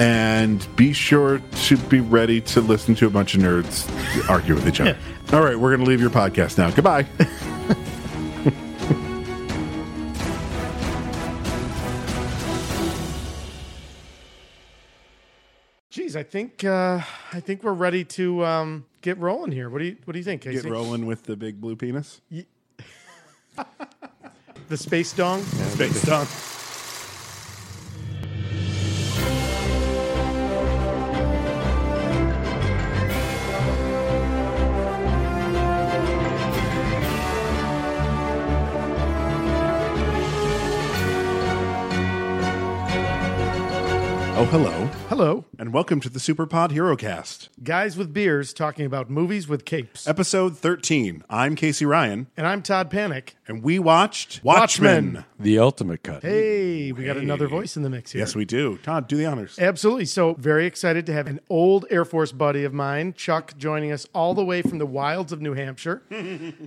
and be sure to be ready to listen to a bunch of nerds argue with each other. All right, we're going to leave your podcast now. Goodbye. Geez, I think uh, I think we're ready to um, get rolling here. What do you What do you think, Casey? Get rolling with the big blue penis. The space dong. Space dog. Oh, hello, Hello, and welcome to the Super Pod Hero Cast, guys with beers talking about movies with capes. episode 13. I'm Casey Ryan, And I'm Todd Panic. and we watched Watchmen. The ultimate cut. Hey, we got another voice in the mix here. Yes, we do. Todd, do the honors. Absolutely. So, very excited to have an old Air Force buddy of mine, Chuck, joining us all the way from the wilds of New Hampshire.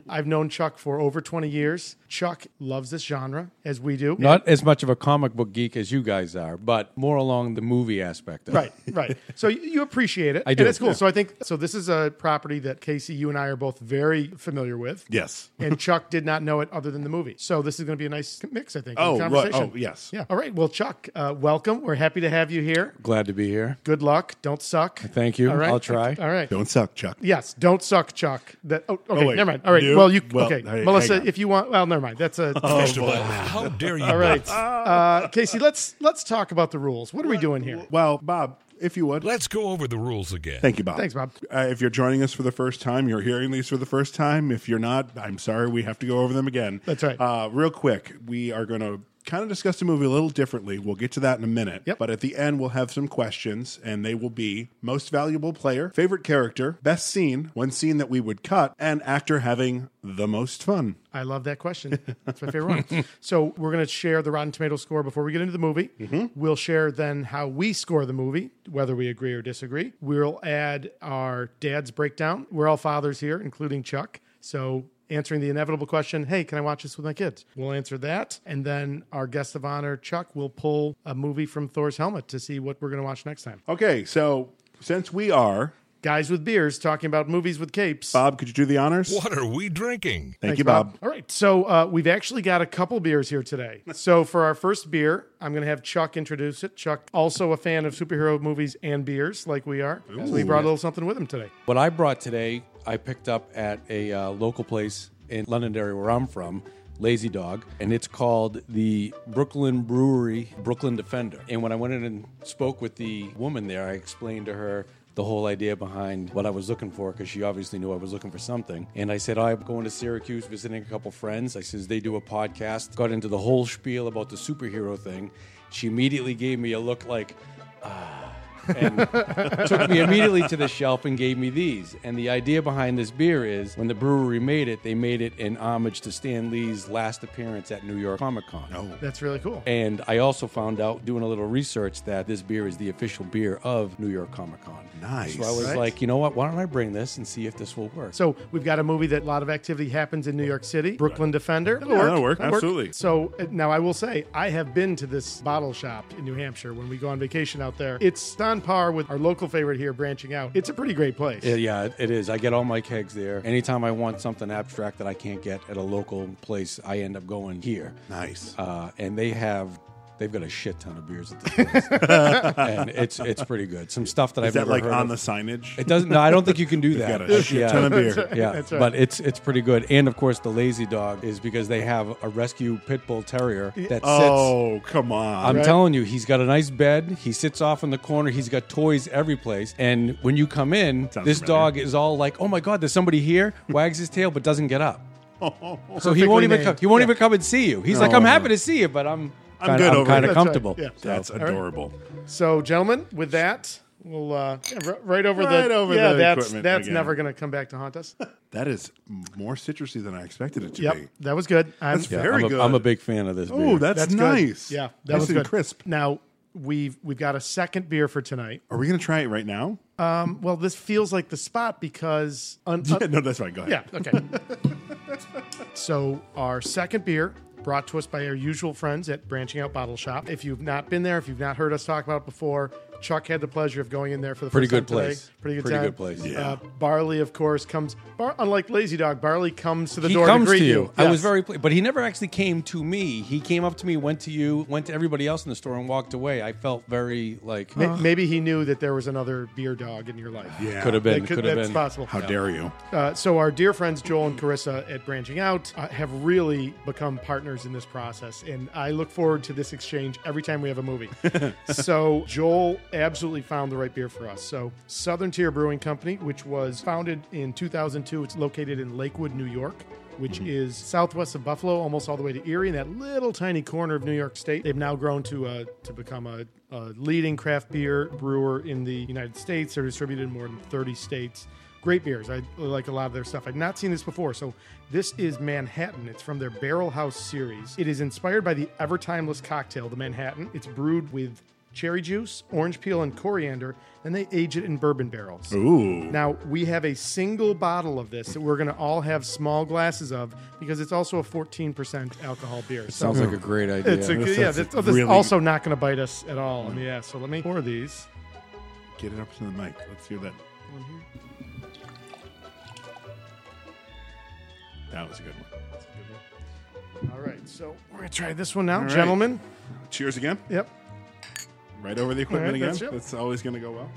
I've known Chuck for over 20 years. Chuck loves this genre, as we do. Not as much of a comic book geek as you guys are, but more along the movie aspect of Right, it. right. So you- you appreciate it. I do. And it's cool. Yeah. So I think so. This is a property that Casey, you and I are both very familiar with. Yes. and Chuck did not know it other than the movie. So this is going to be a nice mix, I think. Oh, in right. conversation. Oh, yes. Yeah. All right. Well, Chuck, uh, welcome. We're happy to have you here. Glad to be here. Good luck. Don't suck. Thank you. All right. I'll try. All right. Don't suck, Chuck. Yes, don't suck, Chuck. That. Oh, okay. wait. never mind. All right. No. Well, you. Well, okay, hey, hang Melissa, on. Oh. if you want. Well, never mind. That's a. How dare you? All right, uh, Casey. Let's let's talk about the rules. What are we doing here? Well, Bob, if you would. Let's go over the rules again. Thank you, Bob. Thanks, Bob. Uh, if you're joining us for the first time, you're hearing these for the first time. If you're not, I'm sorry, we have to go over them again. That's right. Uh, real quick, we are going to kind of discuss the movie a little differently. We'll get to that in a minute. Yep. But at the end, we'll have some questions, and they will be most valuable player, favorite character, best scene, one scene that we would cut, and actor having the most fun. I love that question. That's my favorite one. So we're going to share the Rotten Tomato score before we get into the movie. We'll share then how we score the movie, whether we agree or disagree. We'll add our dad's breakdown. We're all fathers here, including Chuck. So answering the inevitable question, hey, can I watch this with my kids? We'll answer that. And then our guest of honor, Chuck, will pull a movie from Thor's helmet to see what we're going to watch next time. Okay, so since we are, Guys with beers talking about movies with capes. Bob, could you do the honors? What are we drinking? Thank you, Bob. All right. So uh, we've actually got a couple beers here today. So for our first beer, I'm going to have Chuck introduce it. Chuck, also a fan of superhero movies and beers like we are. So he brought a little something with him today. What I brought today, I picked up at a uh, local place in Londonderry, where I'm from, Lazy Dog, and it's called the Brooklyn Brewery Brooklyn Defender. And when I went in and spoke with the woman there, I explained to her the whole idea behind what I was looking for because she obviously knew I was looking for something. And I said, I'm going to Syracuse visiting a couple friends. I says, they do a podcast. Got into the whole spiel about the superhero thing. She immediately gave me a look like, "Ah." and took me immediately to the shelf and gave me these. And the idea behind this beer is when the brewery made it, they made it in homage to Stan Lee's last appearance at New York Comic Con. Oh. That's really cool. And I also found out doing a little research that this beer is the official beer of New York Comic Con. Nice. So I was Right. like, you know what? Why don't I bring this and see if this will work? So we've got a movie that a lot of activity happens in New York City, Brooklyn Defender. That'll that'll work. Absolutely. So uh, now I will say I have been to this bottle shop in New Hampshire when we go on vacation out there. It's on par with our local favorite here, branching out. It's a pretty great place. Yeah, yeah, it- it is. I get all my kegs there. Anytime I want something abstract that I can't get at a local place, I end up going here. Nice. Uh, and they have They've got a shit ton of beers at this place, and it's it's pretty good. Some stuff that Is I've that never like heard on of. the signage? It doesn't. No, I don't think you can do that. got a shit yeah. ton of beer. Yeah, That's right. but it's it's pretty good. And of course, the lazy dog is because they have a rescue pit bull terrier that sits. Oh, come I'm on. telling you, he's got a nice bed. He sits off in the corner. He's got toys every place. And when you come in, Sounds this familiar. dog is all like, "Oh my god, there's somebody here!" Wags his tail, but doesn't get up. so Perfectly he won't even named. come, he won't even come and see you. He's like, "I'm happy to see you, but I'm kinda, good over kind here." That's of comfortable." right. Yeah. That's adorable. So, gentlemen, with that, we'll uh, yeah, r- right over Right the over yeah. the that's equipment that's again. never going to come back to haunt us. That is more citrusy than I expected it to Yep, be. that was good. I'm, That's Yeah, Very I'm a, good. I'm a big fan of this. Oh, beer. that's, that's good. nice. Yeah, that nice was and good. crisp. Now we've we've got a second beer for tonight. Um, Are we going to try it right now? Well, this feels like the spot because un- Yeah, no, that's fine. Go ahead. Yeah, okay. so, our second beer brought to us by our usual friends at Branching Out Bottle Shop. If you've not been there, if you've not heard us talk about it before, Chuck had the pleasure of going in there for the Pretty first time good today. place. Pretty good Pretty time. good place. Uh, Barley, of course, comes. Bar- unlike Lazy Dog, Barley comes to the he door comes to greet to you. I was Yes. very, pl- but he never actually came to me. He came up to me, went to you, went to everybody else in the store, and walked away. I felt very like Ma- Maybe he knew that there was another beer dog in your life. Yeah. could have been, That could could- have that's been. possible. How dare you? Uh, so our dear friends Joel and Carissa at Branching Out uh, have really become partners in this process, and I look forward to this exchange every time we have a movie. so Joel absolutely found the right beer for us. So Southern Tier Brewing Company, which was founded in 2002, it's located in Lakewood, New York. Which is southwest of Buffalo, almost all the way to Erie, in that little tiny corner of New York State. They've now grown to uh, to become a, a leading craft beer brewer in the United States. They're distributed in more than 30 states great beers. I like a lot of their stuff. I've not seen this before. So this is Manhattan. It's from their Barrel House series. It is inspired by the ever timeless cocktail, the Manhattan. It's brewed with cherry juice, orange peel, and coriander, and they age it in bourbon barrels. Ooh. Now we have a single bottle of this that we're going to all have small glasses of because it's also a 14% alcohol beer. So Sounds like a great idea. it's a good, yeah. This, oh, this really- also not going to bite us at all. I mean, yeah. So let me pour these. Get it up to the mic. Let's hear that. That was a good one. All right. So we're going to try this one now, right. gentlemen. Cheers again. Yep. Right over the equipment All right, again. that's it. That's always going to go well.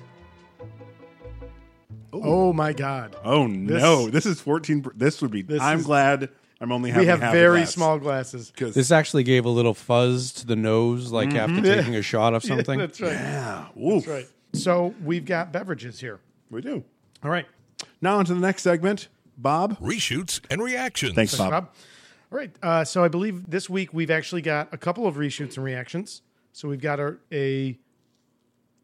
Oh my God. Oh no! This is fourteen. per- This would be. I'm is- glad. I'm only having. We have half very a glass. small glasses. This actually gave a little fuzz to the nose, like after taking a shot of something. Mm-hmm. That's right. Yeah. Oof. That's right. So we've got beverages here. We do. All right. Now on to the next segment, Bob. Reshoots and reactions. Thanks, Bob. Bob. All right. Uh, so I believe this week we've actually got a couple of reshoots and reactions. So we've got our, a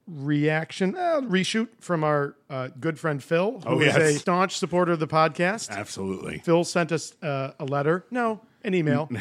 reaction uh, reshoot from our uh, good friend Phil, who Oh, is yes. a staunch supporter of the podcast. Absolutely. Phil sent us uh, a letter. No, an email.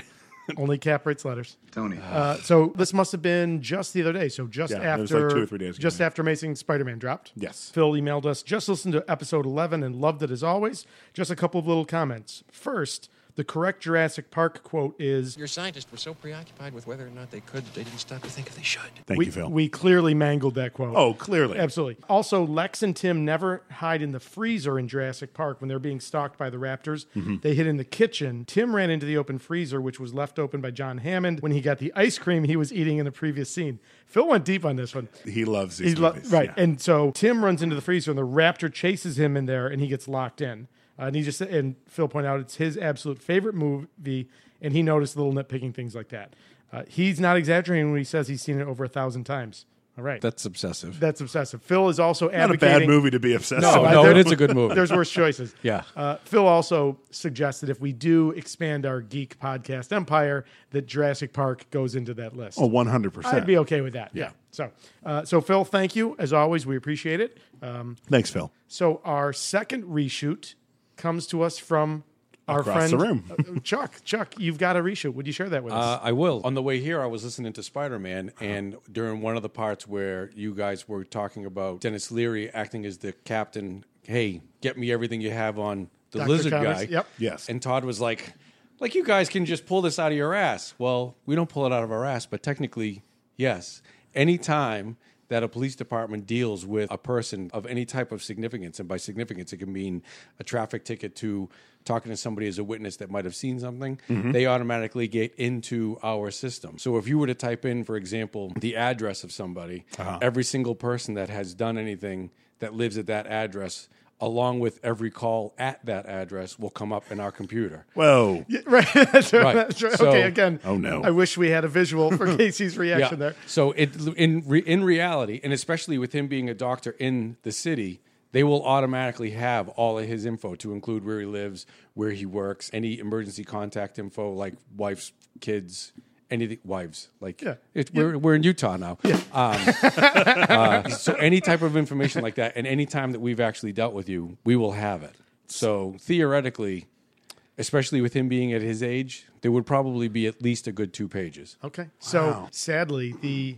Only Cap rates letters. Tony. Uh, so this must have been just the other day. So just Yeah, it was after, like two or three days ago, just yeah. after Amazing Spider-Man dropped. Yes. Phil emailed us. Just listened to episode 11 and loved it as always. Just a couple of little comments. First, the correct Jurassic Park quote is. Your scientists were so preoccupied with whether or not they could that they didn't stop to think if they should. Thank we, you, Phil. we clearly mangled that quote. oh, clearly. Absolutely. Also, Lex and Tim never hide in the freezer in Jurassic Park when they're being stalked by the raptors. They hid in the kitchen. Tim ran into the open freezer, which was left open by John Hammond when he got the ice cream he was eating in the previous scene. Phil went deep on this one. He loves these He lo- movies. right. Yeah. And so Tim runs into the freezer, and the raptor chases him in there, and he gets locked in. Uh, and he just and Phil pointed out it's his absolute favorite movie, and he noticed little nitpicking things like that. Uh, he's not exaggerating when he says he's seen it over a thousand times. All right, That's obsessive. that's obsessive. Phil is also Not a bad advocating. movie to be obsessed No, with. I- no, there- it is a good movie. There's worse choices. Yeah. Uh, Phil also suggested if we do expand our geek podcast empire, that Jurassic Park goes into that list. Oh, 100%. I'd be okay with that. Yeah. So, uh, so Phil, thank you as always. We appreciate it. Um, Thanks, Phil. so our second reshoot comes to us from our Across friend the room. uh, Chuck. Chuck, you've got a reshoot. Would you share that with us? Uh, I will. On the way here, I was listening to Spider Man, and during one of the parts where you guys were talking about Dennis Leary acting as the captain, hey, get me everything you have on the Dr. lizard Comics, guy. yep. Yes. And Todd was like, like you guys can just pull this out of your ass. Well, we don't pull it out of our ass, but technically, yes. Anytime that a police department deals with a person of any type of significance. And by significance, it can mean a traffic ticket to talking to somebody as a witness that might have seen something. They automatically get into our system. So if you were to type in, for example, the address of somebody, every single person that has done anything that lives at that address. Along with every call at that address will come up in our computer. Whoa. Right. That's right. Right. That's right. So- okay, again. Oh, no. I wish we had a visual for Casey's reaction there. So it in re, in reality, and especially with him being a doctor in the city, they will automatically have all of his info to include where he lives, where he works, any emergency contact info like wife's kids. Anything, wives, like Yeah. it, we're, we're in Utah now. Um, uh, so any type of information like that, and any time that we've actually dealt with you, we will have it. So theoretically, especially with him being at his age, there would probably be at least a good two pages. Okay. So sadly, the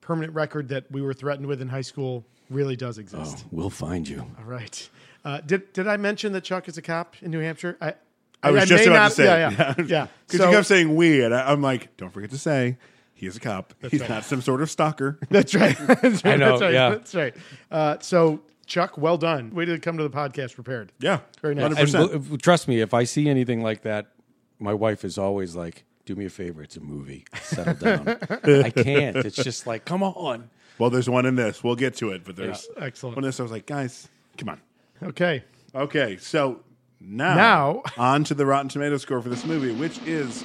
permanent record that we were threatened with in high school really does exist. Oh, We'll find you. Oh. All right. Uh, did did I mention that Chuck is a cop in New Hampshire? I I was just may about to not- say Yeah, it. yeah, yeah. Because you kept saying we, and I, I'm like, don't forget to say he is a cop. He's not some sort of stalker. That's right. That's right. I know, That's right. yeah. That's right. Uh, so, Chuck, well done. Way to come to the podcast prepared. yeah, Very nice. And bel- trust me, if I see anything like that, my wife is always like, "Do me a favor, it's a movie. Settle down." I can't. It's just like, come on. Well, there's one in this. We'll get to it, but there's Excellent. One in this, I was like, guys, come on. Okay. Okay, so now Now- on to the Rotten Tomato score for this movie, which is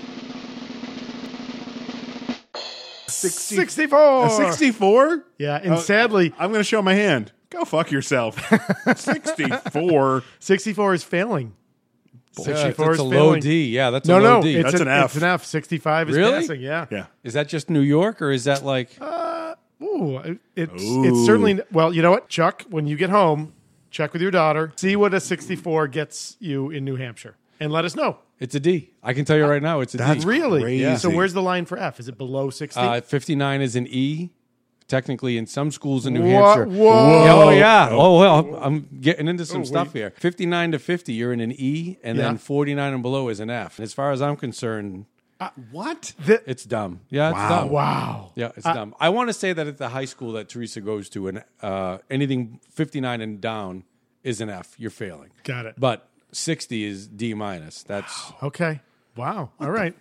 60 64. a 64? Yeah. Oh. And sadly, I'm going to show my hand. Go fuck yourself. 64. 64 is failing. Yeah, it's, 64 it's a is low failing. D. Yeah, that's No, a low no. D. It's That's an, an F. It's an F. 65 is Really? passing. Yeah. Yeah. is that just New York, or is that like? Ooh, it- it's it's certainly well. You know what, Chuck? When you get home, check with your daughter. See what a 64 gets you in New Hampshire, and let us know. it's a D. I can tell you right now, it's a D. Really? crazy. So where's the line for F? Is it below 60? Uh, Fifty-nine is an E. Technically, in some schools in New Wha- Hampshire. Whoa. Oh, Yeah, oh yeah. Oh well, I'm getting into some wait. stuff here. Fifty-nine to fifty, you're in an E, and Yeah. then forty-nine and below is an F. And as far as I'm concerned, What? It's dumb. Yeah, it's dumb. Wow. Yeah, it's dumb. I want to say that at the high school that Teresa goes to, and uh, anything 59 and down is an F. You're failing. Got it. But 60 is D minus. That's Okay. Wow. All right.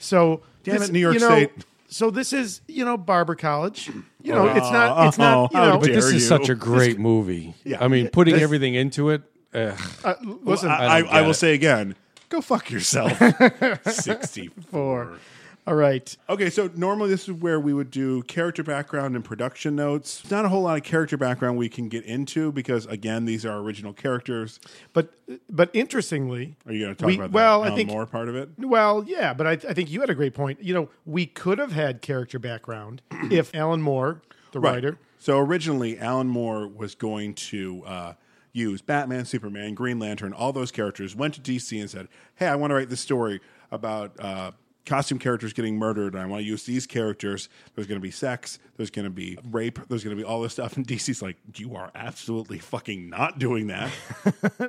So Damn this- it, New York you know, State. So this is you know Barber College. You know it's not it's Oh, not you how know. dare but this you. is such a great movie. Yeah. I mean, putting everything into it. ugh. uh, listen, I, I, don't I get will it. say again, go fuck yourself. 64. all right. Okay, so normally this is where we would do character background and production notes. There's not a whole lot of character background we can get into because, again, these are original characters. But but interestingly, Are you going to talk we- about the well, Alan I think Moore part of it? Well, yeah, but I, I think you had a great point. You know, we could have had character background if Alan Moore, the writer, So originally, Alan Moore was going to uh, use Batman, Superman, Green Lantern, all those characters. Went to DC and said, "Hey, I want to write this story about uh, costume characters getting murdered, and I want to use these characters. There's going to be sex. There's going to be rape. There's going to be all this stuff." And DC's like, "You are absolutely fucking not doing that.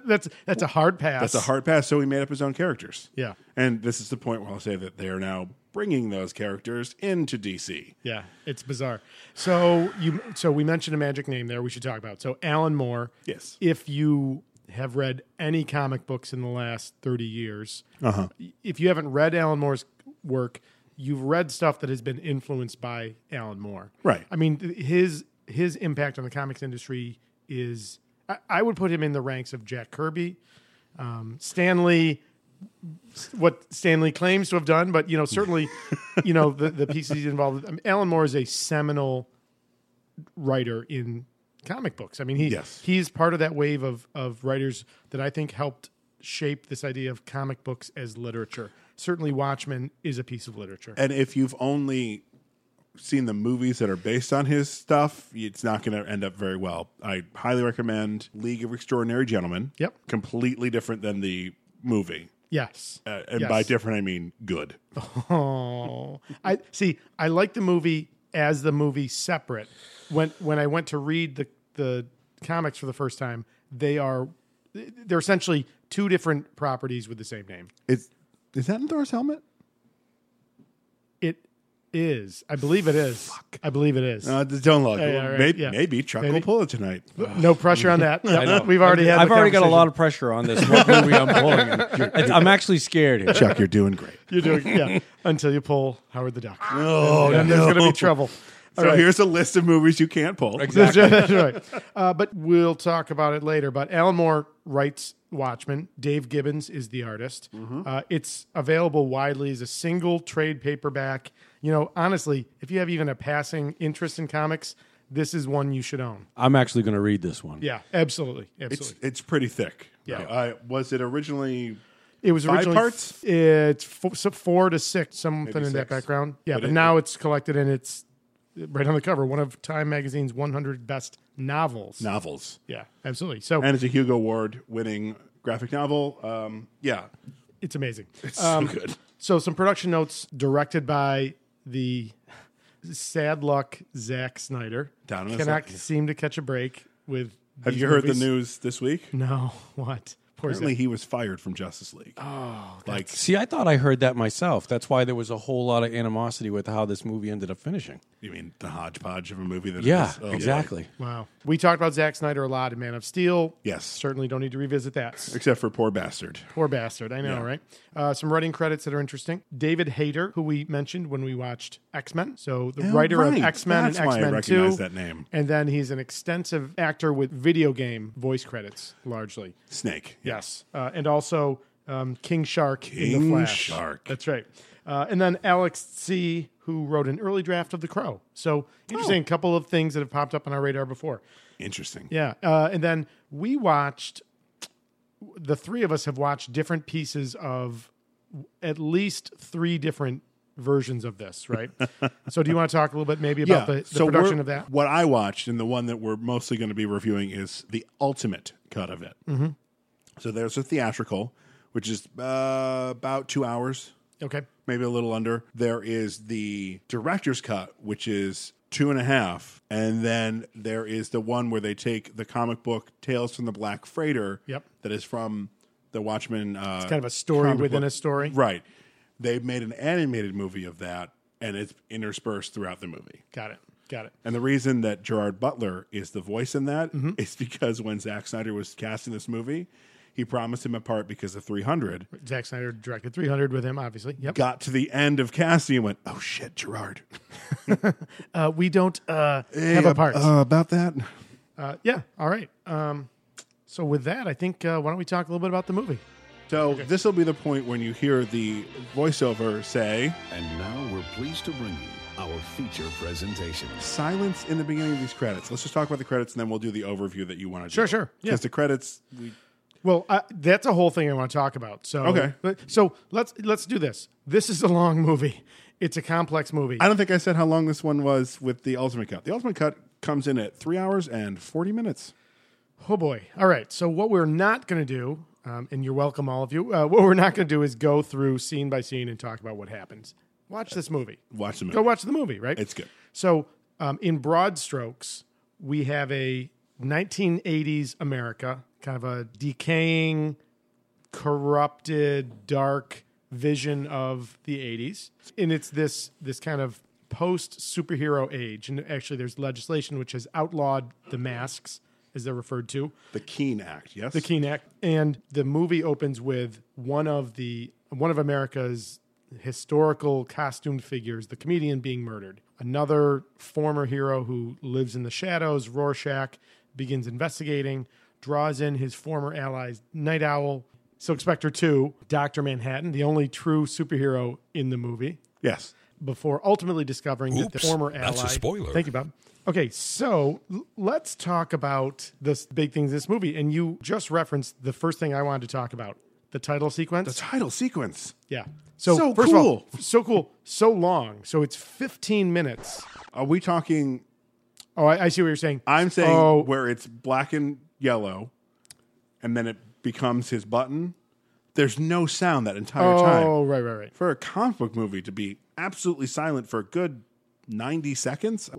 that's that's a hard pass. That's a hard pass." So he made up his own characters. Yeah. and this is the point where I'll say that they are now bringing those characters into DC. Yeah, it's bizarre. So you so we mentioned a magic name there. We should talk about so Alan Moore. Yes. If you have read any comic books in the last thirty years, uh-huh. if you haven't read Alan Moore's work, you've read stuff that has been influenced by Alan Moore. Right. I mean th- his his impact on the comics industry is I, I would put him in the ranks of Jack Kirby, um, Stanley what Stanley claims to have done, but you know certainly, you know the, the pieces he's involved. With. I mean, Alan Moore is a seminal writer in comic books. I mean, he Yes. he's part of that wave of of writers that I think helped shape this idea of comic books as literature. Certainly, Watchmen is a piece of literature. And if you've only seen the movies that are based on his stuff, it's not going to end up very well. I highly recommend League of Extraordinary Gentlemen. Yep. Completely different than the movie. Yes, Uh, and Yes. by different, I mean good. Oh, I see. I like the movie as the movie separate. When when I went to read the the comics for the first time, they are they're essentially two different properties with the same name. Is, is that in Thor's helmet? It is. I believe it is. I believe it is. Uh, don't look. Yeah, yeah, right, maybe, yeah. maybe Chuck Maybe. will pull it tonight. no pressure on that. Yep, know. We've already had. I've the already got a conversation. lot of pressure on this one movie I'm pulling. It's- I'm actually scared here. Chuck, you're doing great. You're doing yeah. Until you pull Howard the Duck, Oh, and there's going to be trouble. So here's a list of movies you can't pull. That's right. That's right. Uh, but we'll talk about it later. But Alan Moore writes Watchmen. Dave Gibbons is the artist. Mm-hmm. Uh, it's available widely as a single trade paperback. You know, honestly, if you have even a passing interest in comics, this is one you should own. I'm actually going to read this one. Yeah, absolutely, absolutely. It's it's pretty thick. Yeah. Uh, was it originally? it was five originally parts? f- it's four, so four to six, something in that six. background. Yeah, but, it- now it's collected and it's right on the cover, one of Time magazine's 100 best novels. novels, Yeah, absolutely. So and it's a Hugo Award winning graphic novel. Um, yeah, Um, it's amazing. it's so good. So some production notes directed by the sad luck Zack Snyder. Down on his Cannot luck. seem to catch a break with. Have these you heard the movies. news this week? No. What? Poor Apparently, Zack. he was fired from Justice League. Oh, like See, I thought I heard that myself. That's why there was a whole lot of animosity with how this movie ended up finishing. you mean the hodgepodge of a movie that? it Yeah, is? Oh, boy. exactly. Wow. We talked about Zack Snyder a lot in Man of Steel. Yes. Certainly don't need to revisit that. Except for poor bastard. Poor bastard. I know, right? Uh, some writing credits that are interesting. David Hayter, who we mentioned when we watched X Men. So the Oh, writer right. of X Men and That's why I X Men Two. recognize that name. And then he's an extensive actor with video game voice credits, largely. Snake. Yes, uh, and also um, King Shark in King the Flash. Shark. That's right. Uh, and then Alex C, who wrote an early draft of The Crow. So interesting, a couple of things that have popped up on our radar before. Interesting. Yeah, uh, and then we watched. The three of us have watched different pieces of at least three different versions of this, right? so, do you want to talk a little bit maybe about the, the we're- production of that? What I watched and the one that we're mostly going to be reviewing is the ultimate cut of it. Mm-hmm. So there's a theatrical, which is uh, about two hours, Okay, maybe a little under. There is the director's cut, which is two and a half. And then there is the one where they take the comic book Tales from the Black Freighter Yep. that is from the Watchmen. Uh, kind of a story comic within book. a story. Right. They've made an animated movie of that, and it's interspersed throughout the movie. Got it. Got it. And the reason that Gerard Butler is the voice in that is Mm-hmm. because when Zack Snyder was casting this movie, he promised him a part because of 300. Zack Snyder directed 300 with him, obviously. Yep. Got to the end of casting and went, oh shit, Gerard. Uh, we don't uh, Hey, have a ab- part. Uh, uh, about that? yeah. All right. Um, so with that, I think uh, why don't we talk a little bit about the movie? So this will be the point when you hear the voiceover say, And now we're pleased to bring you our feature presentation. silence in the beginning of these credits. Let's just talk about the credits and then we'll do the overview that you want to do. Sure, sure. Yeah. Because the credits, we, Well, uh, that's a whole thing I want to talk about. So Okay. but- So let's let's do this. This is a long movie. It's a complex movie. I don't think I said how long this one was with the Ultimate Cut. The Ultimate Cut comes in at three hours and 40 minutes. Oh boy. All right. So what we're not going to do, um, and you're welcome, all of you. Uh, what we're not going to do is go through scene by scene and talk about what happens. Watch this movie. Watch the movie. Go watch the movie. Right. It's good. So, um, in broad strokes, we have a 1980s America, kind of a decaying, corrupted, dark vision of the 80s, and it's this this kind of post superhero age. And actually, there's legislation which has outlawed the masks, as they're referred to, The Keen Act, yes? the Keene Act, and the movie opens with one of the one of America's historical costumed figures, the comedian, being murdered. Another former hero who lives in the shadows, Rorschach, begins investigating, draws in his former allies, Night Owl, Silk Spectre Two, Doctor Manhattan, the only true superhero in the movie Yes. before ultimately discovering that the Oops, former ally. that's a spoiler. Thank you, Bob. Okay, so l- let's talk about the s- big things in this movie. And you just referenced the first thing I wanted to talk about the title sequence. The title sequence. yeah. So, so first of all, cool. so cool, so long. So it's 15 minutes. Are we talking? Oh, I, I see what you're saying. I'm saying Oh. where it's black and yellow, and then it becomes his button. There's no sound that entire time oh, right, right, right. for a comic book movie to be absolutely silent for a good 90 seconds?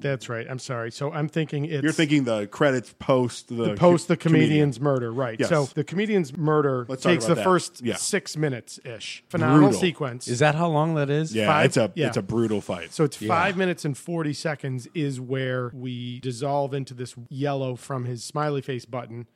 That's right. I'm sorry. So I'm thinking it's You're thinking the credits post the, post the co- comedian. comedian's murder, right? Yes. So the comedian's murder Let's talk takes the about that. first Yeah. six minutes ish. Phenomenal Brutal. sequence. Is that how long that is? Yeah, five- it's a yeah. it's a brutal fight. so it's five minutes and 40 seconds is where we dissolve into this yellow from his smiley face button.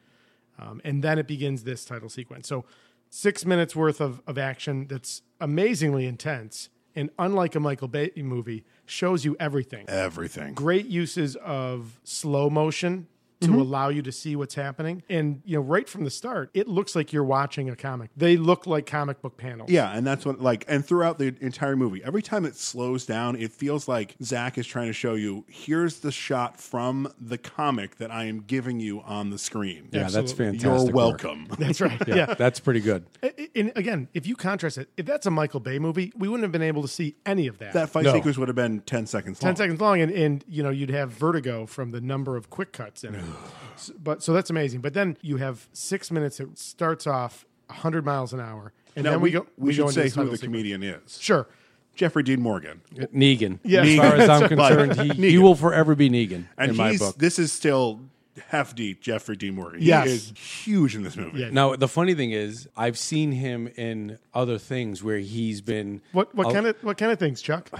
Um, and then it begins this title sequence. So six minutes worth of, of action that's amazingly intense. And unlike a Michael Bay movie, shows you everything. everything. great uses of slow motion to allow you to see what's happening. And you know, right from the start, it looks like you're watching a comic. They look like comic book panels. Yeah, and that's what like and throughout the entire movie, every time it slows down, it feels like Zach is trying to show you here's the shot from the comic that I am giving you on the screen. Yeah, that's Absolutely. fantastic. You're work. welcome. That's right. Yeah. That's pretty good. A- And again, if you contrast it, if that's a Michael Bay movie, we wouldn't have been able to see any of that. that fight No. sequence would have been ten seconds long. Ten seconds long, and, and you know you'd have vertigo from the number of quick cuts in it. S- but so that's amazing. But then you have six minutes. It starts off 100 miles an hour, and Now then we, go. we, go should into say this who title the sequence. comedian is. Sure. Jeffrey Dean Morgan. Negan. Yeah. As far as I'm But- concerned, he, he Negan. will forever be Negan And in my he's book. this is still hefty Jeffrey Dean Morgan. Yes. He is huge in this movie. Yeah. Now, the funny thing is, I've seen him in other things where he's been. What what I'll- kind of what kind of things, Chuck?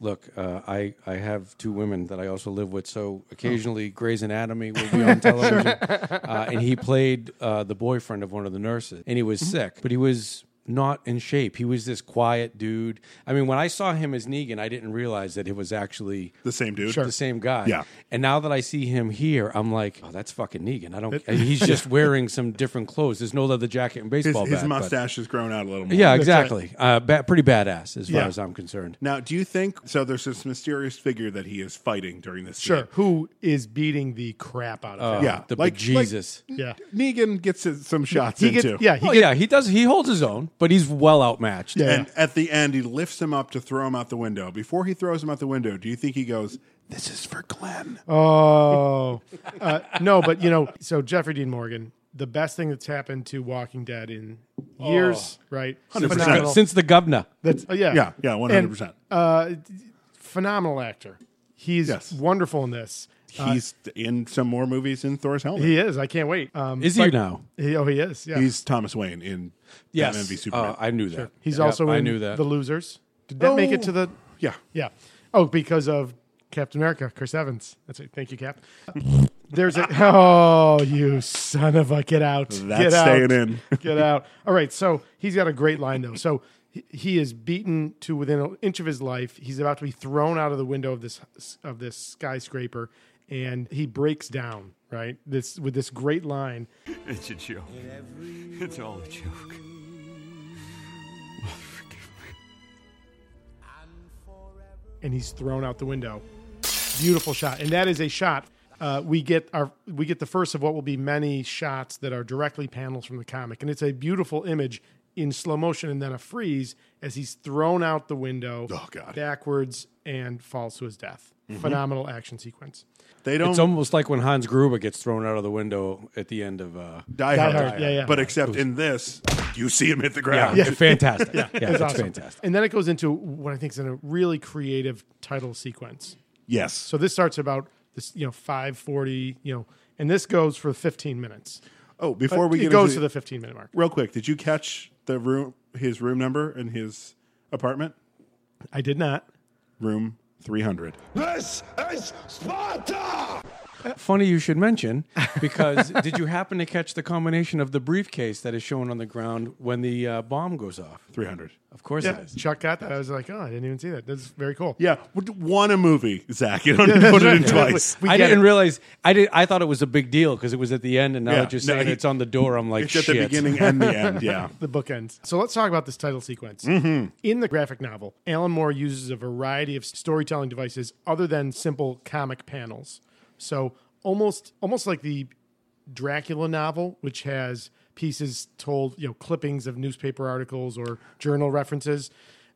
Look, uh, I, I have two women that I also live with, Oh. so occasionally Grey's Anatomy will be on television. uh, and he played uh, the boyfriend of one of the nurses, and he was Mm-hmm. sick, but he was not in shape. He was this quiet dude. I mean, when I saw him as Negan, I didn't realize that it was actually The same dude. the same guy. Yeah. And now that I see him here, I'm like, oh, that's fucking Negan. I don't. He's just wearing some different clothes. There's no leather jacket and His, baseball his bat, but- mustache has grown out a little more. yeah, exactly. Uh, ba- pretty badass as far Yeah. as I'm concerned. Now, do you think so? There's this mysterious figure that he is fighting during this. Sure. scene. Who is beating the crap out of him? Yeah. Uh, the like- Jesus. Yeah. Negan gets his- some shots He in gets, too. yeah, he oh gets, yeah, he does. He holds his own, but he's well outmatched. Yeah. And at the end, he lifts him up to throw him out the window. Before he throws him out the window, do you think he goes, "This is for Glenn"? oh. Uh, no, but you know, so Jeffrey Dean Morgan, the best thing that's happened to Walking Dead in Oh. years, right? 100%. Phenomenal. Uh, Since the governor, That's, oh, yeah. Yeah, yeah, 100%. And, uh, phenomenal actor. He's Yes. wonderful in this. He's in some more movies in Thor's helmet. He is. I can't wait. Um, is he now? he- oh, he is. Yeah. He's Thomas Wayne in Batman v Superman. Uh, I knew that. He's Yep, also in I knew that. The Losers. Did that make it to the yeah, Yeah. Oh, because of Captain America, Chris Evans. That's it. Thank you, Cap. There's a oh, you son of a get out. That's get out. staying in. get out. All right. So he's got a great line though. So he- he is beaten to within an inch of his life. He's about to be thrown out of the window of this of this skyscraper, and he breaks down. Right. This with this great line. It's a joke. It's all a joke. and he's thrown out the window. Beautiful shot, and that is a shot. Uh, we get our we get the first of what will be many shots that are directly panels from the comic, and it's a beautiful image in slow motion, and then a freeze as he's thrown out the window, Oh, God. Mm-hmm. backwards and falls to his death. Phenomenal action sequence. they don't it's almost like when Hans Gruber gets thrown out of the window at the end of uh, die, Die hard. Hard, yeah, yeah. But except in this, you see him hit the yeah, ground. fantastic. yeah, that's awesome. fantastic. And then it goes into what I think is a really creative title sequence. Yes. So this starts about this, you know, five forty, you know, and this goes for fifteen minutes. oh, before we uh, it get goes into to the fifteen minute mark. real quick, did you catch the room? His room number in his apartment, I did not. room three hundred. This is Sparta! Funny you should mention because did you happen to catch the combination of the briefcase that is shown on the ground when the uh, bomb goes off? Three hundred. Of course Yeah, it is. Chuck got that. I was like, oh, I didn't even see that. That's very cool. Yeah, want a movie, Zach? You don't put it in twice. We I get didn't it. realize. I did. I thought it was a big deal because it was at the end, and now Yeah, it just no, saying he- it's on the door. I'm like, It's at shit. the beginning and the end. Yeah. the bookends. So let's talk about this title sequence. Mm-hmm. In the graphic novel, Alan Moore uses a variety of storytelling devices other than simple comic panels. So almost almost like the Dracula novel, which has pieces told, you know, clippings of newspaper articles or journal references.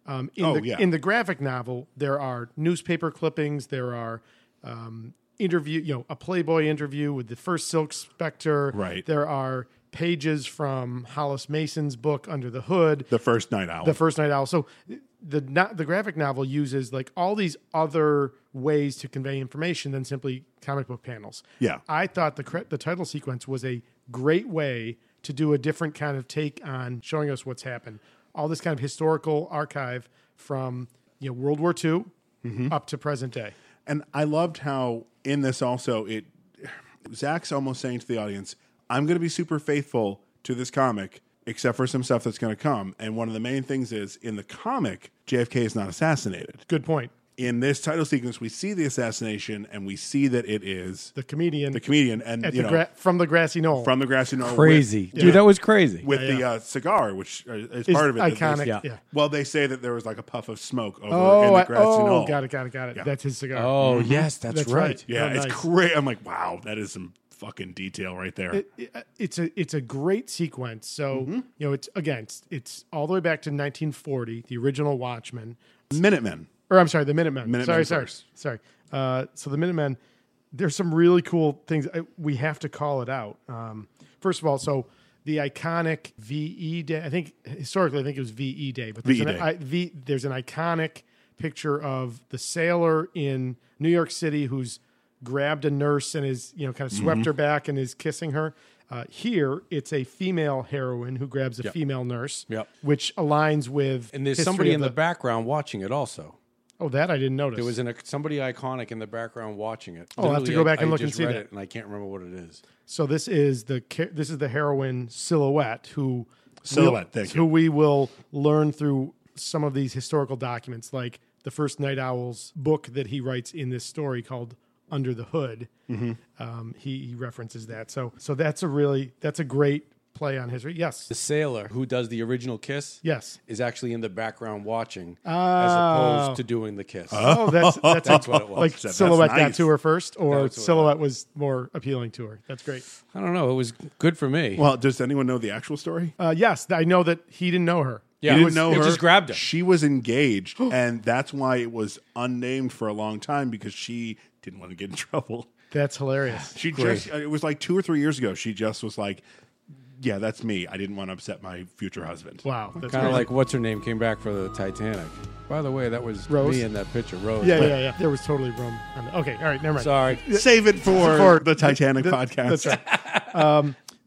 Um, in, Oh, the, yeah. in the graphic novel, there are newspaper clippings, there are um, interview, you know, a Playboy interview with the first Silk Spectre. Right. There are pages from Hollis Mason's book Under the Hood, The first night owl. The First Night Owl. So the not the graphic novel uses like all these other ways to convey information than simply comic book panels. Yeah. I thought the cre- the title sequence was a great way to do a different kind of take on showing us what's happened. All this kind of historical archive from you know World War II Mm-hmm. up to present day. And I loved how in this also it Zach's almost saying to the audience, I'm going to be super faithful to this comic except for some stuff that's going to come. And one of the main things is in the comic JFK is not assassinated. Good point. In this title sequence we see the assassination and we see that it is The comedian the comedian and at you the know gra- from the grassy knoll. from the grassy knoll with- Crazy. Dude, that was crazy. with the Uh, cigar which is It's part of it that iconic. they- Yeah. Well, they say that there was like a puff of smoke over in Oh, the I, grassy oh, knoll. got it, got it, got it. That's his cigar. oh, yes, that's, Mm-hmm. That's right. right. Mm-hmm. Yeah, Oh, it's nice. great. I'm like, wow, that is some fucking detail right there. it- Uh, it's a it's a great sequence. So Mm-hmm. you know, it's again, it's, it's all the way back to 1940, the original Watchmen, Minutemen. or I'm sorry, the Minutemen. Minutemen sorry, sorry, first. sorry. Uh, so the Minutemen, there's some really cool things. I, we have to call it out. Um, first of all, so the iconic VE Day. I think historically, I think it was VE Day, but there's, E VE an, Day. I, v, there's an iconic picture of the sailor in New York City who's grabbed a nurse and is you know kind of swept Mm-hmm. her back and is kissing her. Uh, here, it's a female heroine who grabs a female nurse, Yep. which aligns with And there's history somebody of in the, background watching it also. oh that I didn't notice. There was an, somebody iconic in the background watching it. Oh, I'll have to Literally, go I- back and I look and just see read that. it, and I can't remember what it is. So this is the cha- this is the heroine silhouette who Silhouette, we'll- thank who we will learn through some of these historical documents, like the first Night Owl's book that he writes in this story called Under the Hood. Mm-hmm. Um, he, he references that. So so that's a really that's a great play on history. Yes, The sailor who does the original kiss yes. is actually in the background watching as opposed to doing the kiss. Oh, that's that's, That's what it was. like So that's silhouette got nice. to her first, or That's what- silhouette was more appealing to her. That's great. I don't know. It was good for me. Well, does anyone know the actual story? Uh, yes, I know that he didn't know her. yeah, you it didn't was- know it her. just grabbed her. She was engaged, and that's why it was unnamed for a long time because she didn't want to get in trouble. That's hilarious. She just, uh, it was like two or three years ago, she just was like, yeah, that's me. I didn't want to upset my future husband. Wow, that's Kind of great. like what's her name came back for the Titanic. By the way, that was Rose? me in that picture, Rose. Yeah, yeah, yeah. There was totally room. On the, okay, all right, never mind. Sorry. Save it for, For- the Titanic Th- podcast. That's right. um,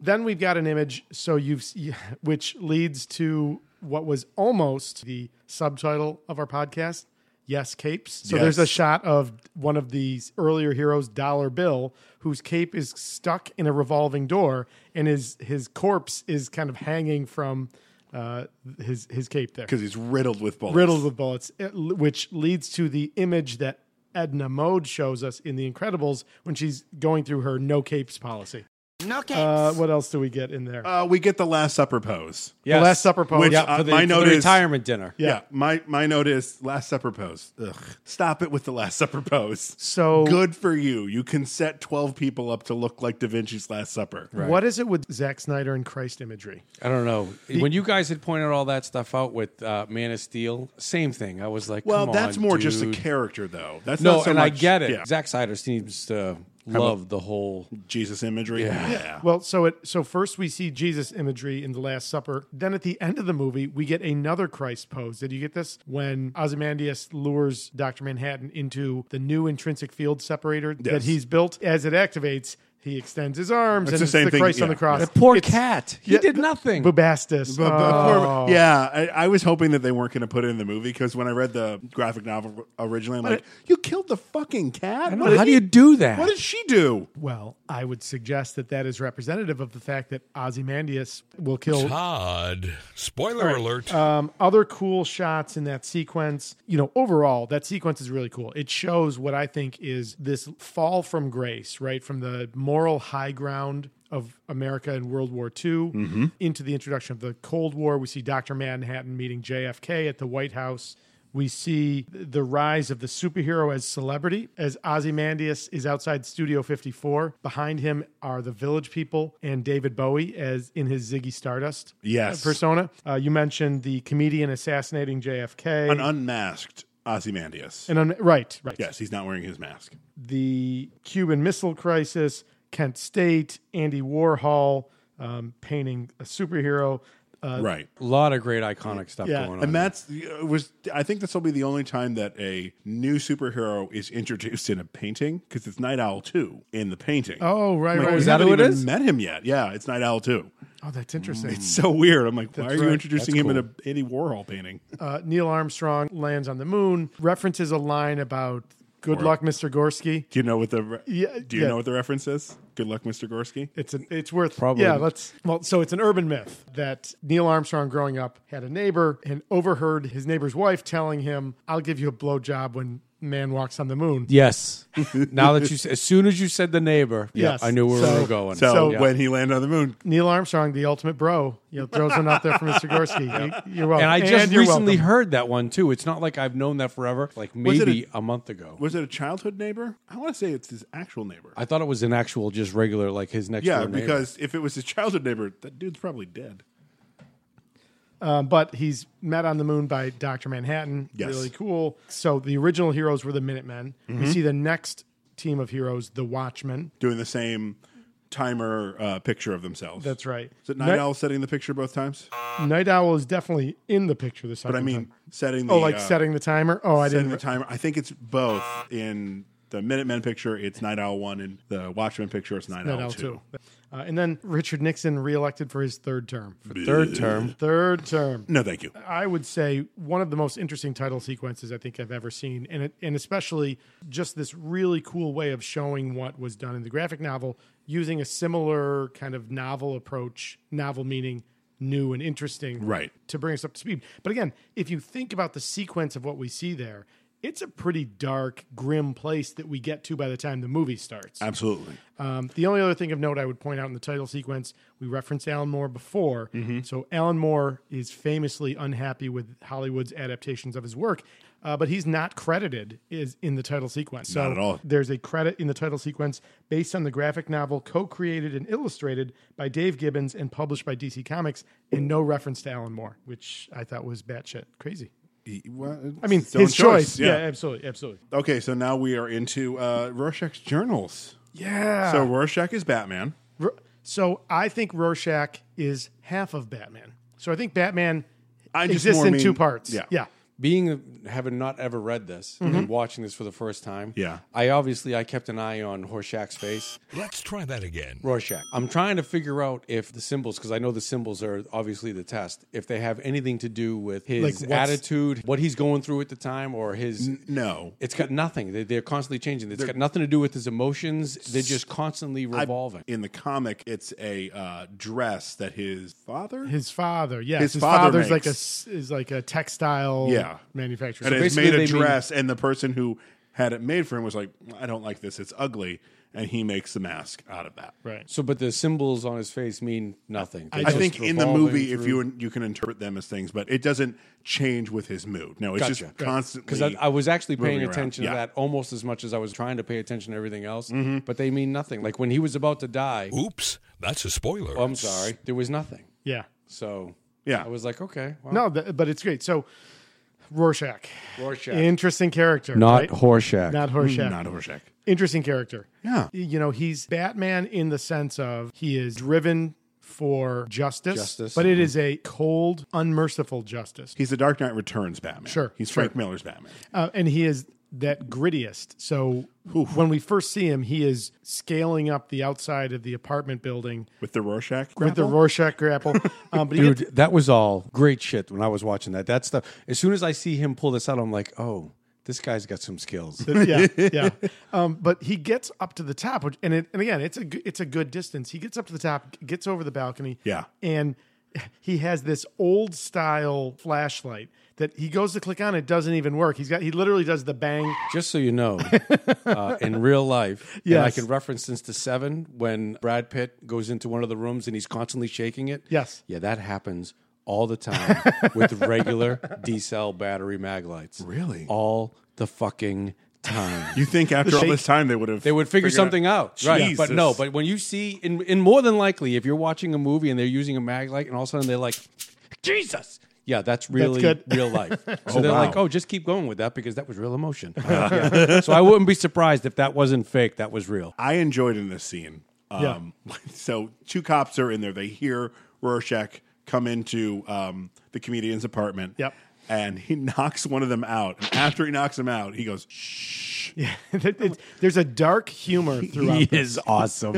then we've got an image. So you've, s- y- which leads to what was almost the subtitle of our podcast. Yes, capes. So there's a Yes. shot of one of these earlier heroes, Dollar Bill, whose cape is stuck in a revolving door, and his his corpse is kind of hanging from uh, his his cape there Because he's riddled with bullets. riddled with bullets, it- which leads to the image that Edna Mode shows us in The Incredibles when she's going through her no capes policy. No capes. Uh, what else do we get in there? Uh, we get the Last Supper pose. Yes. The Last Supper pose. Which- Yeah, Uh, for the, my for the note is- retirement dinner. Yeah. my my note is Last Supper pose. Ugh. Stop it with the Last Supper pose. so Good for you. You can set twelve people up to look like Da Vinci's Last Supper. What is it with Zack Snyder and Christ imagery? I don't know. when you guys had pointed all that stuff out with uh, Man of Steel, same thing. I was like, Well, come that's on, more just a dude. character, though. That's No, not so and much, I get it. yeah, Zack Snyder seems to love the whole. Jesus imagery. Yeah. Well, so it so first we see Jesus imagery in the Last Supper. Then at the end of the movie, we get another Christ pose. Did you get this? When Ozymandias lures Doctor Manhattan into the new intrinsic field separator that Yes. he's built, as it activates, he extends his arms and the it's same the thing, Christ on yeah. the cross. The Poor It's- cat. He yeah, did nothing. Bubastis. But- but Oh. poor- yeah, I, I was hoping that they weren't going to put it in the movie because when I read the graphic novel originally, I'm like, "You killed the fucking cat! I don't What know. did How do he- you do that? What did she do?" Well, I would suggest that that is representative of the fact that Ozymandias will kill Todd. Spoiler alert. um, other cool shots in that sequence. You know, overall, that sequence is really cool. It shows what I think is this fall from grace, right? From the moral high ground of America in World War II into the introduction of the Cold War. We see Dr. Manhattan meeting JFK at the White House. We see th- the rise of the superhero as celebrity as Ozymandias is outside Studio 54. Behind him are the Village People and David Bowie as in his Ziggy Stardust Yes. persona. Uh, you mentioned the comedian assassinating JFK. An unmasked Ozymandias. and un- right, right. yes, he's not wearing his mask. The Cuban Missile Crisis, Kent State, Andy Warhol um, painting a superhero. Uh, right. A lot of great iconic stuff Yeah. going on. And that's it was I think this will be the only time that a new superhero is introduced in a painting because it's Night Owl two in the painting. Oh, right, Like, right. we right. that haven't who it even is? Met him yet? Yeah, it's Night Owl two. oh, that's interesting. So weird. I'm like, why are you right. introducing him in a Andy Warhol painting? Uh, Neil Armstrong lands on the moon. References a line about "Good luck, Mr. Gorsky." Do you know what the re- Yeah, Do you yeah. know what the reference is? Good luck, Mr. Gorsky. It's an it's worth Probably. Yeah, let's well. So it's an urban myth that Neil Armstrong, growing up, had a neighbor and overheard his neighbor's wife telling him, "I'll give you a blowjob when man walks on the moon." yes. now that you, s- as soon as you said the neighbor, yeah, Yes. I knew where So- we were going. So, So- when he landed on the moon, Neil Armstrong, the ultimate bro, you know, throws one out there for Mr. Gorsky. You, are welcome. and I just you're recently welcome. heard that one too. It's not like I've known that forever. Like Was it maybe a, month ago. was it a childhood neighbor? I want to say it's his actual neighbor. I thought it was an actual, just regular, like his next. yeah, door neighbor. because if it was his childhood neighbor, that dude's probably dead. Um, but he's met on the moon by Dr. Manhattan. Yes. Really cool. So the original heroes were the Minutemen. We see the next team of heroes, the Watchmen. Doing the same timer uh, picture of themselves. That's right. Is it Night Night- Owl setting the picture both times? Night Owl is definitely in the picture this time. But I mean, setting the oh, like uh, setting the timer? Oh, I setting didn't. the timer. I think it's both in the Minutemen picture. It's Night Owl one, and the Watchmen picture. It's Night, Night Owl, Owl, two. too. Uh, and then Richard Nixon reelected for his third term. third term. Third term. No, thank you. I would say one of the most interesting title sequences I think I've ever seen, and it, and especially just this really cool way of showing what was done in the graphic novel using a similar kind of novel approach. Novel meaning new and interesting, Right. To bring us up to speed. But again, if you think about the sequence of what we see there, it's a pretty dark, grim place that we get to by the time the movie starts. Absolutely. Um, the only other thing of note I would point out in the title sequence, we referenced Alan Moore before. So Alan Moore is famously unhappy with Hollywood's adaptations of his work, uh, but he's not credited is in the title sequence. So Not at all. There's a credit in the title sequence based on the graphic novel co-created and illustrated by Dave Gibbons and published by DC Comics, and no reference to Alan Moore, which I thought was batshit crazy. I mean, his choice. Yeah. absolutely, absolutely. Okay, so now we are into uh, Rorschach's journals. Yeah. So Rorschach is Batman. Ro- So I think Rorschach is half of Batman. So I think Batman I just exists more in mean- two parts. Yeah. yeah. Being having not ever read this and watching this for the first time, Mm-hmm. Yeah. I obviously I kept an eye on Horshack's face. Let's try that again. Rorschach. I'm trying to figure out if the symbols, because I know the symbols are obviously the test, if they have anything to do with his Like what's- attitude, what he's going through at the time, or his. No. It's got nothing. They- They're constantly changing. It's got nothing to do with his emotions. They're just constantly revolving. In the comic, it's a uh, dress that his father. His father, yes, His his, father father's like a makes- s- is like a textile Yeah. manufacturer. and So it's basically made a they mean- dress, and the person who had it made for him was like, "I don't like this. It's ugly," and he makes the mask out of that. right. so, but the symbols on his face mean nothing. They're I just think in the revolving movie, if through- you you can interpret them as things, but it doesn't change with his mood. No, it's Gotcha. just Right. constantly. because I, I was actually paying moving around. attention Yeah. Mm-hmm. to that almost as much as I was trying to pay attention to everything else. But they mean nothing. Like when he was about to die, Oops, that's a spoiler. Oh, I'm sorry, there was nothing. Yeah. So Yeah. I was like, okay, well, No, th- but it's great. So Rorschach, Rorschach. interesting character, not right? Horshack. not Rorschach, Hmm. not Rorschach. interesting character. Yeah. You know, he's Batman in the sense of he is driven for justice, Justice. but Mm-hmm. it is a cold, unmerciful justice. He's the Dark Knight Returns Batman. Sure, he's sure. Frank Miller's Batman. uh, and he is that grittiest. So when we first see him, he is scaling up the outside of the apartment building with the Rorschach. with the grapple? Rorschach grapple. Um, but he Dude, gets- that was all great shit when I was watching that. That stuff. As soon as I see him pull this out, I'm like, oh, this guy's got some skills. yeah, yeah. Um, but he gets up to the top, which, and it, and again, it's a g- it's a good distance. He gets up to the top, gets over the balcony, Yeah. and he has this old style flashlight that he goes to click on. It doesn't even work. He's got he literally does the bang. Just so you know, uh, in real life, yeah, I Yes. can reference this to Seven when Brad Pitt goes into one of the rooms and he's constantly shaking it. Yes. Yeah, that happens all the time with regular D cell battery mag lights. Really? All the fucking time. You think after all shake- this time they would have They would figure figured out- something out, right? But no, Jesus. but when you see, and, and more than likely, if you're watching a movie and they're using a mag light, and all of a sudden they're like, "Jesus." Yeah, that's really good. real life. So they're wow. like, "Oh, just keep going with that because that was real emotion." Yeah. So I wouldn't be surprised if that wasn't fake. That was real. I enjoyed in this scene. Um, So two cops are in there. They hear Rorschach come into um, the comedian's apartment. Yep. And he knocks one of them out. And after he knocks him out, he goes, shh. It's- There's a dark humor throughout. He this. is awesome.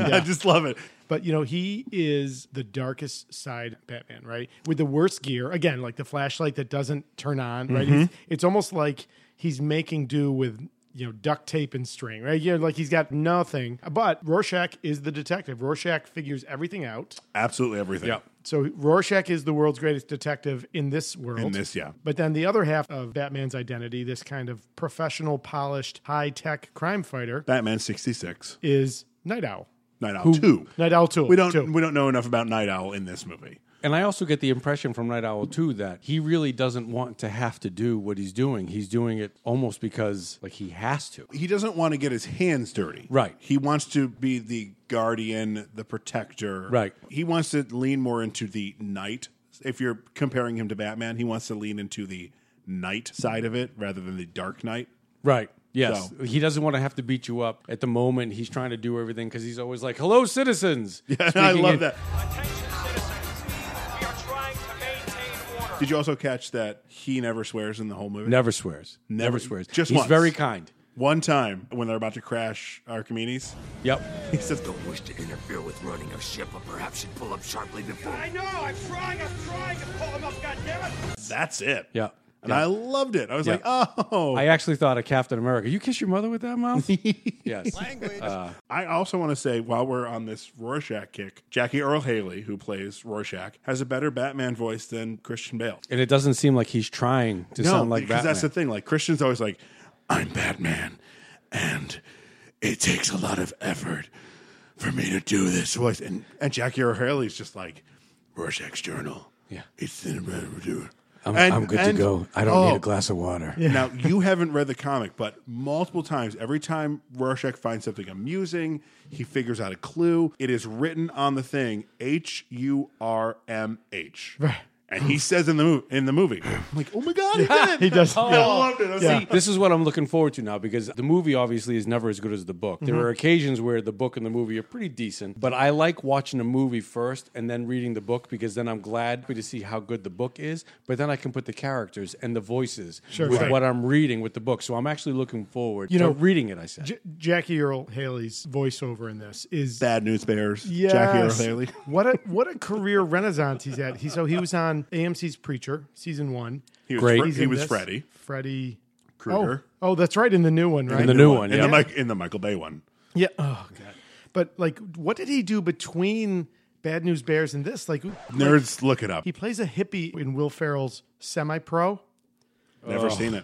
I just love it. But you know, he is the darkest side Batman, right? With the worst gear. Again, like the flashlight that doesn't turn on, right? Mm-hmm. It's, it's almost like he's making do with you know duct tape and string, right? You know, like he's got nothing. But Rorschach is the detective. Rorschach figures everything out. Absolutely everything. Yep. So Rorschach is the world's greatest detective in this world. In this, yeah. But then the other half of Batman's identity, this kind of professional, polished, high tech crime fighter, Batman 66, is Night Owl. Night Owl 2. Night Owl too. we don't too. we don't know enough about Night Owl in this movie. And I also get the impression from Night Owl too that he really doesn't want to have to do what he's doing. He's doing it almost because like he has to. He doesn't want to get his hands dirty. Right. He wants to be the guardian, the protector. Right. He wants to lean more into the knight. If you're comparing him to Batman, he wants to lean into the knight side of it rather than the dark knight. Right. Yes. So- He doesn't want to have to beat you up at the moment. He's trying to do everything because he's always like, "Hello, citizens." Yeah, I love that. Attention citizens, we are trying to maintain order. Did you also catch that he never swears in the whole movie? Never swears. Never, Never- e- swears. just he's once. very kind. One time when they're about to crash Archimedes, Yep. he says, Don't wish to interfere with running our ship, but perhaps should pull up sharply before. I know, I'm trying, I'm trying to pull him up, goddammit! "That's it." Yeah. and I loved it. I was Yeah. like, "Oh!" I I, actually thought of Captain America. You kiss your mother with that mouth? yes. also want to say, while we're on this Rorschach kick, Jackie Earl Haley, who plays Rorschach, has a better Batman voice than Christian Bale. And it doesn't seem like he's trying to sound like Batman. that's the thing. Like Christian's always like, "I'm Batman, and it takes a lot of effort for me to do this voice." And and Jackie Earl Haley's just like Rorschach's journal. Yeah. it's in a better do. I'm, And- I'm good and- to go. I don't oh. need a glass of water. Now you haven't read the comic, but multiple times, every time Rorschach finds something amusing, he figures out a clue. It is written on the thing H U R M H, and he says in the movie, in the movie, I'm like, oh my god, he did it! He does. Oh, I yeah. loved it. I was Yeah. like, This is what I'm looking forward to now because the movie obviously is never as good as the book. Mm-hmm. There are occasions where the book and the movie are pretty decent, but I like watching a movie first and then reading the book because then I'm glad to see how good the book is, but then I can put the characters and the voices with Right. what I'm reading with the book. So I'm actually looking forward You to know, reading it, I said. J- Jackie Earl Haley's voiceover in this is bad news bears. Yes. Jackie Earl Haley. what a what a career renaissance he's had. He so he was on AMC's Preacher season one. He was Great. Fre- He's he in was this. Oh. Freddy Freddy Krueger. Oh, oh, that's right in the new one, right? the new one, in yeah. the Mike, in the Michael Bay one. yeah. Oh god. But like, what did he do between Bad News Bears and this? Like, Nerds, look it up. he plays a hippie in Will Ferrell's Semi-Pro. Never seen it.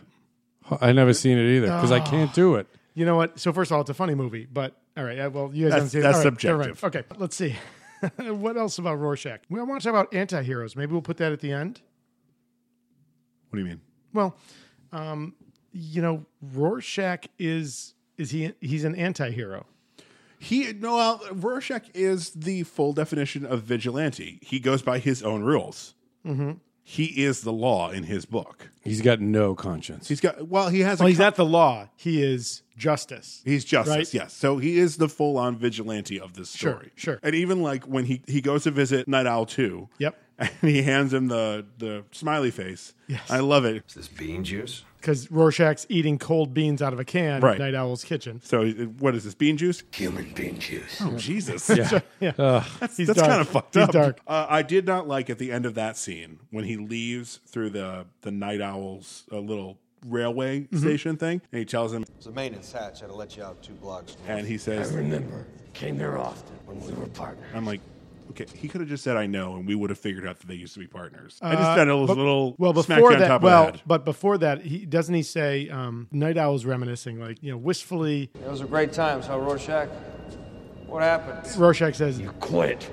I never seen it either because I can't do it. You know what? So first of all, it's a funny movie, but all right. uh, Well, you guys haven't seen it. that's All right, never subjective. mind. Okay, let's see. what else about Rorschach? We want to talk about anti-heroes. Maybe we'll put that at the end. What do you mean? Well, um, you know, Rorschach is is he he's an anti-hero. He no, well, Rorschach is the full definition of vigilante. He goes by his own rules. He is the law in his book. He's got no conscience. He's got well, he has. Well, a he's not the law. He is justice. He's justice, Right? yes. So he is the full on vigilante of this story. sure. And even like when he, he goes to visit Night Owl 2. Yep. And he hands him the, the smiley face. Yes. I love it. Is this bean juice? Because Rorschach's eating cold beans out of a can Right. at Night Owl's kitchen. So what is this, bean juice? Human bean juice. Oh, Jesus. He's That's dark. kind of fucked He's up. dark. Uh, I did not like at the end of that scene when he leaves through the, the Night Owl's uh, little railway Mm-hmm. station thing. And he tells him, It's a maintenance hatch. I'd let you out two blocks. and he says, remember. Came here often when we were partners. I'm like, okay, he could have just said, I know, and we would have figured out that they used to be partners. I just found a little, Uh, But- little well smack you before on that. top well, of the head. but before that, he doesn't he say um, Night Owl's reminiscing, like you know, wistfully. Those were great times, huh, Rorschach? What happened? Rorschach says, Quit.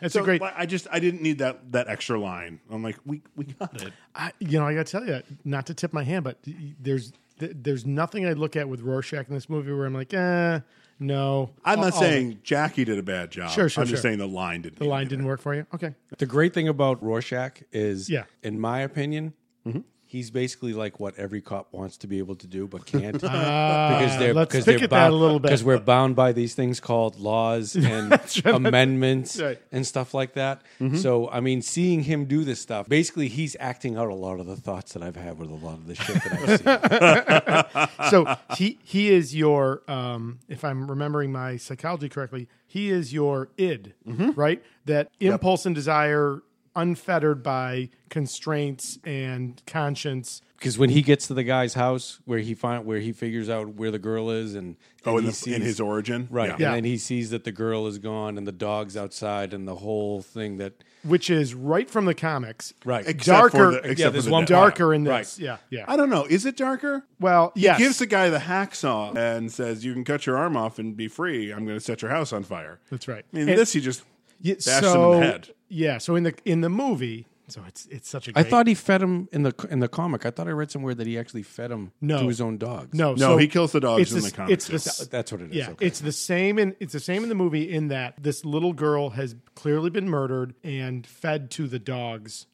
"It's So a great." like, I just I didn't need that that extra line. I'm like, we we got it. I, you know, I got to tell you, not to tip my hand, but there's th- there's nothing I look at with Rorschach in this movie where I'm like, eh, no. I'm not All- all of saying Jackie did a bad job. Sure, sure, I'm just sure. saying the line didn't. The line didn't work for you. Okay. The great thing about Rorschach is, Yeah. Mm-hmm. in my opinion, He's basically like what every cop wants to be able to do but can't because they're Ah, let's pick because they're at that bound a little bit. because we're bound by these things called laws and amendments Right. and stuff like that. Mm-hmm. So I mean, seeing him do this stuff, basically he's acting out a lot of the thoughts that I've had with a lot of the shit that I've seen. so he he is your um, if I'm remembering my psychology correctly, he is your id, Mm-hmm. right? That impulse and desire unfettered by constraints and conscience. because when he gets to the guy's house where he find where he figures out where the girl is and, Oh, in, he the, in his origin, right Yeah. Yeah. and then he sees that the girl is gone and the dog's outside and the whole thing that Which is right from the comics. right Except for Darker- the- Yeah, except for there's the one dad. Darker in Right. this. Yeah. Yeah. I don't know. Is it darker? well, yes. He gives the guy the hacksaw and says, "You can cut your arm off and be free. I'm going to set your house on fire." That's right. I mean, And- this he just Yeah, bashed him in the head. Yeah, so in the in the movie, so it's it's such a I great thought he fed him in the in the comic. I thought I read somewhere that he actually fed him No. to his own dogs. No, No, so he kills the dogs it's in s- the comic, It's the, yeah. s- that's what it is. yeah, okay. it's the same in it's the same in the movie in that this little girl has clearly been murdered and fed to the dogs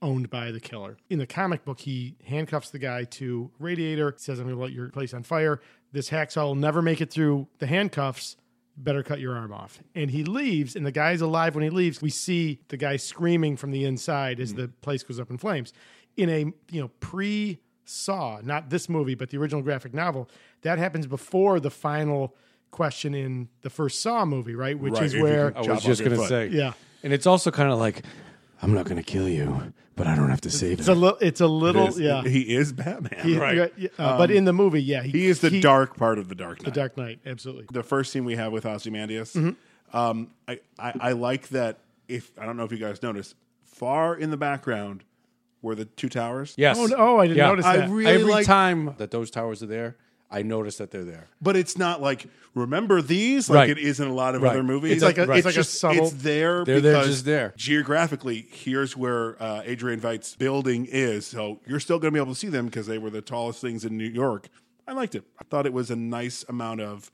owned by the killer. In the comic book, he handcuffs the guy to a radiator, says, "I'm going to light your place on fire. This hacksaw will never make it through the handcuffs." Better cut your arm off. And he leaves, and the guy's alive when he leaves. We see the guy screaming from the inside as the place goes up in flames. In a you know pre Saw, not this movie, but the original graphic novel, that happens before the final question in the first Saw movie, right? Which Right, Oh. is if you where can- I Chop was off just your gonna foot. say. Yeah. and it's also kind of like, I'm not gonna kill you, but I don't have to save it's a him. little, it's a little, is- yeah. he is Batman. He- right. Um, yeah, yeah, uh, but in the movie, yeah, He is the he- dark part of the Dark Knight. the Dark Knight, absolutely. the first scene we have with Ozymandias. Mm-hmm. Um, I, I I like that. If I don't know if you guys noticed, far in the background were the two towers. yes. Oh, no- oh, I didn't Yeah. notice I that. really Every like- time that those towers are there, I notice that they're there. but it's not like remember these like Right. it is in a lot of Right. other movies. It's like a- it's like a just- subtle- It's there. They're there, because just there. Geographically, here's where uh, Adrian Veidt's building is. So you're still going to be able to see them because they were the tallest things in New York. I liked it. I thought it was a nice amount of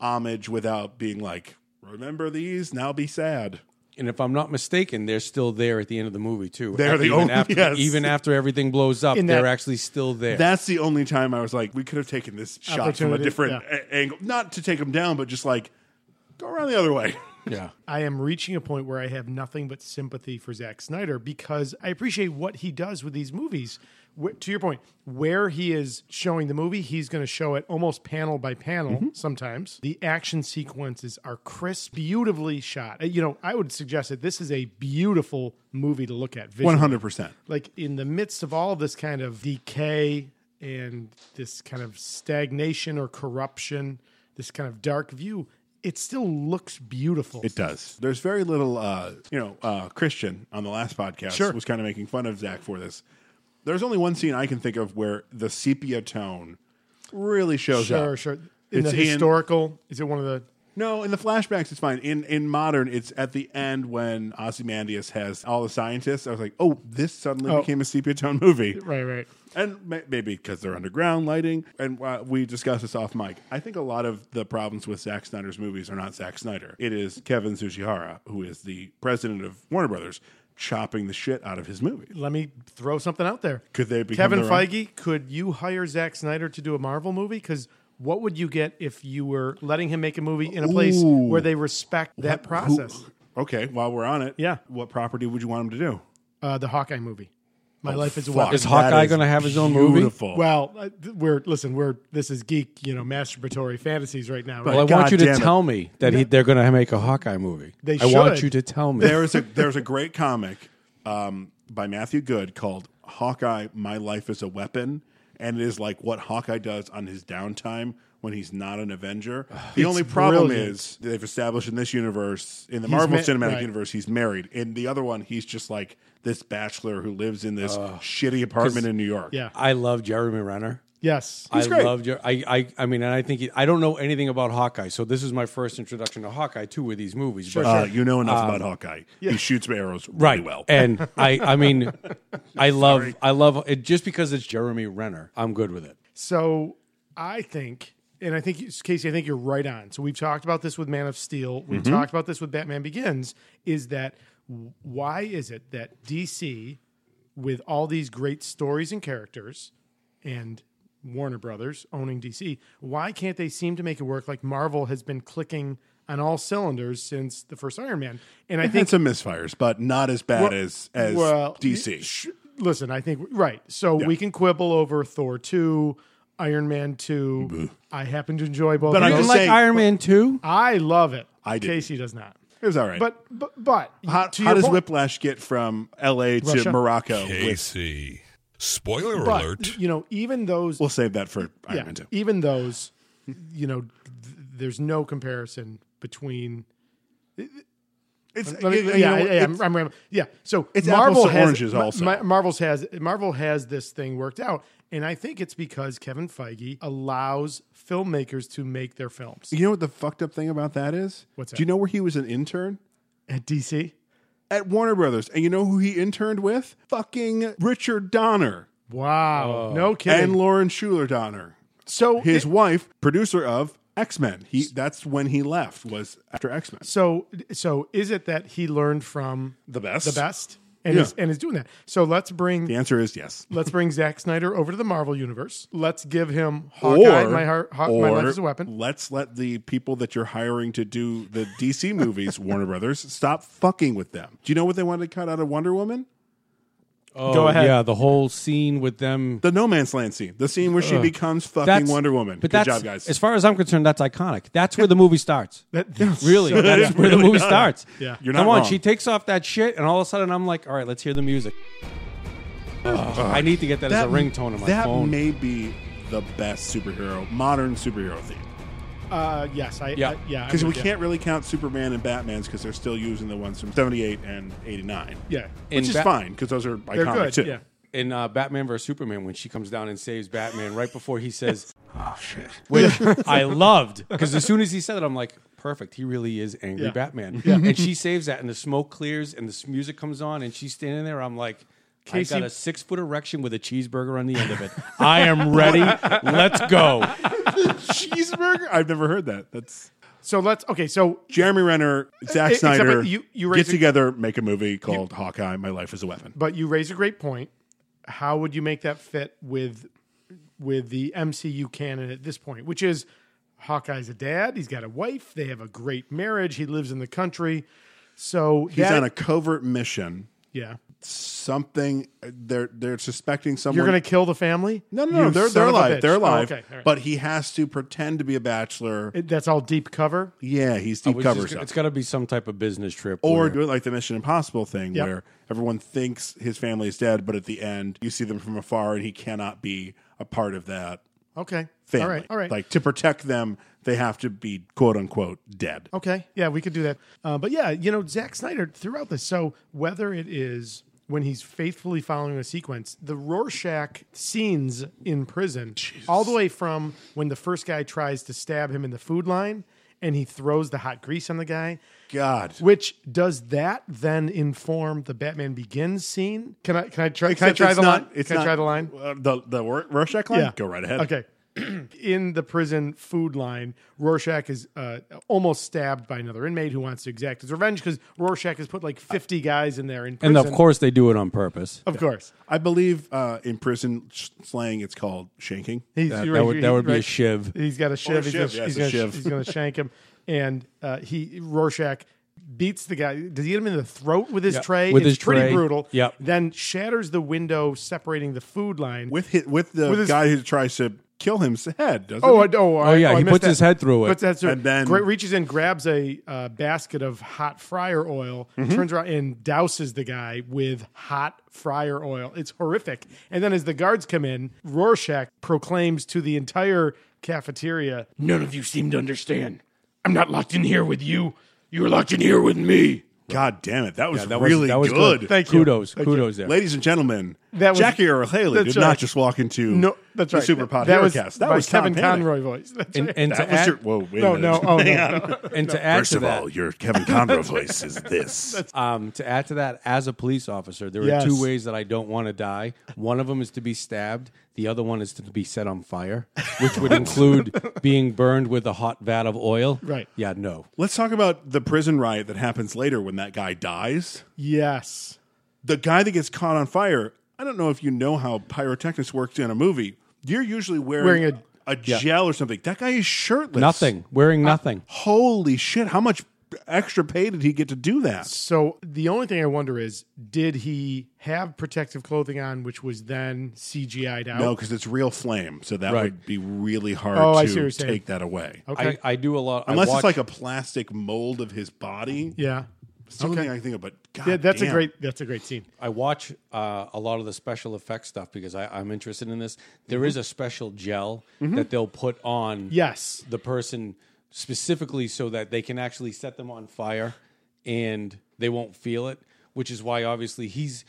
homage without being like, remember these? Now be sad. And if I'm not mistaken, they're still there at the end of the movie too. They're the even only- after, yes. even after everything blows up, In that- they're actually still there. That's the only time I was like, we could have taken this shot from a Opportunity, different yeah. a- angle, not to take them down, but just like go around the other way. yeah. I am reaching a point where I have nothing but sympathy for Zack Snyder because I appreciate what he does with these movies. Wh- to your point, where he is showing the movie, he's going to show it almost panel by panel Mm-hmm. sometimes. The action sequences are crisp, beautifully shot. Uh, You know, I would suggest that this is a beautiful movie to look at visually One hundred percent. like in the midst of all of this kind of decay and this kind of stagnation or corruption, this kind of dark view, it still looks beautiful. It does. There's very little, uh, you know, uh, Christian on the last podcast Sure. was kind of making fun of Zach for this. There's only one scene I can think of where the sepia tone really shows up. Sure, sure. In It's the in- historical, is it one of the? No, in the flashbacks, it's fine. In in modern, it's at the end when Ozymandias has all the scientists. I was like, oh, this suddenly Oh. became a sepia tone movie. Right, right. and ma- maybe because they're underground lighting. And uh, we discussed this off mic. I think a lot of the problems with Zack Snyder's movies are not Zack Snyder. It is Kevin Tsuchihara, who is the president of Warner Brothers, chopping the shit out of his movies. Let me throw something out there. Could they become Kevin their own? Feige? Could you hire Zack Snyder to do a Marvel movie? Because what would you get if you were letting him make a movie in a place Ooh. where they respect that Who- process? okay, while we're on it, Yeah. What property would you want him to do? Uh, the Hawkeye movie. My life is a Oh, Fuck, weapon. Is Hawkeye that gonna have his own movie? beautiful. Well, uh, th- we're listen. We're this is geek, you know, masturbatory fantasies right now. Right? Well, I God want you to damn it. tell me that he, they're going to make a Hawkeye movie. They I want should. you to tell me. There is a there's a great comic um, by Matthew Good called Hawkeye: My Life is a Weapon, and it is like what Hawkeye does on his downtime when he's not an Avenger. The only problem brilliant. is they've established in this universe, in the Marvel ma- Cinematic right. Universe, he's married. In the other one, he's just like this bachelor who lives in this shitty apartment in New York. yeah. I love Jeremy Renner. yes. I great. love your. I, I I mean, and I think he, I don't know anything about Hawkeye, so this is my first introduction to Hawkeye too with these movies. but, Uh, you know Um, enough about Hawkeye. He shoots arrows really right. well. and I I mean, I love I love it just because it's Jeremy Renner. I'm good with it. So I think, and I think you- Casey, I think you're right on. So we've talked about this with Man of Steel. We've Mm-hmm. talked about this with Batman Begins. Is that w- why is it that DC with all these great stories and characters and Warner Brothers owning DC, why can't they seem to make it work like Marvel has been clicking on all cylinders since the first Iron Man? And I I think think some misfires, but not as bad Well- as as well, DC. sh- listen, I think right. So we can quibble over Thor 2, Iron Man 2. I happen to enjoy both But of I'm those. just saying, Iron Man 2? I love it. I didn't. Casey does not. it was all right. But but, but how, to how your does point- Whiplash get from L.A. to Russia? Morocco? With, Casey. Spoiler but, alert. You know, even those we'll save that for Iron yeah, Man Two. even those, you know, th- there's no comparison between. It's, Let me, you know, yeah, it's- yeah, I'm, I'm, rambling. yeah. So It's Marvel apples to has oranges Ma- also. Ma- Marvel's has Marvel has this thing worked out, and I think it's because Kevin Feige allows filmmakers to make their films you know what the fucked up thing about that is? What's that? Do you know where he was an intern? at DC. At Warner Brothers. And you know who he interned with? Fucking Richard Donner Wow, no kidding. Oh. and Lauren Schuler Donner. so His it- wife, producer of X Men. He that's when he left, was after X Men. so so is it that he learned from The best. the best and Yeah. is and is doing that? So let's bring The answer is yes. Let's bring Zack Snyder over to the Marvel universe. Let's give him Hawkeye, my, heart, Haw- my life is a weapon. Let's let the people that you're hiring to do the DC movies, Warner Brothers, stop fucking with them. Do you know what they wanted to cut out of Wonder Woman? Oh, Go ahead. Yeah, the whole scene with them. The No Man's Land scene, the scene where she becomes fucking That's- Wonder Woman. But Good that's, job, guys. As far as I'm concerned, that's iconic. That's where the movie starts. That- Really, So that's where the movie starts. Yeah. You're Come not on, wrong. she takes off that shit, and all of a sudden I'm like, all right, let's hear the music. Ugh, I need to get that, as a ringtone on my that phone. may be the best superhero, modern superhero theme. uh, yes, I Yeah. I- yeah, I'm Because we with you. can't really count Superman and Batman's because they're still using the ones from 78 and 89. Yeah, Which In is Bat- fine because those are iconic they're good. too. Yeah, in uh, Batman vs Superman, when she comes down and saves Batman, right before he says, Oh, shit. which I loved because as soon as he said it, I'm like, perfect. He really is angry Yeah. Batman. And she saves that, and the smoke clears, and this music comes on, and she's standing there. I'm like, Casey- I got a six foot erection with a cheeseburger on the end of it. I am ready. Let's go. Cheeseburger? I've never heard that. That's So let's okay. So Jeremy Renner, Zack Eh, except Snyder. you- you get raise a- together, make a movie called Hawkeye. My life is a weapon. but you raise a great point. How would you make that fit with with the MCU canon at this point, which is Hawkeye's a dad, he's got a wife, they have a great marriage, he lives in the country. So He's on a covert mission. yeah. Something they're they're suspecting someone. You're going to kill the family? no, no, no. You They're son they're of a alive. bitch. They're Oh, alive. okay, all right. But he has to pretend to be a bachelor. It- Oh, that's all deep cover. yeah, he's I deep was cover just- stuff. it's got to be some type of business trip. Or where- do it like the Mission Impossible thing Yep. where everyone thinks his family is dead, but at the end you see them from afar and he cannot be a part of that Okay. family. All right. All right. Like to protect them, they have to be quote unquote dead. okay. Yeah, we could do that. Uh, but yeah, you know, Zack Snyder throughout this. So whether it is when he's faithfully following a sequence, the Rorschach scenes in prison, all the way from when the first guy tries to stab him in the food line and he throws the hot grease on the guy. God. Which does that then inform the Batman Begins scene? Can I can I try can I Except try it's the not- line? it's can I not- try the line? Uh, the the Ro- Rorschach line? Go right ahead. Okay. In the prison food line, Rorschach is uh, almost stabbed by another inmate who wants to exact his revenge because Rorschach has put like 50 guys in there in prison. and of course, they do it on purpose. Of course. I believe uh, in prison sh- slang it's called shanking. Uh, He's, That, you're that right, would, he- that would be a right. shiv. He's got a shiv. He's shiv, gonna- yeah, He's it's a going shiv. to shank him. And uh, he Rorschach beats the guy. Does he hit him in the throat with his Yeah, tray? with it's his pretty tray. brutal. Yep. Then shatters the window separating the food line. With his, with the With his- guy who tries to kill him head, doesn't Oh, he? I- oh, I- yeah, oh, I he missed puts that. his head through it. Puts his head through And it. then- Gra- reaches in, grabs a uh, basket of hot fryer oil, Mm-hmm. turns around and douses the guy with hot fryer oil. It's horrific. And then as the guards come in, Rorschach proclaims to the entire cafeteria, None of you seem to understand. I'm not locked in here with you. You're locked in here with me. God damn it. That was That was- really that was good. Thank you. kudos, kudos there. Ladies and gentlemen, That was- Jackie Earl Haley did that's not right. just walk into No, that's the right. Super Pod that Hero was, Cast. That by was Tom Kevin Panic. Conroy voice. That's And, right. and That to was add, your, whoa, wait a no, minute. no, oh, no, no. and to add First to of that, all, your Kevin Conroy voice is this. Um, to add to that, as a police officer, there Yes. are two ways that I don't want to die. One of them is to be stabbed. The other one is to be set on fire, which would include being burned with a hot vat of oil. Right. Yeah. No. Let's talk about the prison riot that happens later when that guy dies. Yes. The guy that gets caught on fire, I don't know if you know how pyrotechnics works in a movie. You're usually wearing, Wearing a- gel or something. That guy is shirtless. Nothing. Wearing nothing. Holy shit! How much extra pay did he get to do that? So the only thing I wonder is, did he have protective clothing on, which was then CGI'd out? No, because it's real flame, so that Right. would be really hard Oh, I see what to you're take saying. that away. Okay. I, I do a lot. Unless I it's watch, like a plastic mold of his body. yeah. Something I can think of, but God Yeah, that's a damn. great. That's a great scene. I watch uh, a lot of the special effects stuff because I, I'm interested in this. There Mm-hmm. is a special gel that they'll put on Yes. the person specifically so that they can actually set them on fire and they won't feel it, which is why obviously he's.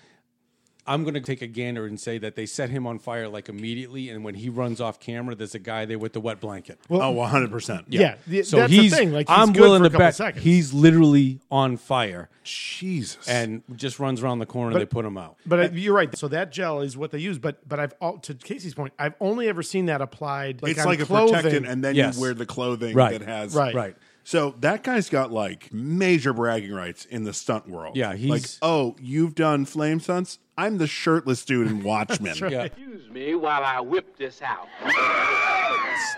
I'm going to take a gander and say that they set him on fire like immediately, and when he runs off camera, there's a guy there with the wet blanket. Oh, 100 percent. Yeah. th- so that's he's. the thing. Like, he's I'm good willing for a to couple bet seconds. he's literally on fire Jesus. and just runs around the corner. they put him out. But I- you're right. So that gel is what they use. But but I've all, to Casey's point, I've only ever seen that applied. Like it's on like clothing. a protectant, and then Yes. you wear the clothing Right. that has Right. Right. So that guy's got like major bragging rights in the stunt world. Yeah, like, he's- oh, you've done flame stunts. I'm the shirtless dude in Watchmen. Yeah. Excuse me while I whip this out.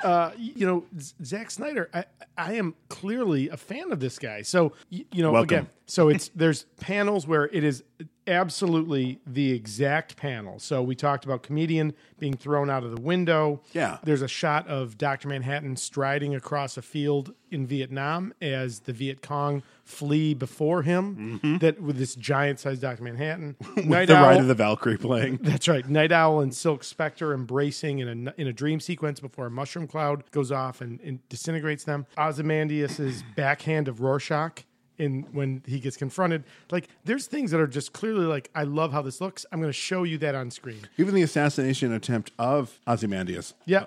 uh, you know, Z- Zack Snyder, I, I am clearly a fan of this guy. So, y- you know, Welcome. again, so it's there's panels where it is absolutely the exact panel. So we talked about comedian being thrown out of the window. Yeah. There's a shot of Dr. Manhattan striding across a field in Vietnam as the Viet Cong flee before him that with this giant sized Dr. Manhattan. Night Mm-hmm. the Owl- ride of the Valkyrie playing. that's right. Night Owl and Silk Spectre embracing in a in a dream sequence before a mushroom cloud goes off and, and disintegrates them. Ozymandias's backhand of Rorschach in when he gets confronted. Like there's things that are just clearly like I love how this looks. I'm going to show you that on screen. Even the assassination attempt of Ozymandias. Uh, Yeah.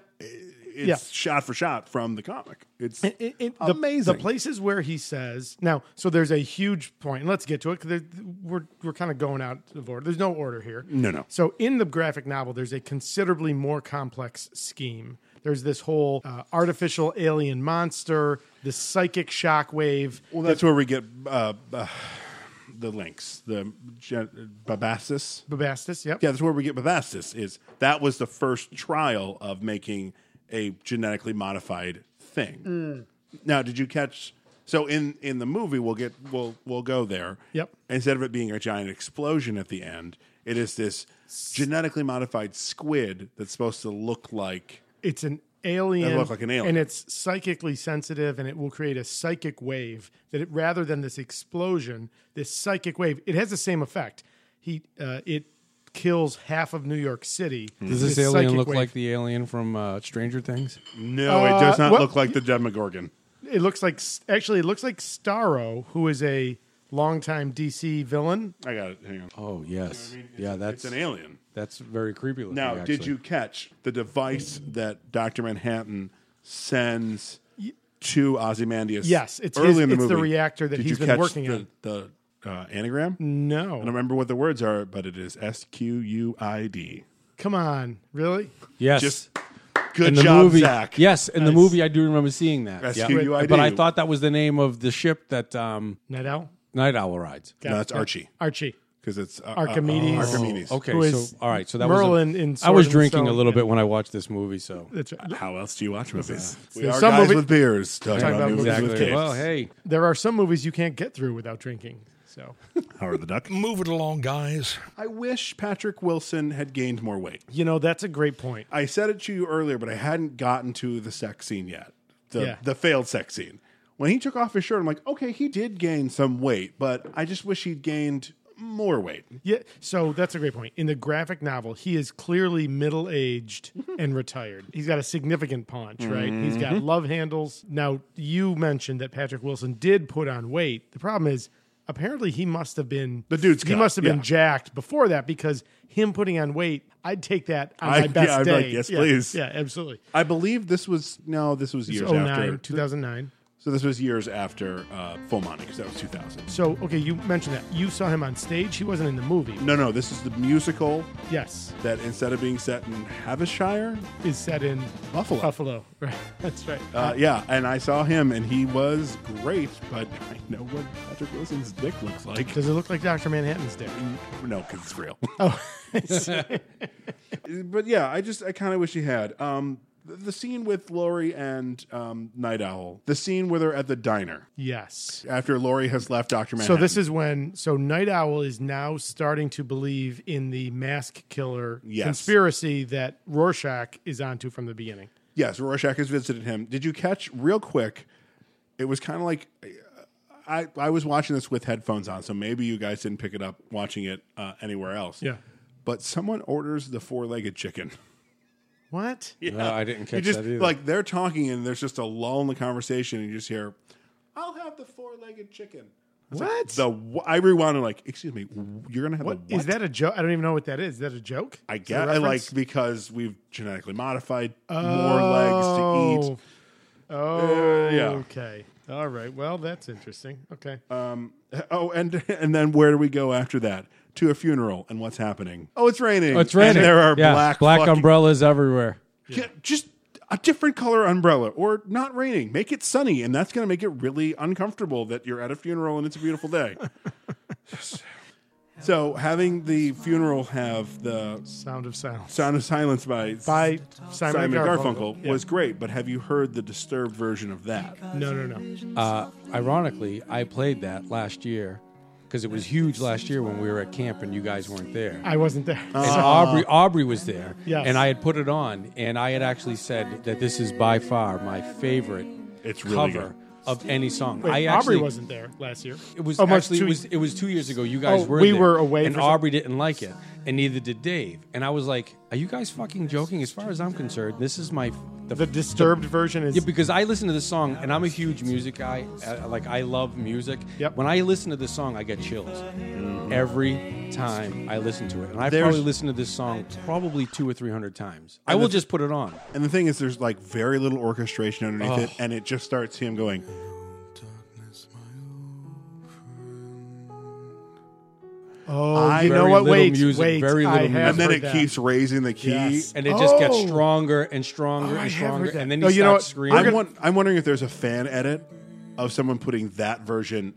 It's Yeah. shot for shot from the comic. It's It- it- it- the- The, amazing. places where he says now, so there's a huge point. and Let's get to it because we're we're kind of going out of order. There's no order here. No, no. So in the graphic novel, there's a considerably more complex scheme. There's this whole uh, artificial alien monster, this psychic shockwave. well, that's where we get uh, uh, the links. The Gen- Babassus. Babastus, yep. Yeah, that's where we get Bavastis. Is that was the first trial of making a genetically modified thing. Mm. Now, did you catch? So in in the movie, we'll get we'll we'll go there. Yep. Instead of it being a giant explosion at the end, it is this genetically modified squid that's supposed to look like It's an alien, It looked like an alien. and it's psychically sensitive, and it will create a psychic wave that, it, rather than this explosion, this psychic wave, it has the same effect. He, uh, it kills half of New York City. Does this alien look like the alien from uh, Stranger Things? no, it does Uh, not well- look like the Demogorgon. it looks like actually it looks like Starro, who is a longtime DC villain. I got it. Hang on. Oh yes, yeah. That's it's an alien. That's very creepy. Looking, Now, did actually. you catch the device that Doctor Manhattan sends to Ozymandias? Yes, it's early his- in the it's movie. the reactor that Did he's you been catch working the, on. Mm. The uh, anagram. I don't No, remember what the words are, but it is S Q U I D. come on, really? Yes. Just good in the job, movie, Zach. yes, in the movie, I do remember seeing that. SQUID. But I thought that was the name of the ship that um, Night Owl, Night Owl rides. no, that's Archie Archie, because it's uh, uh, Archimedes. uh, Archimedes. Okay, Who is so all right, so that Merlin was a- in I Sword was and drinking a Stone. little Yeah. bit when I watched this movie, so That's right. How else do you watch movies? We There's are some guys movie- with beers talking, Talking about, about movies movies with exactly. kids. Well, hey, There are some movies you can't get through without drinking. So Howard the Duck. Move it along, guys. I wish Patrick Wilson had gained more weight. you know that's a great point. I said it to you earlier, but I hadn't gotten to the sex scene yet. The Yeah. the failed sex scene. When he took off his shirt, I'm like, okay, he did gain some weight, but I just wish he'd gained more weight. Yeah, so that's a great point. In the graphic novel, he is clearly middle aged and retired. He's got a significant paunch, right? He's got Mm-hmm. love handles. Now, you mentioned that Patrick Wilson did put on weight. The problem is, apparently, he must have been The dude's He cut, must have been yeah. jacked before that because him putting on weight, I'd take that on I- my best yeah, I'd be day. like, yes, Yeah, please. Yeah, absolutely. I believe this was no, this was years 09, after 2009. So this was years after uh, Full Monty because that was 2000. So, okay, you mentioned that. You saw him on stage. He wasn't in the movie. No, no, this is the musical Yes. that instead of being set in Havishire, Is set in Buffalo. Buffalo. Right. That's right. Uh, yeah, and I saw him, and he was great. But I know what Patrick Wilson's dick looks like. Does it look like Dr. Manhattan's dick? No, because it's real. Oh, I see. but yeah, I just I kind of wish he had. Um, the, the scene with Laurie and um, Night Owl. The scene where they're at the diner yes. after Laurie has left Doctor Manhattan. So this is when so Night Owl is now starting to believe in the mask killer Yes. conspiracy that Rorschach is onto from the beginning. yes, Rorschach has visited him. Did you catch real quick? It was kind of like. I, I was watching this with headphones on, so maybe you guys didn't pick it up watching it uh, anywhere else. But someone orders the four legged chicken. What? No, I didn't You catch just that either. like they're talking and there's just a lull in the conversation and you just hear, "I'll have the four-legged chicken." What? The wh- I rewound and like, excuse me, w- you're gonna have what a what? is that a joke? I don't even know what that is. Is that a joke? I Is that guess a I reference? like because we've genetically modified more legs to eat. Oh, uh, yeah. okay. All right. Well, that's interesting. Okay. Oh, and and then where do we go after that? To a funeral and what's happening? Oh, it's raining. Oh, it's raining. And there are Yeah, black black fucking- umbrellas everywhere. Yeah, just a different color umbrella or not raining. Make it sunny, and that's going to make it really uncomfortable that you're at a funeral and it's a beautiful day. so having the funeral have the Sound of Silence sound of silence by, by Simon, Simon and Garfunkel, Garfunkel. was great, but have you heard the disturbed version of that? No, no, no. Uh, ironically, I played that last year because it was huge last year when we were at camp and you guys weren't there. I wasn't there. Oh. and Aubrey Aubrey was there, Uh-huh. Yes. and I had put it on, and I had actually said that this is by far my favorite It's really cover good. of any song. Wait, I Aubrey actually, wasn't there last year. It was Oh, March actually two- it was it was two years ago. You guys Oh, were we there, were away and for some- Aubrey didn't like it, and neither did Dave. And I was like, "Are you guys fucking joking?" As far as I'm concerned, this is my the disturbed version is yeah, because I listen to this song, and I'm a huge music guy. Uh, like I love music. Yep. When I listen to this song, I get chills every time I listen to it, and I There's- probably listened to this song probably two or three hundred times. I will just put it on. And the thing is, there's like very little orchestration underneath it, and it just starts him going. oh, I- you know Very what? little Wait, music, wait. very I little have music. And then heard it that. keeps raising the key. Yes. And it just gets Oh. stronger and stronger Oh, I and have stronger, heard that. and then he Oh, you starts know what? screaming. I'm, won- I'm wondering if there's a fan edit of someone putting that version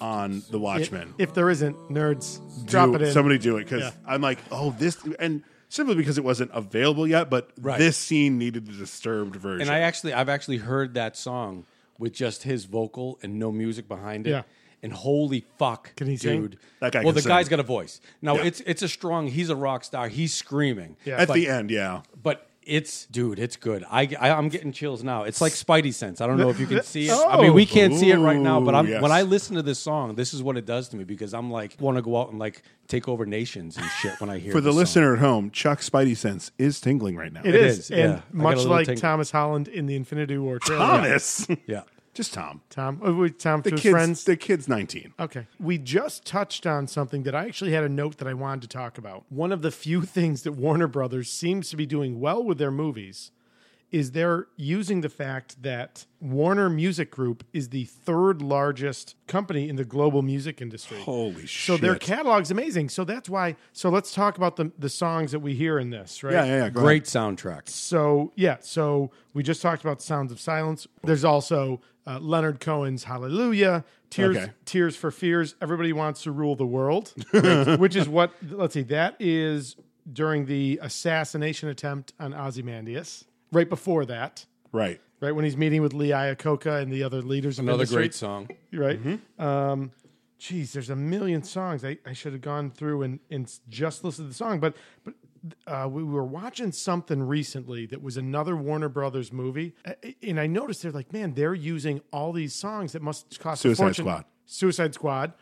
on the Watchmen. If there isn't, nerds, Do- drop it in. Somebody do it because Yeah. I'm like, oh, this, and simply because it wasn't available yet, but Right. this scene needed the disturbed version. And I actually, I've actually heard that song with just his vocal and no music behind it. Yeah. And holy fuck, Can he sing? dude! That guy Well, can the sing. guy's got a voice. Now Yeah. it's it's a strong. He's a rock star. He's screaming. Yeah. At but, the end, yeah. but it's dude, it's good. I, I I'm getting chills now. It's like Spidey sense. I don't know if you can see it. I mean, we can't see it right now, but I'm Ooh, yes. when I listen to this song, this is what it does to me because I'm like want to go out and like take over nations and shit when I hear For the this song. listener at home, Chuck's Spidey sense is tingling right now. it is. is, And yeah. I got a much little like tingle. Thomas Holland in the Infinity War trailer. Thomas, Yeah. just Tom. Tom, oh, wait, Tom, The to his kid's friends. the kid's 19. Okay. We just touched on something that I actually had a note that I wanted to talk about. One of the few things that Warner Brothers seems to be doing well with their movies is they're using the fact that Warner Music Group is the third largest company in the global music industry. Holy so shit! their catalog's amazing. So that's why so let's talk about the the songs that we hear in this, right? yeah, yeah, yeah. go Great soundtrack. So yeah, so we just talked about Sounds of Silence. There's also uh, Leonard Cohen's Hallelujah, Tears Okay. Tears for Fears. Everybody wants to rule the world, which is what let's see. That is during the assassination attempt on Ozymandias. Right before that, ahead. Right. right when he's meeting with Lee Iacocca and the other leaders. Of Another industry, great song. right? Mm-hmm. Um, geez, there's a million songs. I, I should have gone through and, and just listened to the song, but but uh, we were watching something recently that was another Warner Brothers movie, a- and I noticed they're like, man, they're using all these songs that must cost Suicide a fortune. Squad. Suicide Squad.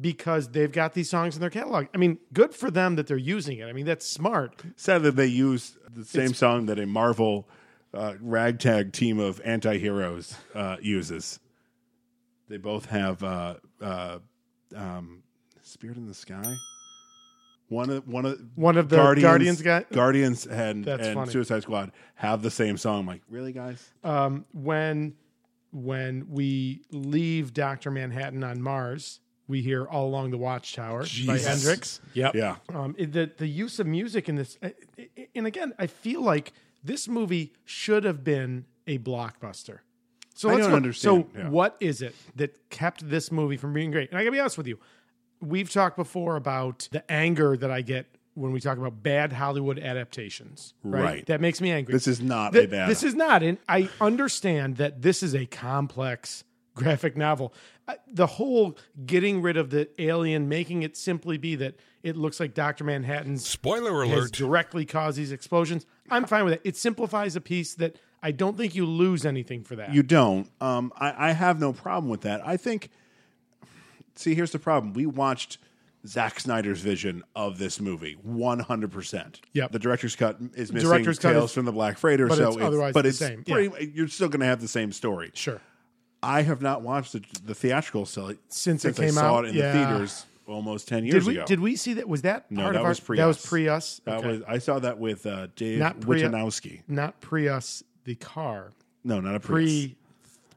Because they've got these songs in their catalog. I mean, good for them that they're using it. I mean, that's smart. Sad that they used the same song that a Marvel uh, ragtag team of anti heroes uh, uses. They both have uh, uh, um, Spirit in the Sky. One of one of One of the Guardians guy- Guardians and, That's and funny. Suicide Squad have the same song. I'm like, really, guys? Um, when when we leave Dr. Manhattan on Mars, we hear All Along the Watchtower by Jesus. Hendrix. Yep. Yeah. Um, it- the, the use of music in this, uh, I- I- and again, I feel like this movie should have been a blockbuster. So I let's don't go- understand, So yeah. what is it that kept this movie from being great? And I gotta be honest with you, we've talked before about the anger that I get when we talk about bad Hollywood adaptations. Right. Right. That makes me angry. This is not Th- a bad. This is not, and I understand that this is a complex graphic novel. I- The whole getting rid of the alien, making it simply be that it looks like Doctor Manhattan's Spoiler has alert. directly caused these explosions. I'm fine with it. It simplifies a piece that I don't think you lose anything for that. You don't. Um, I, I have no problem with that. I think. See, here's the problem. We watched Zack Snyder's vision of this movie, 100. percent Yep. The director's cut is missing director's cut Tales is- from the Black Freighter, but so it's otherwise but the it's same. Pretty, You're still going to have the same story. sure. I have not watched the, the theatrical sell Since it I came saw out, it in yeah. the theaters almost 10 years Did we ago. did we see that? Was that No, part that of our? was pre that us. was pre us. That Okay. was I saw that with uh, Dave Not pre- Witanowski. not pre us. The car No, not a Prius. pre.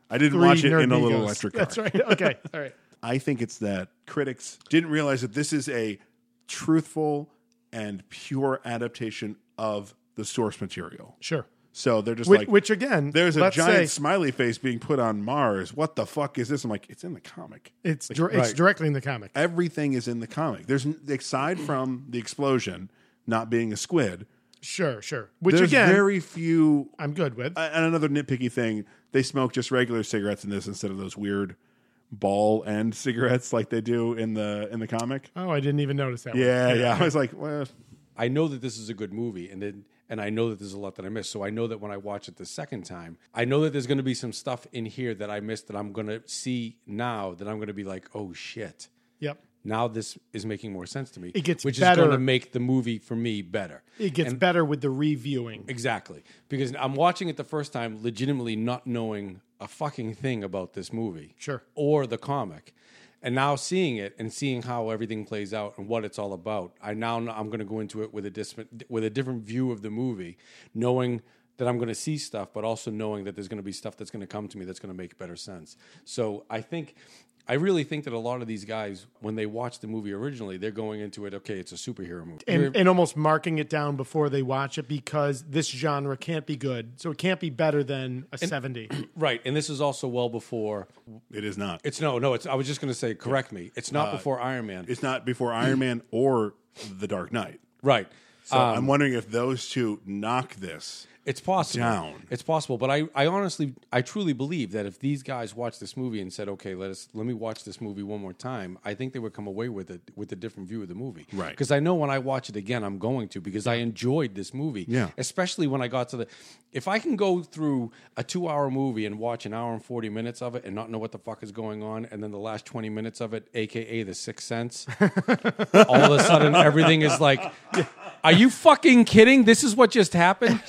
I didn't three watch it in a Nerd little Migos. electric car. That's right. Okay. All right. I think it's that critics didn't realize that this is a truthful and pure adaptation of the source material. Sure. So they're just Which, like, which again, there's a let's giant say- smiley face being put on Mars. What the fuck is this? I'm like, it's in the comic. It's dir- it's directly in the comic. Everything is in the comic. There's n- aside from the explosion not being a squid. Sure, sure. Which There's again, very few I'm good with. Uh, and another nitpicky thing, they smoke just regular cigarettes in this instead of those weird ball end cigarettes like they do in the in the comic. oh, I didn't even notice that. One. Yeah, yeah. I was like, well, I know that this is a good movie, and then and I know that there's a lot that I missed. So I know that when I watch it the second time, I know that there's going to be some stuff in here that I missed that I'm going to see now that I'm going to be like, oh shit. Yep. Now this is making more sense to me. It gets which better. is going to make the movie for me better. It gets better with the reviewing. Exactly. Because I'm watching it the first time, legitimately not knowing a fucking thing about this movie. Sure. Or the comic. And now seeing it and seeing how everything plays out and what it's all about, I now know I'm going to go into it with a different with a different view of the movie, knowing that I'm going to see stuff, but also knowing that there's going to be stuff that's going to come to me that's going to make better sense. So I think I really think that a lot of these guys, when they watch the movie originally, they're going into it, okay, it's a superhero movie. And, and almost marking it down before they watch it because this genre can't be good. So it can't be better than a 70. right. And this is also well before it is not. It's no, no. It's. I was just going to say, correct me. It's not before Iron Man, Uh, It's not before Iron Man or The Dark Knight. right? So I'm wondering if those two knock this. It's possible. Down. It's possible. But I, I honestly, I truly believe that if these guys watched this movie and said, "Okay, let us let me watch this movie one more time," I think they would come away with it with a different view of the movie. Right. Because I know when I watch it again, I'm going to because I enjoyed this movie. Yeah. Especially when I got to the, if I can go through a two-hour movie and watch an hour and forty minutes of it and not know what the fuck is going on, and then the last twenty minutes of it, aka the Sixth Sense. all of a sudden everything is like are you fucking kidding this is what just happened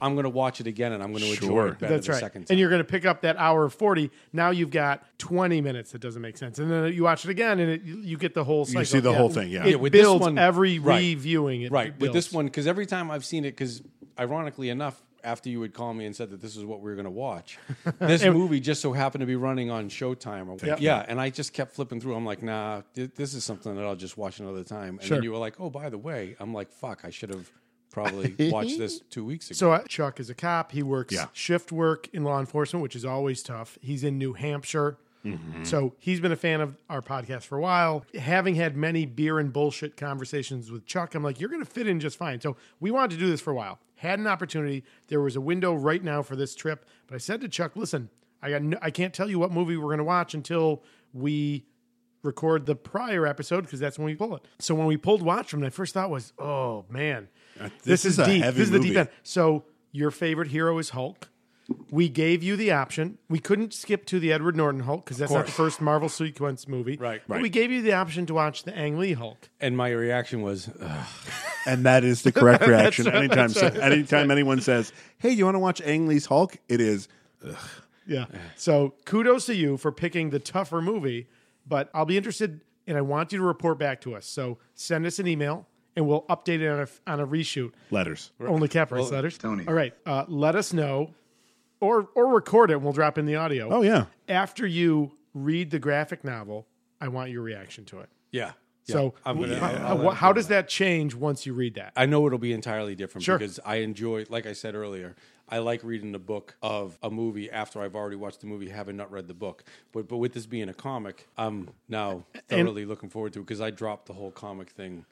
i'm gonna watch it again and i'm gonna enjoy it better That's the right. second time And you're going to pick up that hour of 40. Now you've got 20 minutes that doesn't make sense. And then you watch it again and it, you get the whole cycle. see the whole thing, yeah. It Yeah, with this builds one- every right. reviewing. It, right it with this builds. one because every time i've seen it because ironically enough after you had called me and said that this is what we were going to watch this movie just so happened to be running on showtime or, yeah and i just kept flipping through i'm like nah th- this is something that i'll just watch another time and Sure. then you were like oh by the way i'm like fuck i should have probably watched this two weeks ago So uh, Chuck is a cop. He works Yeah. shift work in law enforcement, which is always tough. He's in New Hampshire. So he's been a fan of our podcast for a while. Having had many beer and bullshit conversations with Chuck, I'm like, you're going to fit in just fine. So we wanted to do this for a while. Had an opportunity. There was a window right now for this trip, but I said to Chuck, listen, I got no, I can't tell you what movie we're going to watch until we record the prior episode because that's when we pull it. So when we pulled Watch from, my first thought was, oh man, this is a deep. heavy this is the deep movie. end. So your favorite hero is Hulk. We gave you the option. We couldn't skip to the Edward Norton Hulk because that's not the first Marvel sequence movie. Right. But Right. we gave you the option to watch the Ang Lee Hulk. and my reaction was Ugh. And that is the correct reaction. anytime so, anytime anyone says, Hey, you want to watch Ang Lee's Hulk? It is Yeah. So kudos to you for picking the tougher movie, but I'll be interested and I want you to report back to us. So send us an email and we'll update it on a, on a reshoot. letters. Only capitalized letters. Tony. All right. Uh, let us know or or record it and we'll drop in the audio. Oh yeah. After you read the graphic novel, I want your reaction to it. Yeah. So I'm gonna- how, I'll- I'll how- let it how go. does that change once you read that? I know it'll be entirely different Sure. because I enjoy, like I said earlier, I like reading the book of a movie after I've already watched the movie, having not read the book. But but with this being a comic, I'm now thoroughly looking forward to it because I dropped the whole comic thing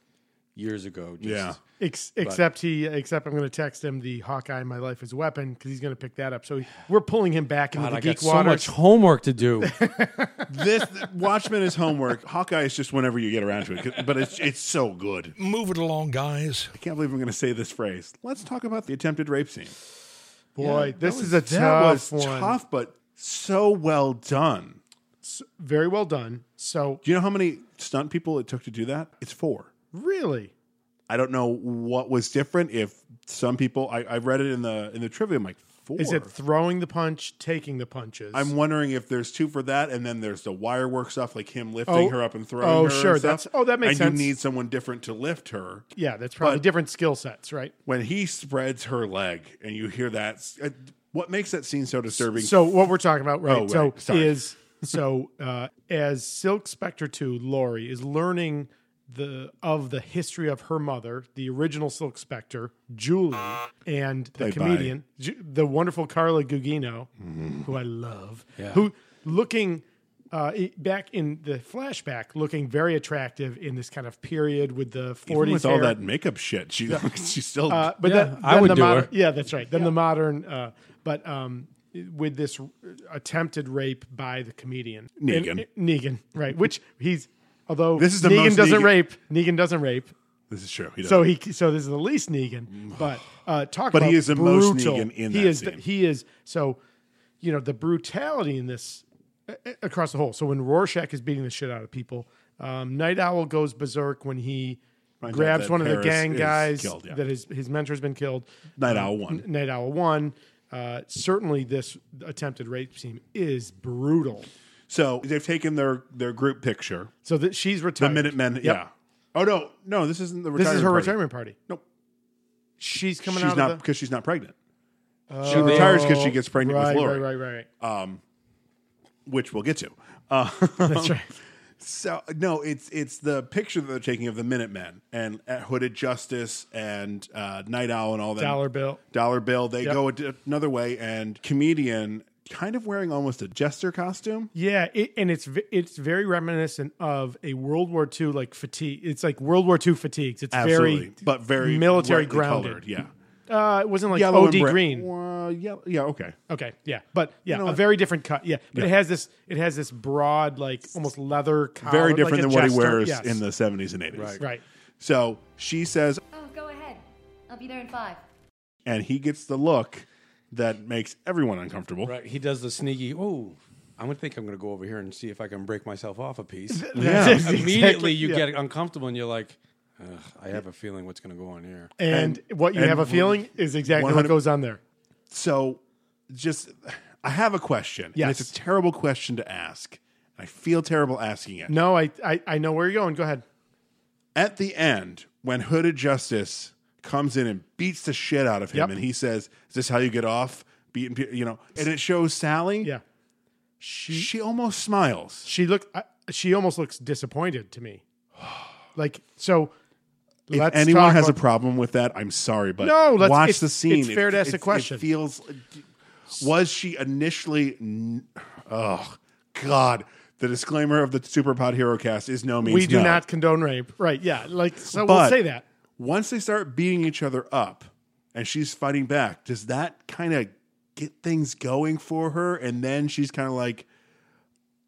years ago. Just, Yeah. Ex- except he, except I'm going to text him the Hawkeye, my life is a weapon, because he's going to pick that up. So we're pulling him back into God, the I geek got so waters. much homework to do. This Watchmen is homework. Hawkeye is just whenever you get around to it. 'cause- But it's it's so good. Move it along, guys. I can't believe I'm going to say this phrase. Let's talk about the attempted rape scene. Boy, this is a tough that was one. tough, but so well done. Very well done. So Do you know how many stunt people it took to do that? It's four. really, I don't know what was different. If some people, I, I read it in the in the trivia. I'm like, four. is it throwing the punch, taking the punches? I'm wondering if there's two for that, and then there's the wire work stuff, like him lifting Oh. her up and throwing Oh, her. and sure, stuff. that's- oh, that makes and sense. you need someone different to lift her. yeah, that's probably but- different skill sets, right? When he spreads her leg, and you hear that, s- uh, what makes that scene so disturbing? So what we're talking about, right? Oh, so right. Sorry. is so uh, as Silk Spectre Two, Laurie is learning the of the history of her mother, the original Silk Spectre, Julie, and the Played by- comedian, Ju- the wonderful Carla Gugino, Mm-hmm. who I love, who looking. Uh, i- back in the flashback, looking very attractive in this kind of period with the 40s. Even with all hair. that makeup shit, she she's still Uh, but Yeah, then, I then would the do modern, her. Yeah, that's right. Then the modern, uh, but um, with this r- attempted rape by the comedian Negan. And- and- Negan, right? Which he's although This is the Negan most doesn't Negan- rape. Negan doesn't rape. This is true. He So so he so this is the least Negan. But uh, talk But about he is the brutal. most Negan in he that is the- scene. he is so you know the brutality in this uh, uh, across the whole. So when Rorschach is beating the shit out of people, um, Night Owl goes berserk when he. Finds out grabs that one of the Paris gang is guys killed, yeah. that his his mentor's been killed. Um, Night Owl won. Night Owl one. Uh, certainly, this attempted rape scene is brutal. so they've taken their their group picture. So that she's The retired. Minutemen. Yeah. Oh no, no, this isn't the This retirement. is her party. retirement party. Nope. She's coming She's out not of because she's not pregnant. the. she retires because she gets pregnant with right, Lori, Right, right, right. which we'll get to. Uh, That's right. so no, it's it's the picture that they're taking of the Minutemen and at Hooded Justice and uh, Night Owl and all that Dollar bill. Dollar Bill. They Yep. go a di- another way and comedian kind of wearing almost a jester costume. Yeah, it, and it's v- it's very reminiscent of a World War II like fatigue. It's like World War II fatigues. It's Absolutely, very but very military rightly grounded. colored, Yeah, Uh, it wasn't like Yellow OD and bra- green. Well, yeah, yeah, okay. Okay, yeah, but yeah, know a what? very different cut. Yeah, but it has this. It has this broad, like almost leather. Collar, Very like different a than what he jester. wears Yes. in the seventies and eighties. right. So she says, Oh, go ahead. I'll be there in five. and he gets the look that makes everyone uncomfortable. right. He does the sneaky, oh, I'm going to think I'm going to go over here and see if I can break myself off a piece. Yeah. Immediately, you yeah. get uncomfortable and you're like, Ugh, I have a feeling what's going to go on here. And, what you and have a feeling is exactly what 100 goes on there. So, just I have a question. and Yes. it's a terrible question to ask. and I feel terrible asking it. No, I, I I know where you're going. Go ahead. At the end, when Hooded Justice comes in and beats the shit out of him, Yep. and he says, "Is this how you get off?" Beating, pe- you know, and it shows Sally. Yeah, she almost smiles. she looked. I, she almost looks disappointed to me. Like so. If let's anyone talk has a about- problem with that, I'm sorry, but No, let's- watch it's- the scene. it's fair to ask the question. It feels. Was she initially? n- Oh God! The disclaimer of the Superpod Hero Cast is no means we do no. not condone rape. Right? Yeah. Like so. we'll But- say that. Once they start beating each other up, and she's fighting back, does that kind of get things going for her? And then she's kind of like,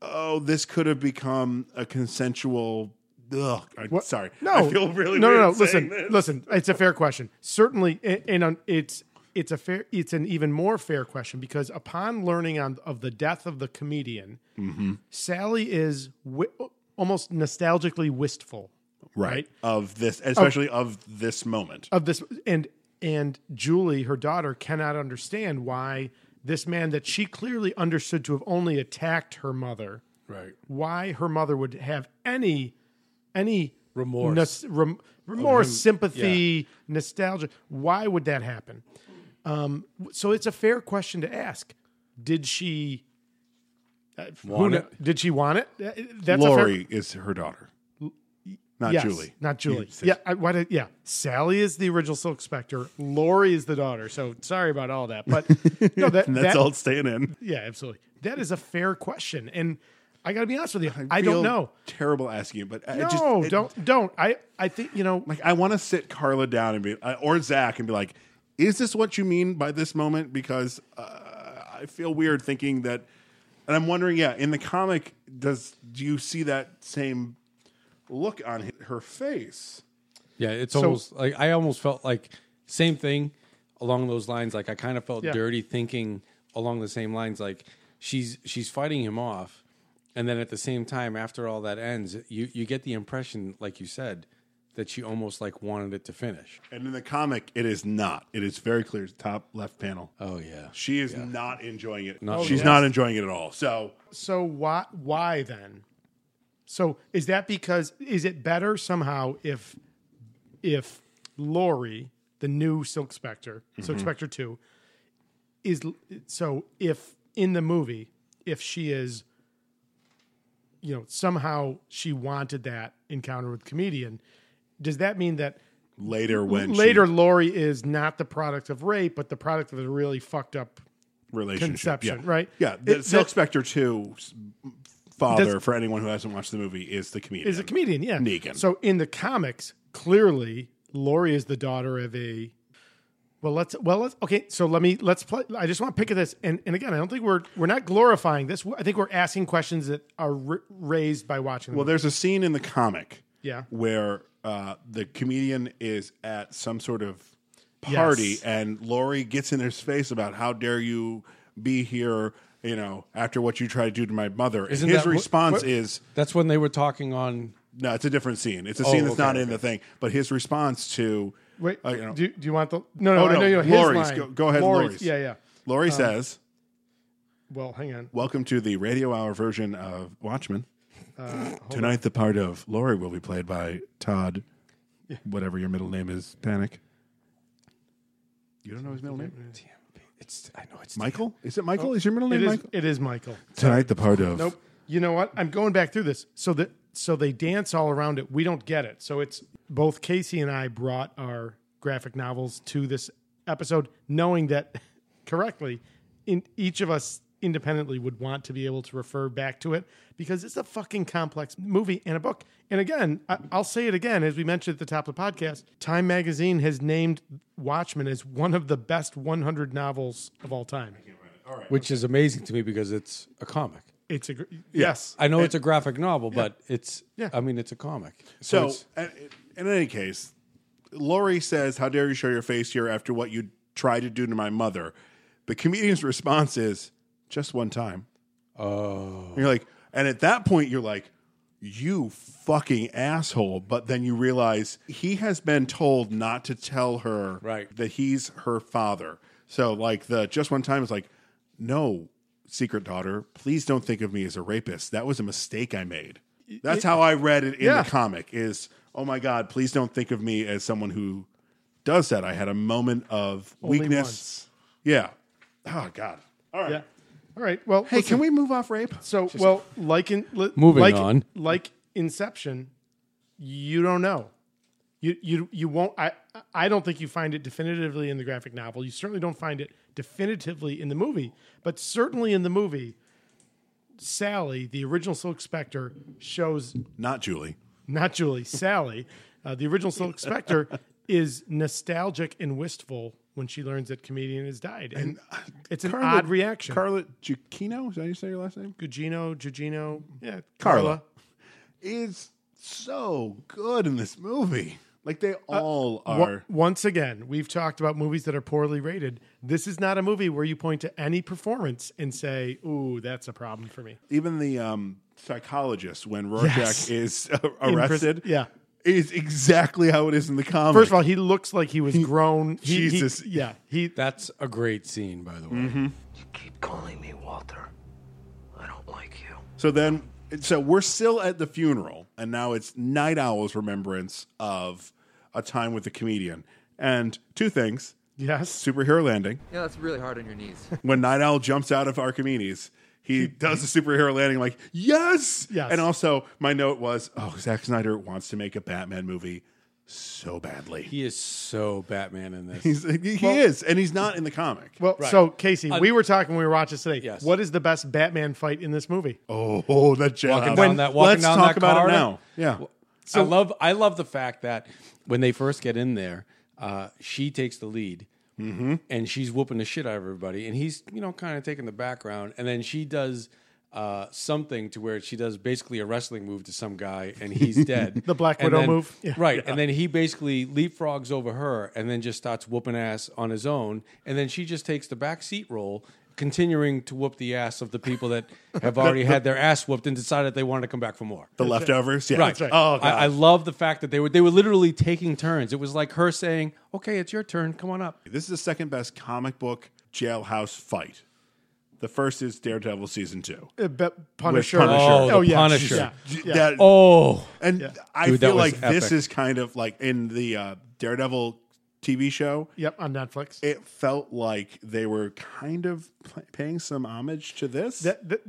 "Oh, this could have become a consensual." Ugh, I'm What- sorry. No, I feel really no, weird no, no. Listen, saying this. listen. It's a fair question. Certainly, a- and um, it's it's a fair, it's an even more fair question because upon learning on of the death of the comedian, Mm-hmm. Sally is wi- almost nostalgically wistful right, right? Oh, of this especially of, this moment of this, and and Julie, her daughter, cannot understand why this man that she clearly understood to have only attacked her mother Right. why her mother would have any any Remorse. nos- rem- remorse, sympathy, nostalgia. Why would that happen? Um, so it's a fair question to ask. Did she uh, who Want kno- it? Did she want it? Uh, That's a fair- Lori is her daughter, not Yes, Julie. Not Julie. said- Yeah, I, why did, yeah. Sally is the original Silk Spectre. Lori is the daughter. So sorry about all that, but no, that, And that's that- all it's staying in. Yeah, absolutely. That is a fair question, and I got to be honest with you. I, feel don't know. Terrible asking, it, but I No, just it- don't don't. I I think you know. Like I want to sit Carla down and be, uh, or Zach and be like, "Is this what you mean by this moment?" Because uh, I feel weird thinking that, and I'm wondering, yeah, in the comic, does do you see that same look on hi- her face? Yeah, it's almost like I almost felt like same thing along those lines. Like I kind of felt Yeah. dirty thinking along the same lines. Like she's she's fighting him off, and then at the same time, after all that ends, you you get the impression, like you said, that she almost like wanted it to finish. And in the comic, it is not. It is very clear, top left panel. Oh yeah, She is not enjoying it. Not She's at all. not enjoying it at all. So So why why then? So is that because is it better somehow if if Lori, the new Silk Spectre, Silk Spectre two, is so if in the movie if she is, you know, somehow she wanted that encounter with comedian, does that mean that? later, when Later, she, Lori is not the product of rape, but the product of a really fucked up relationship conception, yeah. right? Yeah, the It- Silk that- Spectre two father Does- for anyone who hasn't watched the movie is the comedian. is a comedian, yeah. Negan. So in the comics, clearly Lori is the daughter of a. Well, let's well let's okay. So let me let's play. I just want to pick at this, and and again, I don't think we're we're not glorifying this. I think we're asking questions that are r- raised by watching. Well, there's a scene in the comic Yeah. where uh, the comedian is at some sort of party Yes. and Lori gets in his face about how dare you be here, you know, after what you try to do to my mother. And Isn't his that what- response what- is that's when they were talking on. no, it's a different scene. It's a scene that's okay, not in the thing, but his response to wait, uh, you know- do, do you want the no no Oh, I no, know you know his Lori's. line. Go- go ahead, Lori's. Lori's. Yeah, yeah. Um, Lori says, Well, hang on. "Welcome to the radio hour version of Watchmen." Uh, Tonight, the part of Lori will be played by Todd, whatever your middle name is. Panic. You don't know his middle name? It's I know it's Michael? Is it Michael? is your middle name Oh, It is Michael? it is Michael. Tonight, the part of Nope. You know what? I'm going back through this. So that so they dance all around it. We don't get it. So it's both Casey and I brought our graphic novels to this episode, knowing that correctly, in each of us independently would want to be able to refer back to it because it's a fucking complex movie and a book. And again, I, I'll say it again, as we mentioned at the top of the podcast, Time Magazine has named Watchmen as one of the best 100 novels of all time. which is amazing to me because it's a comic. It's a gr- yes. I know it's a graphic novel, but it's Yeah. I mean it's a comic. So, it's- a- in any case, Lori says, How dare you show your face here after what you tried to do to my mother? The comedian's response is, Just one time. Oh. And you're like, and at that point, you're like, you fucking asshole. But then you realize he has been told not to tell her Right. that he's her father. So, like, the just one time is like, no, secret daughter, please don't think of me as a rapist. That was a mistake I made. That's how I read it in Yeah. the comic is, oh my God, please don't think of me as someone who does that. I had a moment of weakness. once. Yeah. Oh, God. All right. Yeah. All right. Well, Hey, can we move off rape? So, well, like in li- Moving like, on. like Inception, you don't know. You you you won't. I I don't think you find it definitively in the graphic novel. You certainly don't find it definitively in the movie, but certainly in the movie, Sally, the original Silk Spectre, shows Not Julie. not Julie, Sally, uh, the original Silk Spectre, is nostalgic and wistful when she learns that comedian has died, and, it's an Carla- odd reaction. Carla Giacchino, is that how you say your last name? Gugino, Gugino, yeah, Carla. Is so good in this movie. Like they Uh, all Wa- are. once again, we've talked about movies that are poorly rated. This is not a movie where you point to any performance and say, "Ooh, that's a problem for me." Even the um, psychologist when Rorschach Yes. is uh, In pres- arrested, yeah. is exactly how it is in the comic. First of all, he looks like he was grown. He- he- Jesus. yeah, he. That's a great scene, by the way. Keep calling me Walter. I don't like you. so then, so we're still at the funeral, and now it's Night Owl's remembrance of a time with the comedian. And two things: Yes. Superhero landing. Yeah, that's really hard on your knees. When Night Owl jumps out of Archimedes, he does the superhero landing like, yes! Yes. And also, my note was, oh, Zack Snyder wants to make a Batman movie so badly. He is so Batman in this. He's, he he is, and he's not in the comic. Well, so Casey, we were talking when we were watching this today. Yes. What is the best Batman fight in this movie? oh, oh, that jab. walking down that walking Let's down talk that about corridor. it now. Yeah. I love I love the fact that when they first get in there, uh, she takes the lead. Mm-hmm. And she's whooping the shit out of everybody, and he's you know kind of taking the background, and then she does uh, something to where she does basically a wrestling move to some guy, and he's dead. The Black And Widow then- move. Yeah. right? And then he basically leapfrogs over her, and then just starts whooping ass on his own, and then she just takes the back seat role, continuing to whoop the ass of the people that have already had their ass whooped and decided they wanted to come back for more. The leftovers. Yeah. Right. That's Oh, God. I, I love the fact that they were they were literally taking turns. It was like her saying, "Okay, it's your turn. Come on up." This is the second best comic book jailhouse fight. The first is Daredevil season two. Uh, Be- Punisher. Punisher. Oh, the Punisher. Yeah. yeah. That- Oh, and I Dude, that feel was like this epic. is kind of like in the uh, Daredevil TV show. Yep. On Netflix. It felt like they were kind of pl- paying some homage to this. that, that,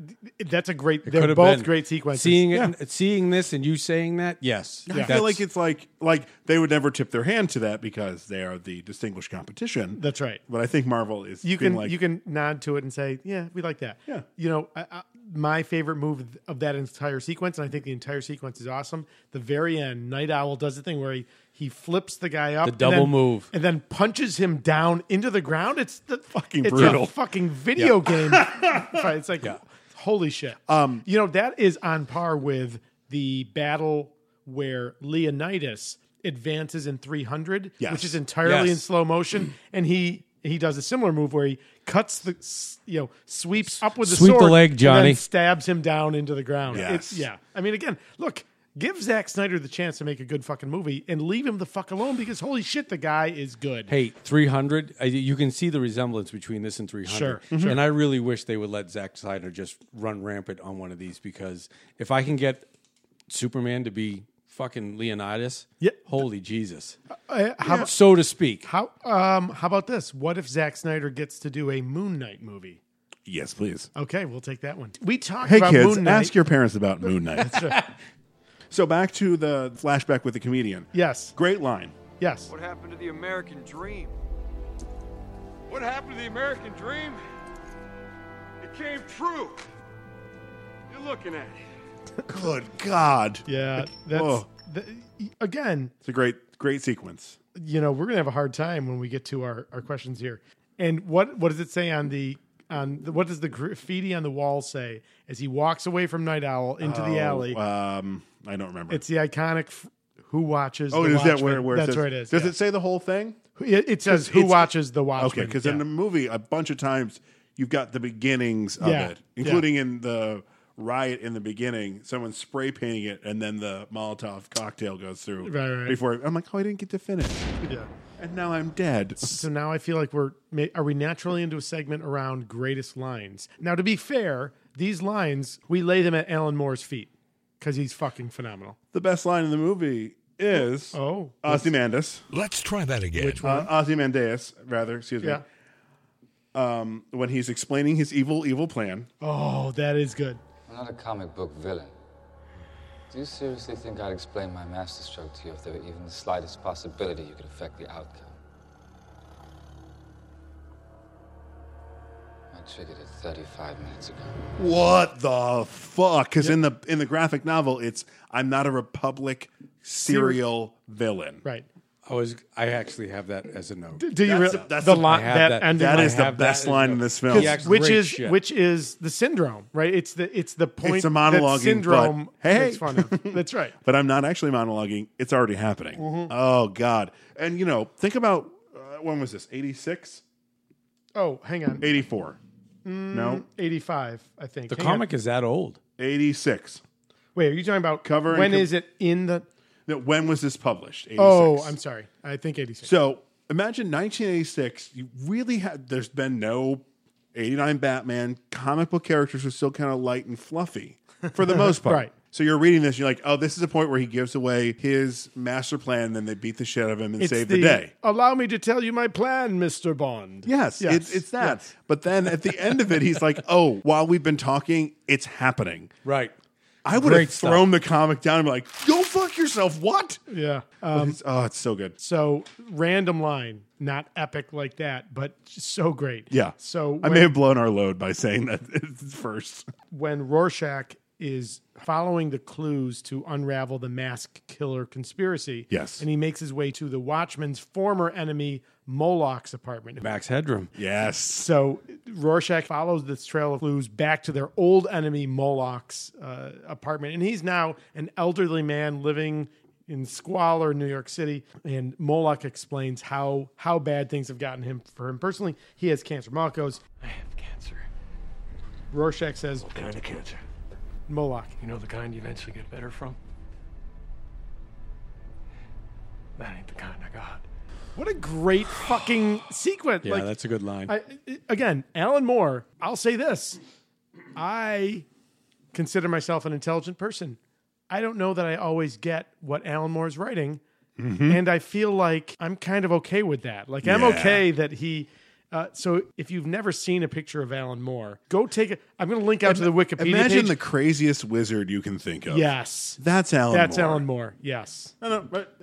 that's a great. could They're have both been. great sequences. Seeing it, uh, seeing this, and you saying that, yes, I feel like it's like like they would never tip their hand to that because they are the distinguished competition. That's right. But I think Marvel is you being can like you can nod to it and say, yeah, we like that. Yeah. You know, I, I, my favorite move of that entire sequence, and I think the entire sequence is awesome. The very end, Night Owl does the thing where he he flips the guy up, The and double then- move. and then punches him down into the ground. It's the fucking it's brutal. A fucking video game. Right, it's like holy shit. Um, you know that is on par with the battle where Leonidas advances in 300 Yes. which is entirely Yes. in slow motion, and he he does a similar move where he cuts the s- you know sweeps up with the Sweep the sword, leg, and then Johnny. stabs him down into the ground. It's, Yes. yeah. I mean, again, look, give Zack Snyder the chance to make a good fucking movie, and leave him the fuck alone because holy shit, the guy is good. Hey, 300, uh, you can see the resemblance between this and 300. Sure, Mm-hmm. And I really wish they would let Zack Snyder just run rampant on one of these because if I can get Superman to be fucking Leonidas, Yeah. holy Jesus, Uh, how about so to speak. how um how about this? What if Zack Snyder gets to do a Moon Knight movie? yes, please. Okay, we'll take that one. We talked Hey about kids, Moon Knight. ask your parents about Moon Knight. so back to the flashback with the comedian. yes, Great line. yes. What happened to the American dream? What happened to the American dream? It came true. You're looking at it. Good God. Yeah, that's Whoa. the, again. It's a great great sequence. you know we're gonna have a hard time when we get to our, our questions here and what what does it say on the on the, what does the graffiti on the wall say as he walks away from night owl into Oh, the alley Um, I don't remember. it's the iconic f- who watches oh, the is that Watchmen. where, where it that's says- where it is Does yeah. it say the whole thing? it, it says who it's- watches the Okay, watchman because yeah. in the movie, a bunch of times you've got the beginnings of Yeah, it, yeah. including in the riot in the beginning. Someone's spray painting it, and then the Molotov cocktail goes through. Right, right. Before I'm like, oh, I didn't get to finish, yeah. and now I'm dead. So now I feel like we're ma- are we naturally into a segment around greatest lines. Now to be fair, these lines we lay them at Alan Moore's feet because he's fucking phenomenal. The best line in the movie is Oh, Ozymandias, Let's try that again. uh, Ozymandias, rather. Excuse yeah. me. When he's explaining his evil, evil plan, Oh, that is good. I'm not a comic book villain. Do you seriously think I'd explain my masterstroke to you if there were even the slightest possibility you could affect the outcome? I triggered it 35 minutes ago. What the fuck? Because in the in the graphic novel, it's I'm not a republic serial villain. Right. I was I actually have that as a note. Do you That's really? a- that's the a- line I have that, that. ending That line. is the have that best as line a- in this film. Yeah, actually, which great is shit. which is the syndrome, right? It's the it's the point. a that monologuing, syndrome. but hey. makes fun of. that's right. But I'm not actually monologuing. It's already happening. Oh god! And you know, think about uh, when was this? 86, Oh, hang on, 84? No, eighty-five, I think. The Hang on. comic is that old. 86. Wait, are you talking about Cover and When com- is it in the? That- When was this published? 86. Oh, I'm sorry. I think eighty-six. So imagine 1986. You really had. There's been no 89 Batman. Comic book characters were still kind of light and fluffy for the most part. Right. So you're reading this, you're like, oh, this is a point where he gives away his master plan, and then they beat the shit out of him and It's save the, day. Allow me to tell you my plan, Mr. Bond. Yes, It's, it's that. But then at the end of it, he's like, oh, while we've been talking, it's happening. Right. I would Great have stuff. thrown the comic down and be like, go fuck yourself. What? Yeah. But Um, it's- oh, it's so good. so random line, not epic like that, but just so great. Yeah. So I when- may have blown our load by saying that first. when Rorschach is following the clues to unravel the mask killer conspiracy. Yes. And he makes his way to the Watchman's former enemy, Moloch's apartment. Max Headroom. Yes. So Rorschach follows this trail of clues back to their old enemy, Moloch's uh, apartment. And he's now an elderly man living in squalor New York City. And Moloch explains how, how bad things have gotten him for him personally. He has cancer. Moloch goes, I have cancer. Rorschach says, What kind of cancer? Moloch, You know the kind you eventually get better from? That ain't the kind I got. What a great fucking sequence. Yeah, like, that's a good line. I, again, Alan Moore, I'll say this. I consider myself an intelligent person. I don't know that I always get what Alan Moore's writing. And I feel like I'm kind of okay with that. Like, I'm Mm-hmm. Yeah. okay that he. Uh, so, if you've never seen a picture of Alan Moore, go take it. I'm going to link out to the Wikipedia Imagine page. the craziest wizard you can think of. yes. That's Alan That's Moore. Alan Moore. Yes. Perfect.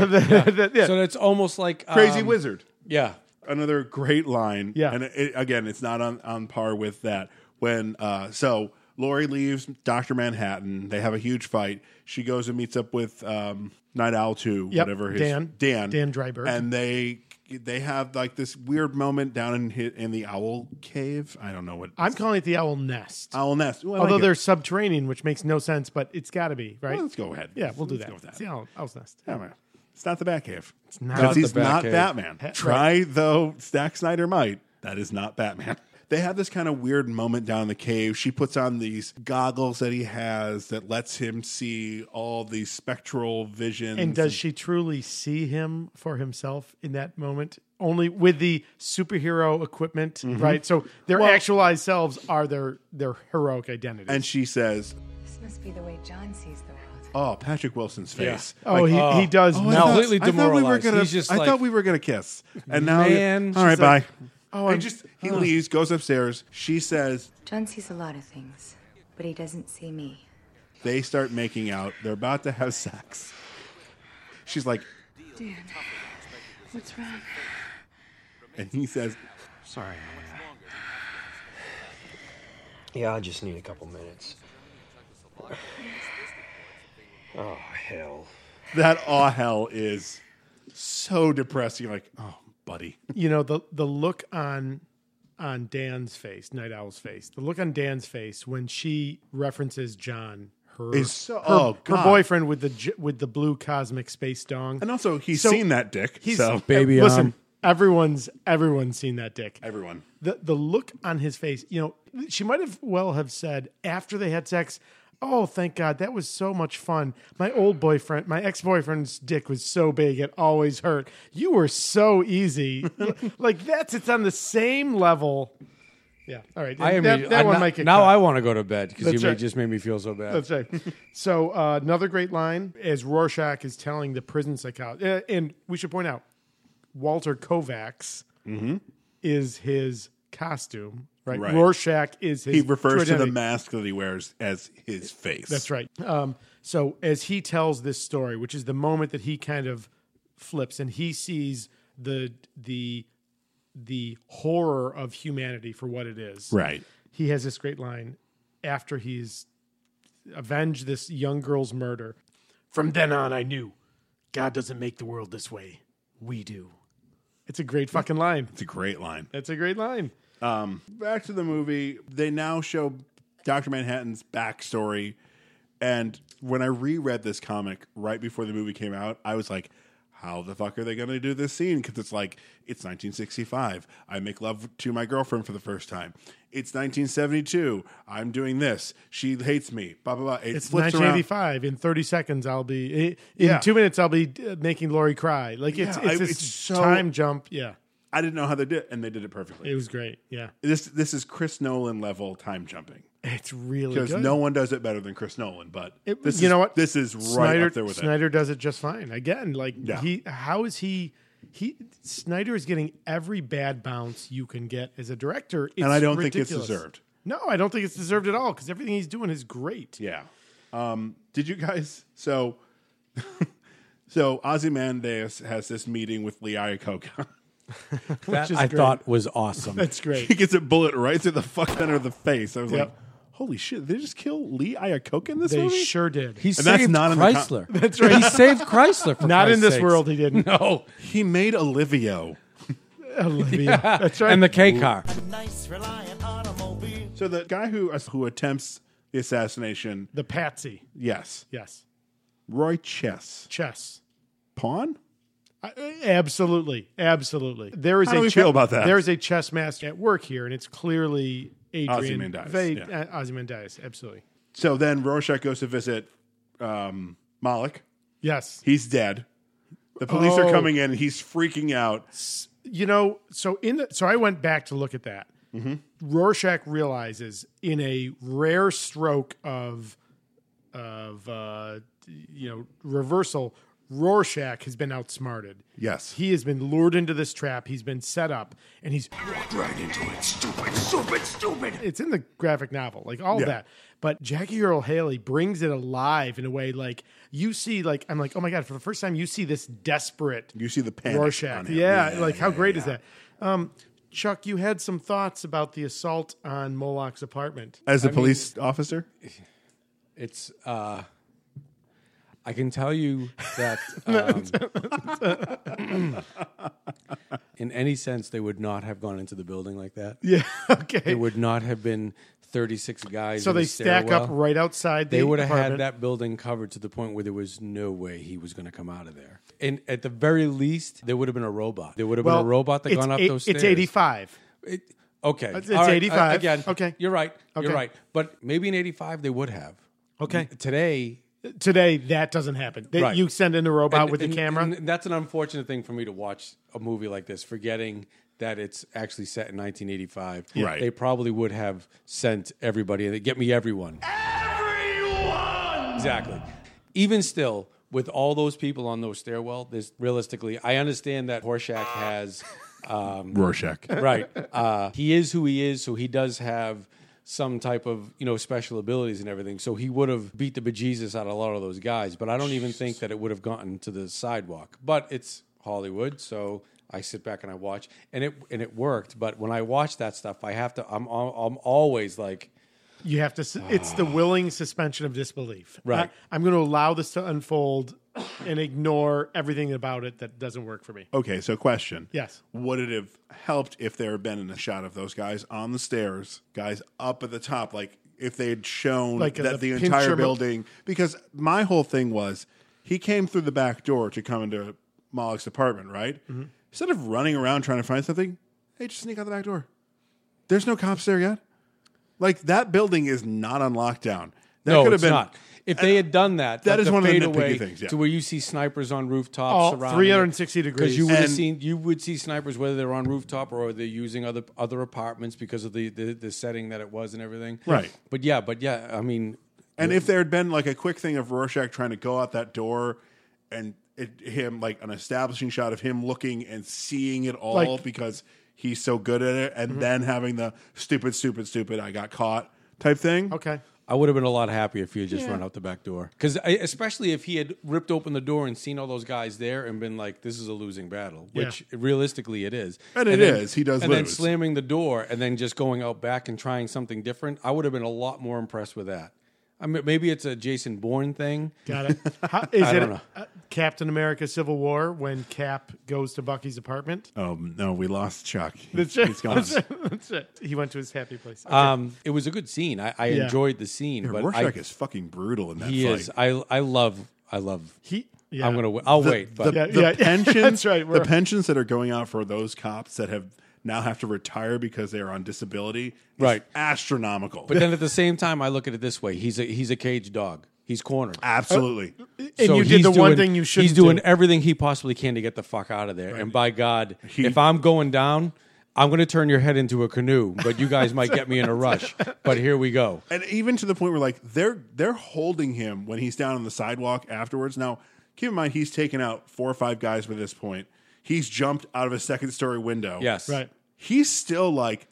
Yeah, the- the- yeah. So that's almost like um, Crazy wizard. Yeah. another great line. Yeah. and it, again, it's not on on par with that. When uh, so Lori leaves Doctor Manhattan, they have a huge fight. She goes and meets up with um, Night Owl Two, Yep, whatever his Dan. Dan Dan Dryberg. and they they have like this weird moment down in hi- in the owl cave. I don't know what I'm calling it the Owl Nest. owl nest. Ooh, I Although like it. they're subterranean, which makes no sense, but it's got to be, right? Well, let's go ahead. Yeah, we'll do Let's that. go with that. It's the owl- owl's nest. Yeah, man. It's not the Batcave. It's not Because the he's not Batcave. Batman. Right. Try though Zack Snyder might. That is not Batman. They have this kind of weird moment down in the cave. She puts on these goggles that he has that lets him see all these spectral visions. And does she truly see him for himself in that moment? Only with the superhero equipment, Mm-hmm. right? So their actualized selves are their their heroic identity. and she says, This must be the way John sees the world. "Oh, Patrick Wilson's face." oh, he, he does Oh, I melt. thought- Completely I thought we were demoralized. gonna. He's just I like- thought we were gonna kiss, and now Man, all right, she's like, bye. Oh, and just he leaves, goes upstairs. She says, John sees a lot of things, but he doesn't see me. They start making out. They're about to have sex. She's like, What's wrong? and he says, Sorry, Elena. Yeah, I just need a couple minutes. Oh, hell. that aw hell is so depressing. Like, oh, buddy. you know the the look on on Dan's face, Night Owl's face. The look on Dan's face when she references John, her Is so- her, oh, her God. boyfriend with the j- with the blue cosmic space dong. And also, he's So, seen that dick. He's so, uh, Baby um, Listen, arm. everyone's everyone's seen that dick. everyone. the the look on his face. You know, she might have well have said after they had sex, "Oh, thank God, that was so much fun. My old boyfriend, my ex boyfriend's dick was so big it always hurt. You were so easy. like that's it's on the same level." Yeah. All right. I am that, re- that I'm one not- might get now cut. I want to go to bed because you That's made- right. just made me feel so bad. That's right. So uh, another great line as Rorschach is telling the prison psychologist, and we should point out Walter Kovacs is his costume, right? Mm-hmm. Right. Rorschach is his. He refers to the identity. mask that he wears as his face. That's right. Um, so as he tells this story, which is the moment that he kind of flips and he sees the the the horror of humanity for what it is, Right. he has this great line after he's avenged this young girl's murder. From then on, I knew God doesn't make the world this way. We do. It's a great fucking line. It's a great line. That's a great line. Back to the movie. They now show Dr. Manhattan's backstory. And when I reread this comic right before the movie came out, I was like, how the fuck are they going to do this scene? Because it's like, it's 1965. I make love to my girlfriend for the first time. It's 1972. I'm doing this. She hates me. Blah, blah, blah. It It's flips around. 1985. In 30 seconds, I'll be eh, in Yeah. two minutes. I'll be uh, making Lori cry. Like it's Yeah, it's, I- this it's so- time jump. Yeah, I didn't know how they did it, and they did it perfectly. it was great. Yeah, this, this is Chris Nolan level time jumping. It's really because good. no one does it better than Chris Nolan. But It- this you is, know what? This is right Snyder, up there with Snyder does it just fine. Again, like Yeah. he, how is he? He Snyder is getting every bad bounce you can get as a director, it, and I It's don't think it's ridiculous. deserved. No, I don't think it's deserved at all because everything he's doing is great. Yeah. Um, did you guys? So, so Ozymandias has this meeting with Lee Iacocca. That is I great. thought was awesome. That's great. he gets a bullet right through the fuck center of the face. I was Yep. like, holy shit! Did they just kill Lee Iacocca in this They movie? sure did. he that's saved not in the com- Chrysler. That's right. He saved Chrysler. For Not in Christ's this sakes. world, he didn't. No, He made Olivio. Olivia. That's right. and the K car. So the guy who uh, who attempts the assassination, the patsy. yes, Yes. Roy Chess Chess. Pawn. I- I- Absolutely, absolutely. There is uh, How a do we feel about that? There is a chess master at work here, and it's clearly Adrian Ozymandias, Ve- yeah. uh, Ozymandias, absolutely. So then Rorschach goes to visit um, Malik. Yes, He's dead. The police Oh. are coming in and he's freaking out. you know. So in the so I went back to look at that. Mm-hmm. Rorschach realizes in a rare stroke of of uh, you know reversal, Rorschach has been outsmarted. Yes. He has been lured into this trap. He's been set up, and he's Walked right into it. Stupid, stupid, stupid. it's in the graphic novel, like all Yeah. that. But Jackie Earl Haley brings it alive in a way like you see, like I'm like, oh my god, for the first time you see this desperate You see the panic. on Rorschach. him. Yeah, like how great is that? Um, Chuck, you had some thoughts about the assault on Moloch's apartment. As a police officer, It's. uh I can tell you that um, in any sense they would not have gone into the building like that. Yeah, okay. There would not have been 36 guys. so in they a stack up stairwell. right outside. The They would have apartment. had that building covered to the point where there was no way he was going to come out of there. And at the very least, there would have been a robot. There would have Well, been a robot that it's gone up eight- those stairs. It's 85. It, okay. It's- it's All right, uh, 85. Again, Okay. You're right. You're Okay. right. But maybe in 85, they would have. Okay. Today, Today that doesn't happen. They, Right. You send in a robot and- with and- the camera. and that's an unfortunate thing for me to watch a movie like this, forgetting that it's actually set in 1985. Right. They probably would have sent everybody, and they get me everyone. Everyone! Exactly. Even still, with all those people on those stairwell, there's realistically, I understand that Horshack has, um, Rorschach. right? Uh, he is who he is, so he does have some type of you know special abilities and everything. So he would have beat the bejesus out of a lot of those guys, but I don't even think that it would have gotten to the sidewalk. But it's Hollywood, so. I sit back and I watch, and it and it worked. But when I watch that stuff, I have to. I'm I'm I'm always like, You have to. s- It's the willing suspension of disbelief. Right. I, am going to allow this to unfold and ignore everything about it that doesn't work for me. Okay, so question. Yes. Would it have helped if there had been a shot of those guys on the stairs, guys up at the top, like if they had shown Like a- uh, that the a entire pincher mo- building? Because my whole thing was he came through the back door to come into Moloch's apartment, right? Mm-hmm. Instead of running around trying to find something, hey, just sneak out the back door. There's no cops there yet. Like that building is not on lockdown. That no, could have it's been not. If they had done that, that like is one of the nitpicky fadeaway things, yeah. Oh, To where you see snipers on All rooftops, surrounding 360 Because degrees. you would have And- seen, you would see snipers whether they're on rooftop or they're using other other apartments because of the, the the setting that it was and everything. Right. But yeah, but yeah, I mean, And if there had been like a quick thing of Rorschach trying to go out that door and it, him like an establishing shot of him looking and seeing it all Like- Mm-hmm. because he's so good at it, and then having the stupid, stupid, stupid, I got caught type thing. okay. I would have been a lot happier if you had just run out the back door. Because especially if he had ripped open the door and seen all those guys there and been like, "This is a losing battle," which realistically it is, And it it is. is. He does And then lose. slamming the door and then just going out back and trying something different. I would have been a lot more impressed with that. I mean, maybe it's a Jason Bourne thing. Got it. How, is it don't know. uh, Captain America: Civil War when Cap goes to Bucky's apartment? Oh no, we lost Chuck. That's it. That's it. That's it. He went to his happy place. Okay. Um, it was a good scene. I, I Yeah. enjoyed the scene, but Rorschach I, is fucking brutal in that he fight. is. uh, I I love. I love. he. Yeah. I'm gonna. wa- I'll wait. But Yeah, the yeah, pensions, that's right, The we're- pensions that are going out for those cops that have now have to retire because they are on disability, is Right. Astronomical. but then at the same time, I look at it this way. He's a he's a cage dog. He's cornered. Absolutely. And So you did he's the one doing- thing you shouldn't. He's doing do. everything he possibly can to get the fuck out of there. And by God, if I'm going down, I'm going to turn your head into a canoe, but you guys might get me in a rush. But here we go. And even to the point where like they're they're holding him when he's down on the sidewalk afterwards. Now, keep in mind he's taken out four or five guys by this point. He's jumped out of a second story window. Yes. Right. He's still like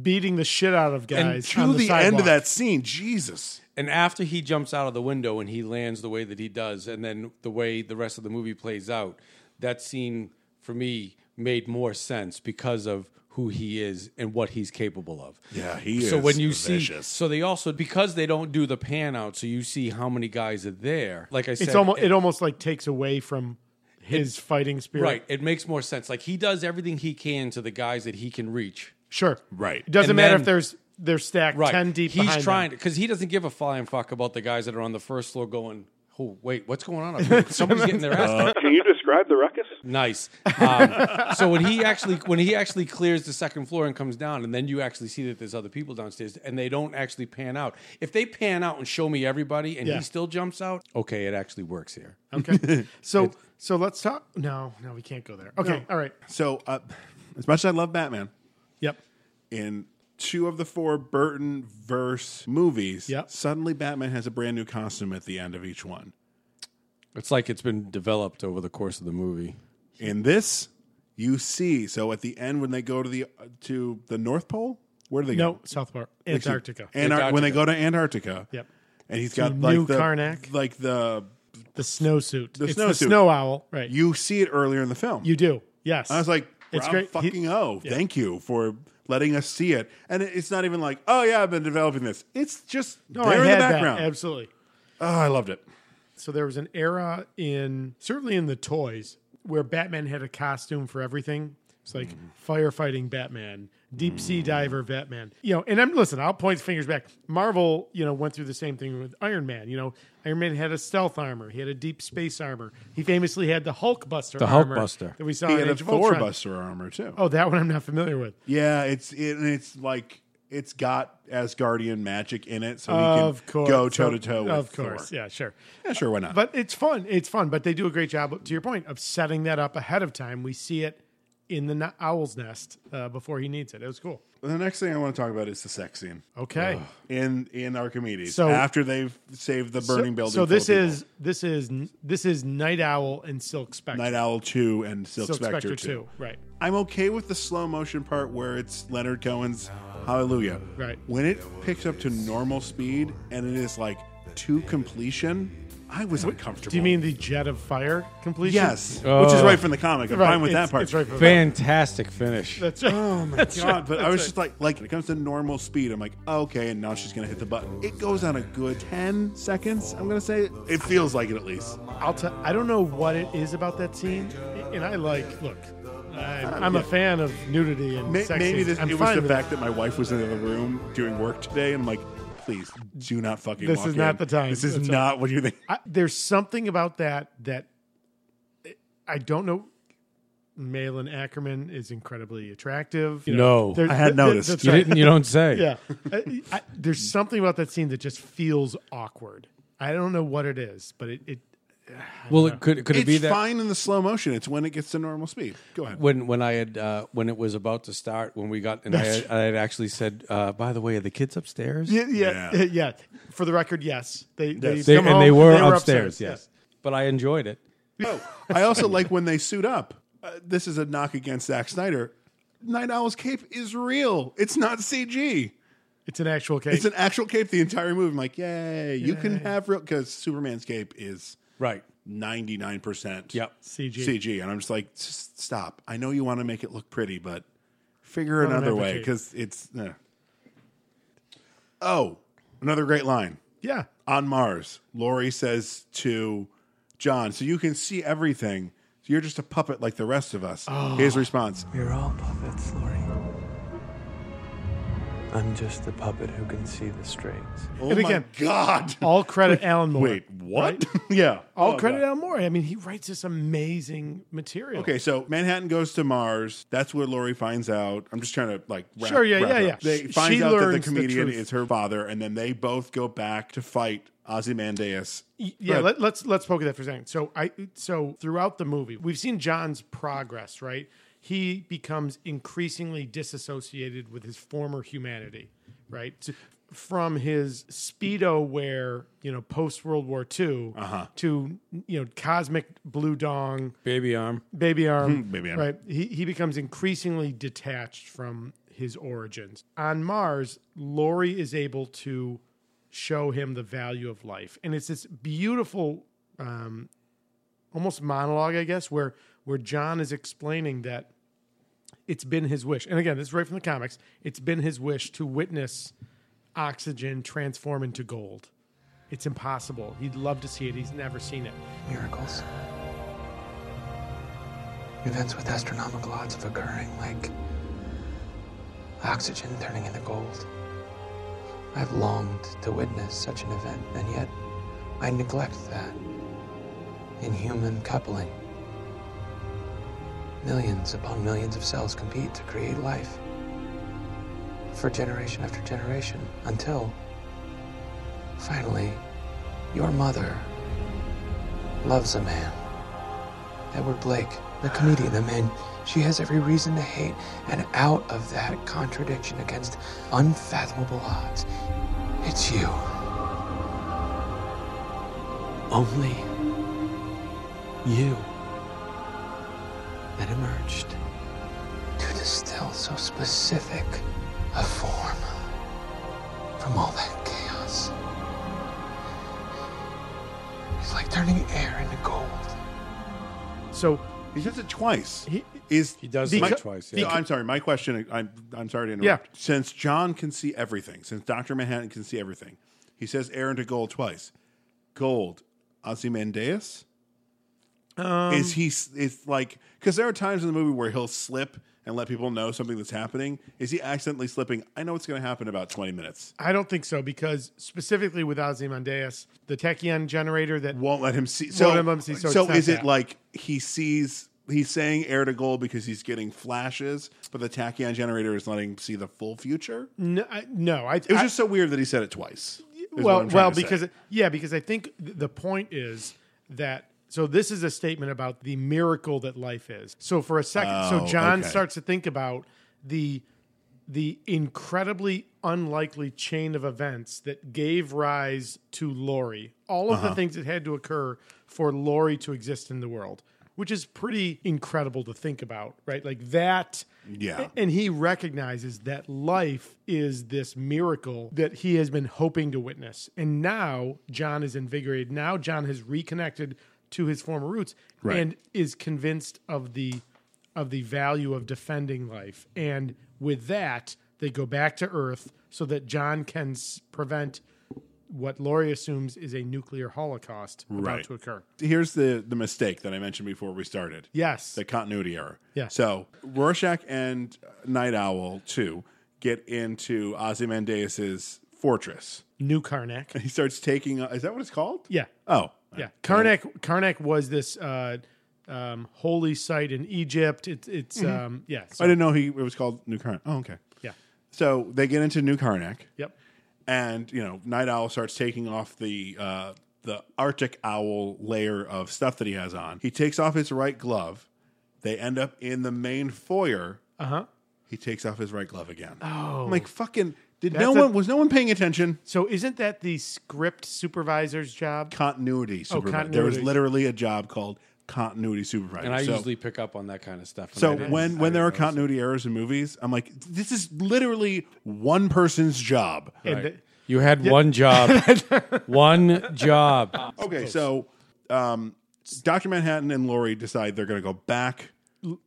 beating the shit out of guys. And to on the, sidewalk. end of that scene, Jesus. And after he jumps out of the window and he lands the way that he does, and then the way the rest of the movie plays out, that scene for me made more sense because of who he is and what he's capable of. Yeah, he So is when you see, vicious. so they also because they don't do the pan out, so you see how many guys are there. Like I said, it's almost it, almost like takes away from his fighting spirit. right. It makes more sense. Like he does everything he can to the guys that he can reach. Sure. Right. It doesn't And matter then- if there's they're stacked Right. ten deep. He's behind trying them. because he doesn't give a flying fuck about the guys that are on the first floor going. Oh wait, what's going on? up here? Somebody's getting their ass. kicked." Uh, Can you describe the ruckus? Nice. Um, so when he actually when he actually clears the second floor and comes down, and then you actually see that there's other people downstairs, and they don't actually pan out. If they pan out and show me everybody, and Yeah. he still jumps out, okay, it actually works here. Okay. So so let's talk. No, no, we can't go there. Okay. All right. So uh, as much as I love Batman, Yep. in two of the four Burton verse movies, suddenly Batman has a brand new costume at the end of each one. It's like it's been developed over the course of the movie. In this, you see. So at the end, when they go to the to the North Pole, where do they No, go? South Park, They keep- Antarctica. Anar- when they go to Antarctica, Yep. and he's To got like New the Karnak. like the the snowsuit, the it's snow the snow owl, right? You see it earlier in the film. You do. Yes. I was like, It's it's great. great. Fucking oh, thank you for letting us see it. And it- it's not even like, oh yeah, I've been developing this. It's just No, there Oh, I in had the background. that absolutely. Oh, I loved it. So there was an era in certainly in the toys where Batman had a costume for everything. It's like Mm-hmm. firefighting Batman, deep sea diver Batman. You know, and I'm listen, I'll point fingers back. Marvel, you know, went through the same thing with Iron Man. You know, Iron Man had a stealth armor, he had a deep space armor. He famously had the Hulk Buster The armor Hulkbuster. that we saw He in had a Age of Ultron. Thor Buster armor too. Oh, that one I'm not familiar with. Yeah, it's it, and it's like it's got Asgardian magic in it, so of he can course. go toe So- to toe. with Of course. Thor. Yeah, sure. yeah, sure, why not? But it's fun. It's fun. But they do a great job, to your point, of setting that up ahead of time. We see it in the n- owl's nest uh, before he needs it. It was cool. The next thing I want to talk about is the sex scene. Okay. Ugh. In in Archimedes, So- after they've saved the burning so, building. So full this of people. is this is n- this is Night Owl and Silk Spectre. Night Owl two and Silk, Spectre, two. Right. I'm okay with the slow motion part where it's Leonard Cohen's Hallelujah. Right. When it picks up to normal speed and it is like to completion, I was uncomfortable. Do you mean the Jet of Fire completion? yes? Oh. Which is right from the comic. I'm Right, fine with it's- that part. it's right from the- Fantastic finish. That's right. Oh my God, but I was just like, like when it comes to normal speed, I'm like, okay, and now she's gonna hit the button. It goes on a good ten seconds. I'm gonna say it feels like it at least. I'll tell. I don't know what it is about that scene, and I like. Look, I'm, I'm a fan of nudity and May- sex maybe scenes. this, I'm it was fine the with fact that my wife was in the other room doing work today, and I'm like, please do not fucking. This walk is not in. the time. This is That's all. not what you think. I, there's something about that that I don't know. Malin Ackerman is incredibly attractive. No, there- I had th- th- noticed. that's you right. didn't. You don't say. Yeah, I, I, there's something about that scene that just feels awkward. I don't know what it is, but it. it Well, it could could it it's be that fine in the slow motion. It's when it gets to normal speed. Go ahead. when when I had uh, when it was about to start when we got and I had, I had actually said uh, by the way are the kids upstairs yeah, yeah, yeah, Yeah. For the record, yes, they they, Yes. They- come and they home, were, upstairs, yes but I enjoyed it Oh, I also like when they suit up. Uh, this is a knock against Zack Snyder. Night Owl's cape is real. It's not CG. It's an actual case. It's an actual cape the entire movie. I'm like, yay! You can have real because Superman's cape is right 99 percent yep CG. CG, and I'm just like, "Just stop. I know you want to make it look pretty, but figure Let 'em another have the way cape. because it's. eh. Oh, another great line Yeah, on Mars. Lori says to John, "So you can see everything. So you're just a puppet like the rest of us." His response: We're all puppets, Lori. I'm just the puppet who can see the strings. "Oh And my again, God! all credit Alan Moore. Wait, what? yeah, All Oh, credit God. Alan Moore. I mean, he writes this amazing material. Okay, so Manhattan goes to Mars. That's where Lori finds out. I'm just trying to like wrap, Sure, yeah, wrap yeah, it yeah. up. They She find out that the learns the comedian truth. is her father, and then they both go back to fight Ozymandias. Yeah, let, let's let's poke at that for a second. So I so throughout the movie, we've seen John's progress, right? He becomes increasingly disassociated with his former humanity, right? To- from his speedo wear, you know, post World War II Uh-huh. to you know cosmic blue dong, Baby arm. baby arm, Hmm, baby arm. right? He he becomes increasingly detached from his origins. On Mars, Lori is able to show him the value of life, and it's this beautiful, um, almost monologue, I guess, where where John is explaining that it's been his wish, and again, this is right from the comics. It's been his wish to witness oxygen transform into gold. It's impossible. He'd love to see it. He's never seen it. Miracles. Events with astronomical odds of occurring, like oxygen turning into gold. I've longed to witness such an event, and yet I neglect that. Inhuman coupling. Millions upon millions of cells compete to create life. For generation after generation, until finally, your mother loves a man. Edward Blake, the comedian, the man she has every reason to hate, and out of that contradiction against unfathomable odds, it's you. Only you that emerged to distill so specific a form from all that chaos. It's like turning air into gold. So He does it twice. He is He does Beca- it twice. Yeah. No, I'm sorry. My question. I'm I'm sorry to interrupt. Yeah. Since John can see everything, since Doctor Manhattan can see everything, he says air into gold twice. Gold, Ozymandias. is he? s- It's like because there are times in the movie where he'll slip and let people know something that's happening. Is he accidentally slipping? I know it's going to happen in about 20 minutes. I don't think so because specifically with Ozymandias, the tachyon generator that Won't let him see. So, Won't let him see, so so, it's not is that. it like he sees? He's saying air to gold because he's getting flashes, but the tachyon generator is letting him see the full future. no, I, uh, no, Mm, I It was just so weird that he said it twice. is what well, I'm trying well, to say. because yeah, because I think th- the point is that so this is a statement about the miracle that life is. So for a second, so Oh, John okay. starts to think about the the incredibly unlikely chain of events that gave rise to Lori. All of Uh-huh. the things that had to occur for Lori to exist in the world, which is pretty incredible to think about, right? Like that. Yeah. A- And he recognizes that life is this miracle that he has been hoping to witness. And now John is invigorated. Now John has reconnected to his former roots Right. and is convinced of the of the value of defending life. And with that, they go back to Earth so that John can s- prevent what Laurie assumes is a nuclear holocaust about Right. to occur. here's the the mistake that I mentioned before we started. Yes. the continuity error. Yeah. So Rorschach and Night Owl two get into Ozymandias's fortress. New Karnak. He starts taking. uh, Is that what it's called? Yeah. Oh, Yeah, Karnak. Karnak was this uh, um, holy site in Egypt. It's it's um, yeah. I So, didn't know he it was called New Karnak. Oh, okay. yeah. So they get into New Karnak. Yep. and you know night owl starts taking off the uh the arctic owl layer of stuff that he has on he takes off his right glove they end up in the main foyer Uh huh. he takes off his right glove again oh i'm like fucking did no That's a- one was no one paying attention So isn't that the script supervisor's job? continuity supervisor there was Oh, continuity. literally a job called continuity supervisor And I So- usually pick up on that kind of stuff. and so I didn't- when, I when there are didn't notice. continuity errors in movies, I'm like, this is literally one person's job. And Right. the- You had one job. one job. Okay, so um, Doctor Manhattan and Laurie decide they're going to go back.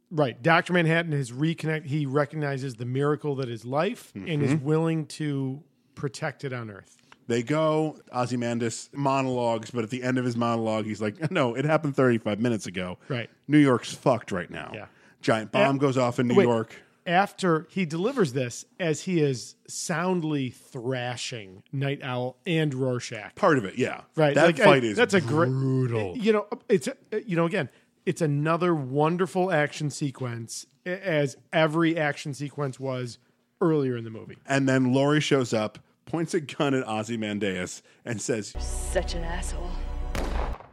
right, Doctor Manhattan has reconnect. He recognizes the miracle that is life and is willing to protect it on Earth. They go. Ozymandias monologues, but at the end of his monologue, he's like, "No, it happened 35 minutes ago. Right. New York's fucked right now. Yeah. giant bomb Eh, goes off in New wait. York. After he delivers this, as he is soundly thrashing Night Owl and Rorschach. Part of it, yeah. Right. That like, I- fight is that's a great brutal. You know, it's you know again, it's another wonderful action sequence a- as every action sequence was earlier in the movie. and then Laurie shows up, points a gun at Ozymandias and says, Such an asshole.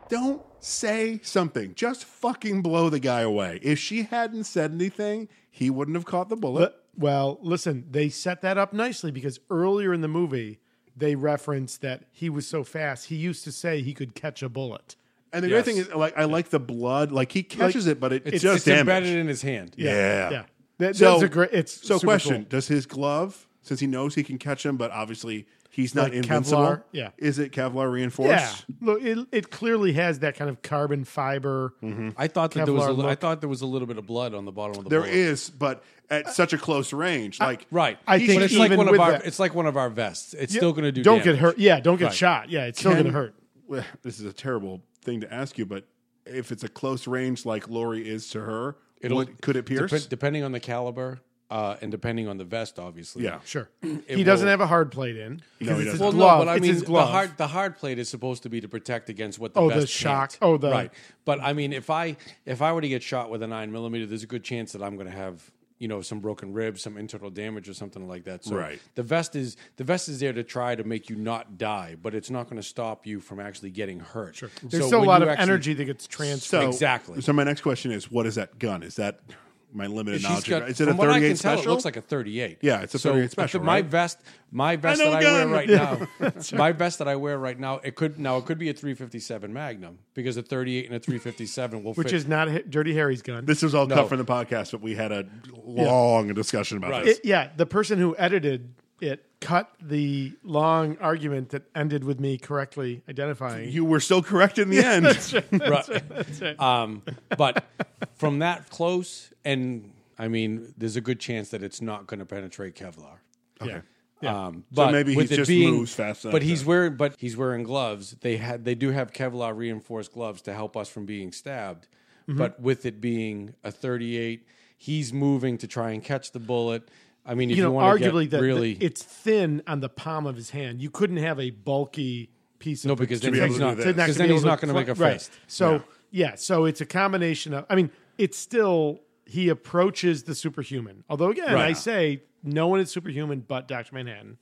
Don't say something. Just fucking blow the guy away. If she hadn't said anything, he wouldn't have caught the bullet. Well, listen, they set that up nicely because earlier in the movie, they reference that he was so fast, he used to say he could catch a bullet. And the great thing is, like, I like the blood. Like, he catches Like, it, but it, it's- it does it's damage. embedded in his hand. Yeah, Yeah. Yeah. That- so, that's a great- it's so. super Question: cool. Does his glove, since he knows he can catch him, but obviously he's not Like invincible? Kevlar, yeah. Is it Kevlar reinforced? Yeah, look, it, it clearly has that kind of carbon fiber. Mm-hmm. I thought that there was. Kevlar A, li- I look. thought there was a little bit of blood on the bottom of the. There bullet. is, but at such a close range, like Right. I But think it's like even one of with our. that- It's like one of our vests. It's Yeah, still going to do. Don't get damage. hurt. Yeah, don't get Right. shot. Yeah, it's still Can- going to hurt. Well, This is a terrible thing to ask you, but if it's a close range like Lori is to her, It'll- would- could it pierce? Dep- depending on the caliber uh, and depending on the vest, obviously. Yeah. Sure. It he doesn't will- have a hard plate in. No, he because it's his doesn't. Well, glove. no, but I it's mean, his glove. the hard the hard plate is supposed to be to protect against what the Oh, the vest shock. can't. Oh, the- right. But I mean, if I if I were to get shot with a nine millimeter, there's a good chance that I'm going to have you know some broken ribs, some internal damage, or something like that. So Right. the vest is the vest is there to try to make you not die, but it's not going to stop you from actually getting hurt. Sure. There's still a lot of energy that gets transferred. so, exactly. So my next question is, what is that gun? Is that my limited She's knowledge? got- of- is it a from what I can thirty-eight tell, special? it looks like a 38. Yeah, it's a So, 38 but the- special, My right? vest, my vest know that I wear gun. right Yeah. now, my vest that I wear right now, it could now it could be a 357 Magnum because a 38 and a 357 will which fit. is not Hi- Dirty Harry's gun. this was all No. cut from the podcast, but we had a long discussion about Right. this. It- yeah, the person who edited it cut the long argument that ended with me correctly identifying. you were still correct in the end. right. Um, but from that close, and I mean, there's a good chance that it's not going to penetrate Kevlar. Okay. Um, but maybe he with it just being- moves fast enough But to- he's wearing but he's wearing gloves. They had they do have Kevlar reinforced gloves to help us from being stabbed. Mm-hmm. But with it being a 38, he's moving to try and catch the bullet. I mean, if you you, know, want to arguably get that really that it's thin on the palm of his hand. You couldn't have a bulky piece. No, of because then be able he's to not do this. because be then he's able not going to make a right. fist. So yeah, so it's a combination of. I mean, it's still he approaches the superhuman. Although again, Right. I say no one is superhuman but Doctor Manhattan.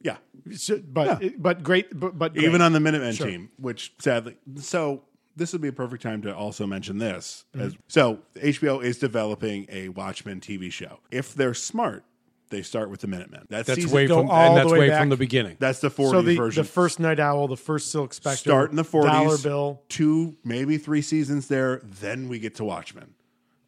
Yeah. So- but but great, but, but great. Even on the Minutemen Sure. team, which sadly, so this would be a perfect time to also mention this. As, so HBO is developing a Watchmen TV show. If they're smart, they start with the Minutemen. That's, That's season- way go from all and the that's way way back. from the beginning. That's the 40 so the, version. the first Night Owl, the first Silk Spectre, start in the 40s, Dollar Bill, two, maybe three seasons there. Then we get to Watchmen.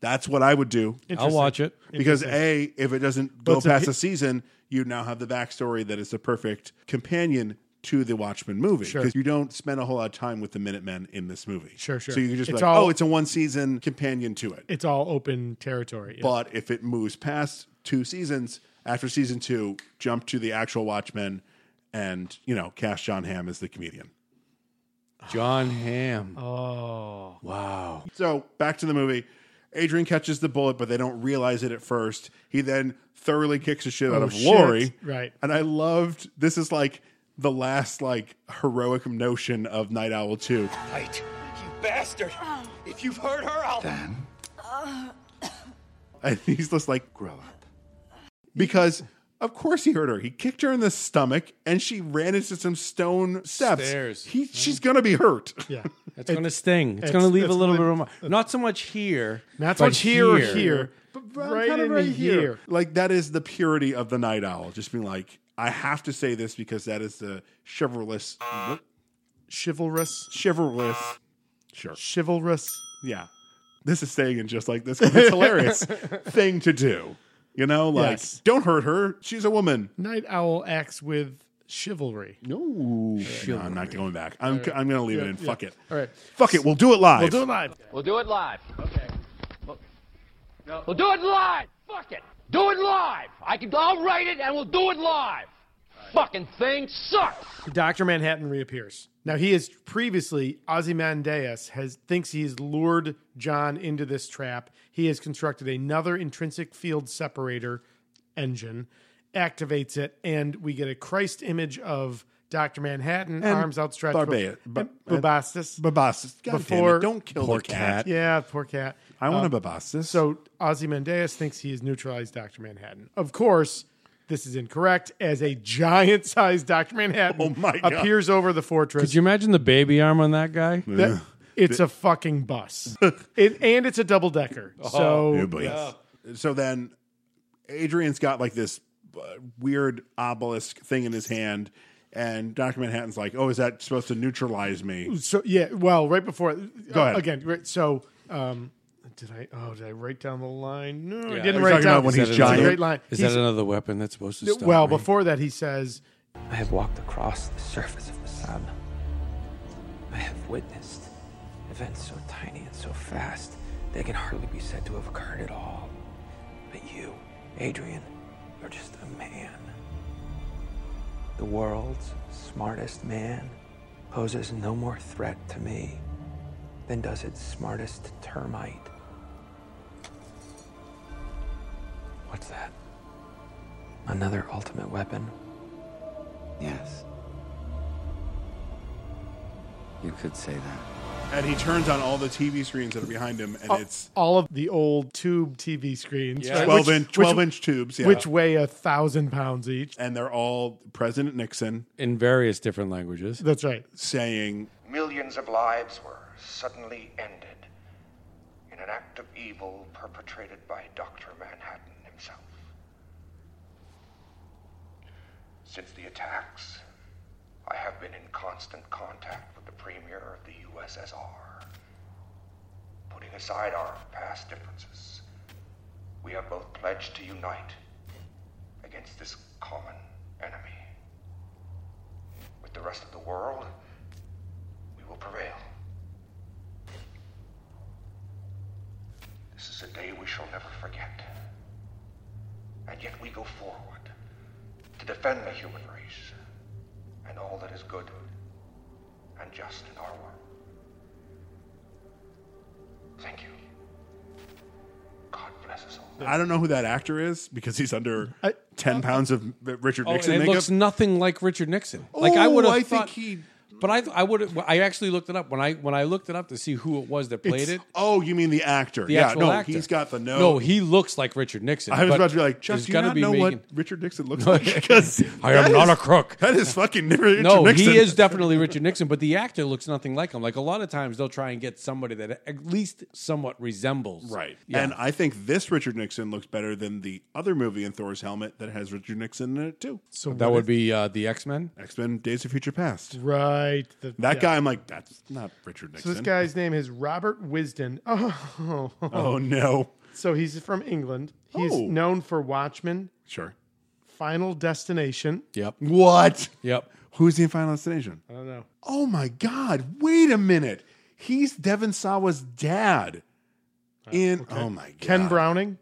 That's what I would do. I'll watch it. Because a, if it doesn't go it's a past pi- a season, you now have the backstory that is the perfect companion to the Watchmen movie. Because you don't spend a whole lot of time with the Minutemen in this movie. Sure, sure. So you can just be It's like, all- oh, it's a one season companion to it. it's all open territory. Yeah. But if it moves past two seasons, after season two, jump to the actual Watchmen, and you know, cast John Hamm as the comedian. John Hamm. oh, Wow. So back to the movie. Adrian catches the bullet, but they don't realize it at first. He then thoroughly kicks the shit out Oh, of shit. Lori. Right. And I loved this is like the last like heroic notion of Night Owl 2. Fight. Bastard! If you've hurt her, I'll. Then And he's just like grow up. because of course he hurt her. He kicked her in the stomach and she ran into some stone steps. Stairs. He, she's gonna be hurt. yeah. It's going to sting. It's, it's- going to leave it's a little bit gonna- of a mark. Not so much here. Not so but much here or here, but right, Kinda in right here. Like that is the purity of the Night Owl. Just being like, I have to say this because that is the chivalrous Chivalrous, chivalrous sure. chivalrous. Yeah. This is staying in just like this 'cause it's hilarious thing to do. You know, like Yes. don't hurt her. She's a woman. Night Owl acts with chivalry. No, I'm not going back. I'm I'm gonna leave it in. Fuck it. All right, Fuck it. We'll do it live. we'll do it live. We'll do it live. Okay. We'll do it live. Fuck it. Do it live. I can. I'll write it, and we'll do it live. Fucking thing sucks. Doctor Manhattan reappears. Now he is previously Ozymandias has thinks he has lured John into this trap. He has constructed another intrinsic field separator engine, activates it, and we get a Christ image of Doctor Manhattan, arms outstretched, Barbaeus. Ba- Babastus. Babastus. God damn Before- it. Don't kill Poor the cat. cat. yeah, poor cat. Um, I want a Babastus. So Ozymandias thinks he has neutralized Dr. Manhattan. Of course, this is incorrect, as a giant sized Dr. Manhattan Oh my God. appears over the fortress. Could you imagine the baby arm on that guy? That- it's a fucking bus. it, and it's a double decker. so, Oh. Yeah, but yes. So then Adrian's got like this uh, weird obelisk thing in his hand, and Dr. Manhattan's like, oh, is that supposed to neutralize me? so yeah, well, right before. uh, Go ahead. Again, right, so. Um, did I? Oh, did I write down the line? No, I Yeah. didn't Are you write talking down about when It's he's a great giant? line. Is He's- that another weapon that's supposed to No, stop Well, me? before that, he says, I have walked across the surface of the sun. I have witnessed events so tiny and so fast they can hardly be said to have occurred at all. But you, Adrian, you're just a man. The world's smartest man poses no more threat to me than does its smartest termite. What's that? Another ultimate weapon? Yes. You could say that. And he turns on all the TV screens that are behind him, Oh. and it's all of the old tube TV screens, Yeah. right? 12 Which- inch- which- 12 inch tubes, yeah. which weigh a thousand pounds each. and they're all President Nixon in various different languages. That's right. saying, Millions of lives were suddenly ended in an act of evil perpetrated by Dr. Manhattan himself. Since the attacks, I have been in constant contact with the Premier of the USSR. Putting aside our past differences, we have both pledged to unite against this common enemy. With the rest of the world, we will prevail. This is a day we shall never forget. And yet we go forward to defend the human race and all that is good and just in our world. Thank you. God bless us all. I don't know who that actor is because he's under 10 pounds of Richard Oh, and Nixon it makeup. looks nothing like Richard Nixon. like I Oh, would have I think thought, he- But I, I would. I actually looked it up when I when I looked it up to see who it was that played It's- it. Oh, you mean the actor? The yeah, actual no, actor. he's got the nose. No, he looks like Richard Nixon. I was but about to be like, Chuck, there's do you gotta not be know making- what Richard Nixon looks like? Because I am that not is- a crook. That is fucking Richard no, Nixon. he is definitely Richard Nixon, but the actor looks nothing like him. Like a lot of times, they'll try and get somebody that at least somewhat resembles. Right. Yeah. And I think this Richard Nixon looks better than the other movie in Thor's helmet that has Richard Nixon in it too. So that would be uh, the X Men. X Men Days of Future Past. Right. The- That yeah. guy, I'm like, that's not Richard Nixon. So this guy's name is Robert Wisden. Oh, Oh, no. So he's from England. He's Oh. known for Watchmen, Sure. Final Destination. Yep. What? Yep. Who's he in Final Destination? I don't know. Oh my God! Wait a minute. He's Devin Sawa's dad. In oh my God. Uh, Ken Browning.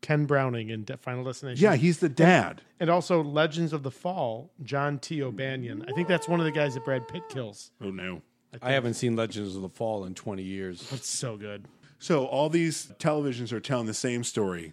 Ken Browning in De- Final Destination. Yeah, he's the dad. and also Legends of the Fall, John T. O'Banion. I think that's one of the guys that Brad Pitt kills. Oh no. I haven't seen Legends of the Fall in 20 years. That's so good. So all these televisions are telling the same story.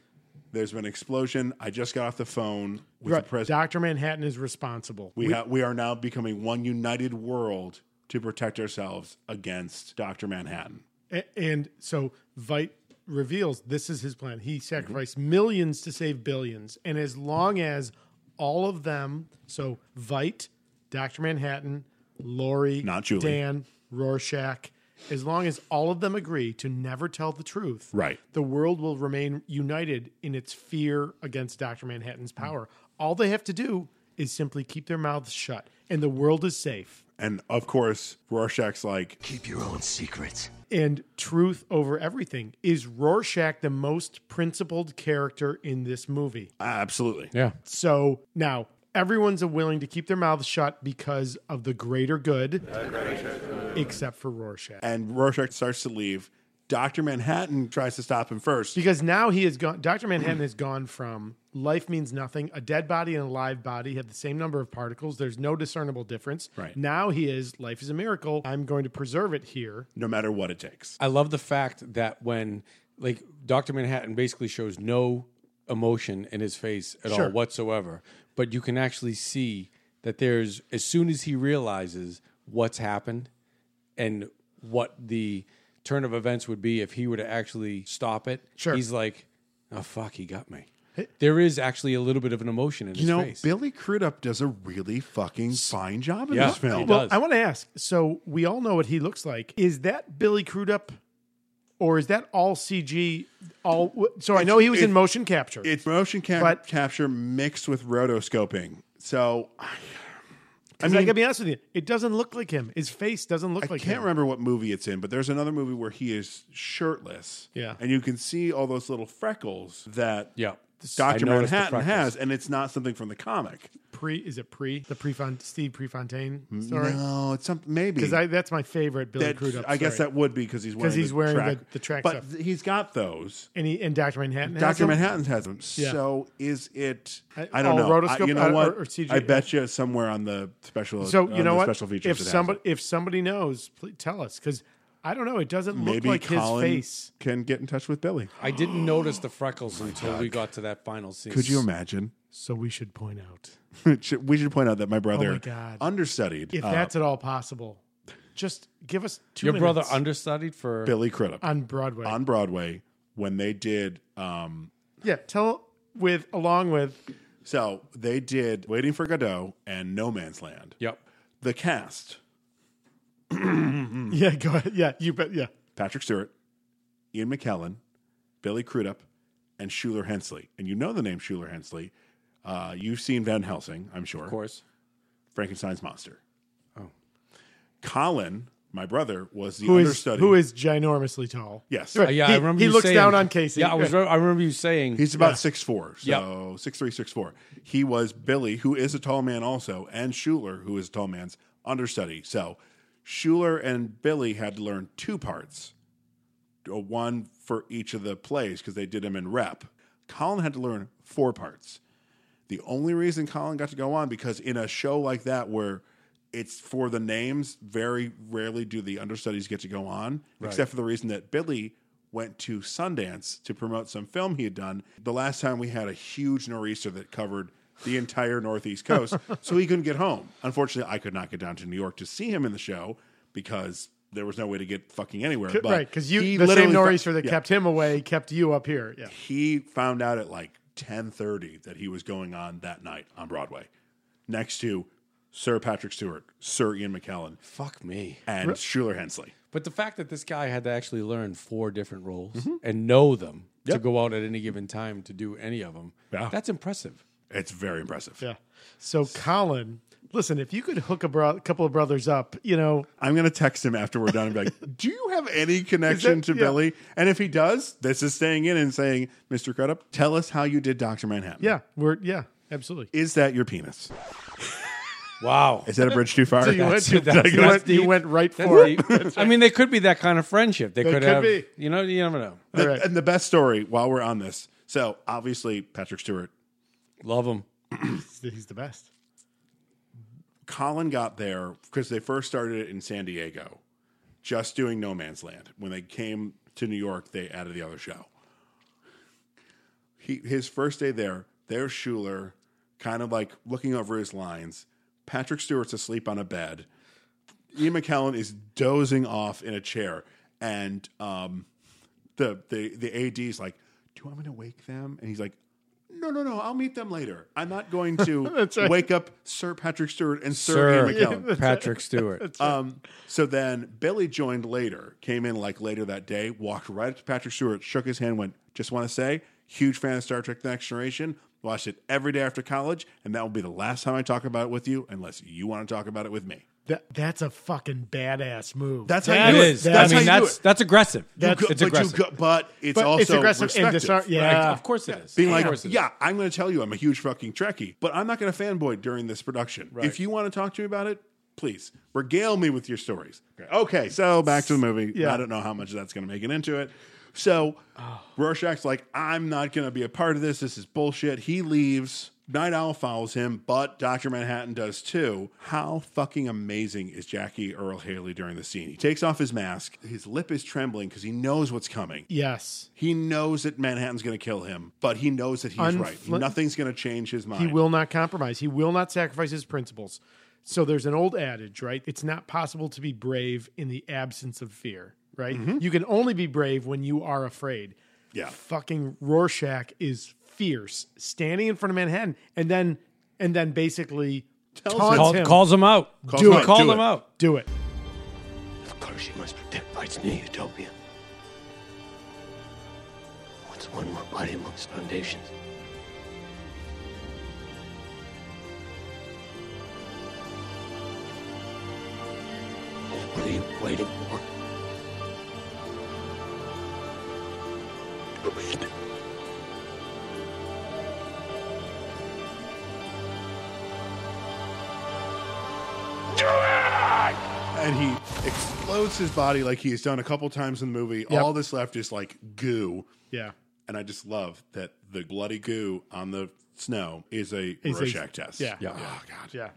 There's been an explosion. I just got off the phone with Right. the president. Dr. Manhattan is responsible. We, ha- we are now becoming one united world to protect ourselves against Dr. Manhattan. A- And so Vite reveals this is his plan. He sacrificed Mm-hmm. millions to save billions. And as long as all of them, so Vite, Dr. Manhattan, Lori, Not Julie. Dan, Rorschach, as long as all of them agree to never tell the truth, Right. the world will remain united in its fear against Dr. Manhattan's Mm-hmm. power. All they have to do is simply keep their mouths shut, and the world is safe. And of course, Rorschach's like, Keep your own secrets. and truth over everything. Is Rorschach the most principled character in this movie? absolutely. Yeah. So now everyone's willing to keep their mouths shut because of the greater good, except for Rorschach. And Rorschach starts to leave. Dr. Manhattan tries to stop him first. Because now he has gone, Dr. Manhattan has gone from life means nothing, a dead body and a live body have the same number of particles, there's no discernible difference. Right. Now he is, life is a miracle, I'm going to preserve it here. no matter what it takes. I love the fact that when like Dr. Manhattan basically shows no emotion in his face at Sure. all whatsoever, but you can actually see that there's as soon as he realizes what's happened and what the turn of events would be if he were to actually stop it, Sure. he's like, "Oh fuck, he got me." there is actually a little bit of an emotion in You his know, face. Billy Crudup does a really fucking fine job in Yeah, this film. he Well, does. I want to ask. So we all know what he looks like. Is that Billy Crudup, or is that all CG? All so I know he was in It's- motion capture. It's motion cap- But- capture mixed with rotoscoping. So I, I I mean, I mean, gotta be honest with you. It doesn't look like him. His face doesn't I look like can't him. remember what movie it's in, but there's another movie where he is shirtless. Yeah. And you can see all those little freckles that Yeah. Dr. I noticed the Manhattan freckles. has, and it's not something from the comic. Pre is it pre the Prefont Steve Prefontaine story? No, it's something maybe. Because that's my favorite Billy That- Crudup. I guess story. that would be because he's wearing, 'Cause he's the, wearing track. the- the track But stuff. he's got those. and he and Doctor Manhattan. has Doctor him? Manhattan has them. Yeah. So is it? I- I don't all know. I, rotoscope- you uh, know what? or- or CGI. I bet you somewhere on the special. So on you know the what? Special features. if it has somebody it. if somebody knows, please tell us because I don't know. It doesn't look maybe like Colin his face. can get in touch with Billy. I didn't notice the freckles until we got to that final scene. Could you imagine? So we should point out Should- we should point out that my brother Oh God. understudied if uh, that's at all possible. Just give us two Your brother minutes understudied for Billy Crudup on Broadway. on Broadway when they did. Um, yeah, tell with along with so they did Waiting for Godot and No Man's Land. Yep. The cast: Hmm. yeah. Go ahead. Yeah, you bet. Yeah, Patrick Stewart, Ian McKellen, Billy Crudup, and Schuler Hensley. And you know the name Schuler Hensley. Uh, you've seen Van Helsing, I'm sure. Of course. Frankenstein's monster. Oh. Colin, my brother, was the who is understudy. who is ginormously tall. Yes. Right, Uh, yeah, he, I remember he you looks saying- down on Casey. Yeah, I was. Right. I remember you saying He's about six four, Yep. so six three, six four. He was Billy, who is a tall man also, and Schuler, who is a tall man's understudy. So Schuler and Billy had to learn two parts, uh, one for each of the plays because they did them in rep. Colin had to learn four parts. The only reason Colin got to go on because in a show like that where it's for the names, very rarely do the understudies get to go on, except for the reason that Billy went to Sundance to promote some film he had done. The last time we had a huge nor'easter that covered the entire northeast coast, so he couldn't get home. Unfortunately, I could not get down to New York to see him in the show because there was no way to get fucking anywhere. Could- but right because you he the same literally fo- nor'easter that Yeah kept him away kept you up here. Yeah, he found out at like 10:30 that he was going on that night on Broadway next to Sir Patrick Stewart, Sir Ian McKellen, Fuck me. and Schuler Hensley. But the fact that this guy had to actually learn four different roles and know them to Yep. go out at any given time to do any of them, Yeah. that's impressive. It's very impressive. yeah. So Colin, listen, if you could hook a bro- couple of brothers up, you know, I'm going to text him after we're done and be like, "Do you have any connection Is that- to yeah. Billy?" And if he does, this is staying in and saying, "Mr. Crudup, tell us how you did Dr. Manhattan." yeah, we're yeah, absolutely. Is that your penis? Wow. Is that a bridge too far? So you went, That's- you, that's- you went, that's you deep. went right That's for it. deep. I mean, they could be that kind of friendship. They, could, could have, be. you know, you never know. The- All right. And the best story while we're on this. So, obviously, Patrick Stewart Love them. He's the best. Colin got there because they first started it in San Diego, just doing No Man's Land. When they came to New York, they added the other show. He his first day there, there's Schuler, kind of like looking over his lines. Patrick Stewart's asleep on a bed. Ian McKellen is dozing off in a chair, and um, the the the AD's like, "Do you want me to wake them?" And he's like, "No, no, no. I'll meet them later. I'm not going to right. wake up Sir Patrick Stewart and Sir, Ian McKellen." Sir Patrick Stewart. Um, so then Billy joined later, came in like later that day, walked right up to Patrick Stewart, shook his hand, went, Just want to say, huge fan of Star Trek The Next Generation. Watched it every day after college, and that will be the last time I talk about it with you, unless you want to talk about it with me. That, that's a fucking badass move. That's how That you do is. it. That's how I mean, you that's do it. that's aggressive. You go- but, it's aggressive. You go, but it's But also it's aggressive and respective. disar- yeah. Right, Of course it is. Being Of like, course it is. yeah, I'm going to tell you I'm a huge fucking Trekkie, but I'm not going to fanboy during this production. If you want to talk to me about it, please regale me with your stories. Okay, Okay, so back to the movie. Yeah. I don't know how much that's going to make it into it. So Rorschach's like, I'm not going to be a part of this. This is bullshit. He leaves. Night Owl follows him, but Dr. Manhattan does too. How fucking amazing is Jackie Earl Haley during the scene? He takes off his mask. His lip is trembling because he knows what's coming. Yes. He knows that Manhattan's going to kill him, but he knows that he's Unfl- right. Nothing's going to change his mind. He will not compromise. He will not sacrifice his principles. So there's an old adage, right? It's not possible to be brave in the absence of fear, right? You can only be brave when you are afraid. Mm-hmm. Yeah. Fucking Rorschach is fierce, standing in front of Manhattan, and then and then basically taunts Call- him. calls him out. Calls do him it. out. Call him out. Do it. Of course, you must protect White's new utopia. What's one more body amongst foundations? What are you waiting for? Do it. and he explodes his body like he has done a couple times in the movie. Yep. All that's left is like goo. Yeah. And I just love that the bloody goo on the snow is a Is a- Rorschach test. Yeah. yeah. Yeah. Oh, God. Yeah.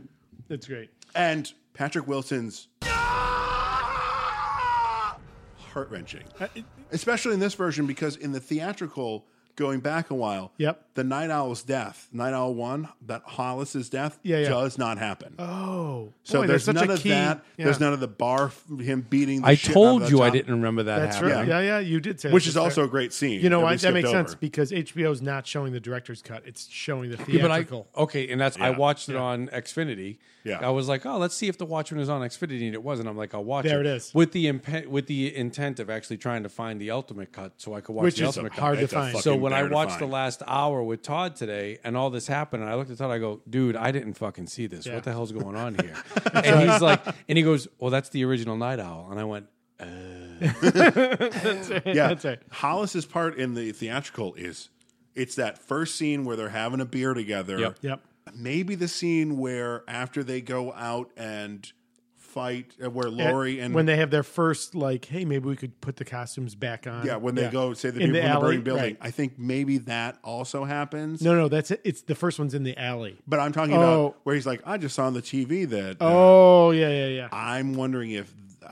It's great. And Patrick Wilson's heart wrenching, Uh, especially in this version because in the theatrical, going back a while, Yep. the Night Owl's death, Night Owl One, that Hollis's death, Yeah, yeah. does not happen. Oh. So Boy, there's such none a of key- that. yeah. There's none of the bar f- him beating. The I shit told out of you the I top. didn't remember that That's happening. right. Yeah, yeah, you did say that Which just is also a there. great scene You know that we why? That skipped makes over. sense because HBO's not showing the director's cut; it's showing the Yeah, but I- theatrical. okay, and that's I Yeah, watched it yeah. on Xfinity. Yeah. I was like, oh, let's see if the Watchmen is on Xfinity, and it was, and I'm like, I'll watch There it. it is. with the impe- with the intent of actually trying to find the ultimate cut, so I could watch Which the is ultimate hard cut. to It's a find. So fucking when I bear to watched find. the last hour with Todd today, and all this happened, and I looked at Todd, I go, dude, I didn't fucking see this. Yeah. What the hell's going on here? and he's like, and he goes, well, that's the original Night Owl, and I went. that's right. yeah, That's right. Hollis's part in the theatrical is it's that first scene where they're having a beer together. Yep. Yep. Maybe the scene where after they go out and fight, uh, where Lori and, when they have their first like, hey, maybe we could put the costumes back on. yeah, when they go say the In people in the alley, burning building. right. I think maybe that also happens. No, no, that's it. It's the first one's in the alley. But I'm talking Oh. about where he's like, I just saw on the TV that. uh, Oh yeah, yeah, yeah. I'm wondering if. uh,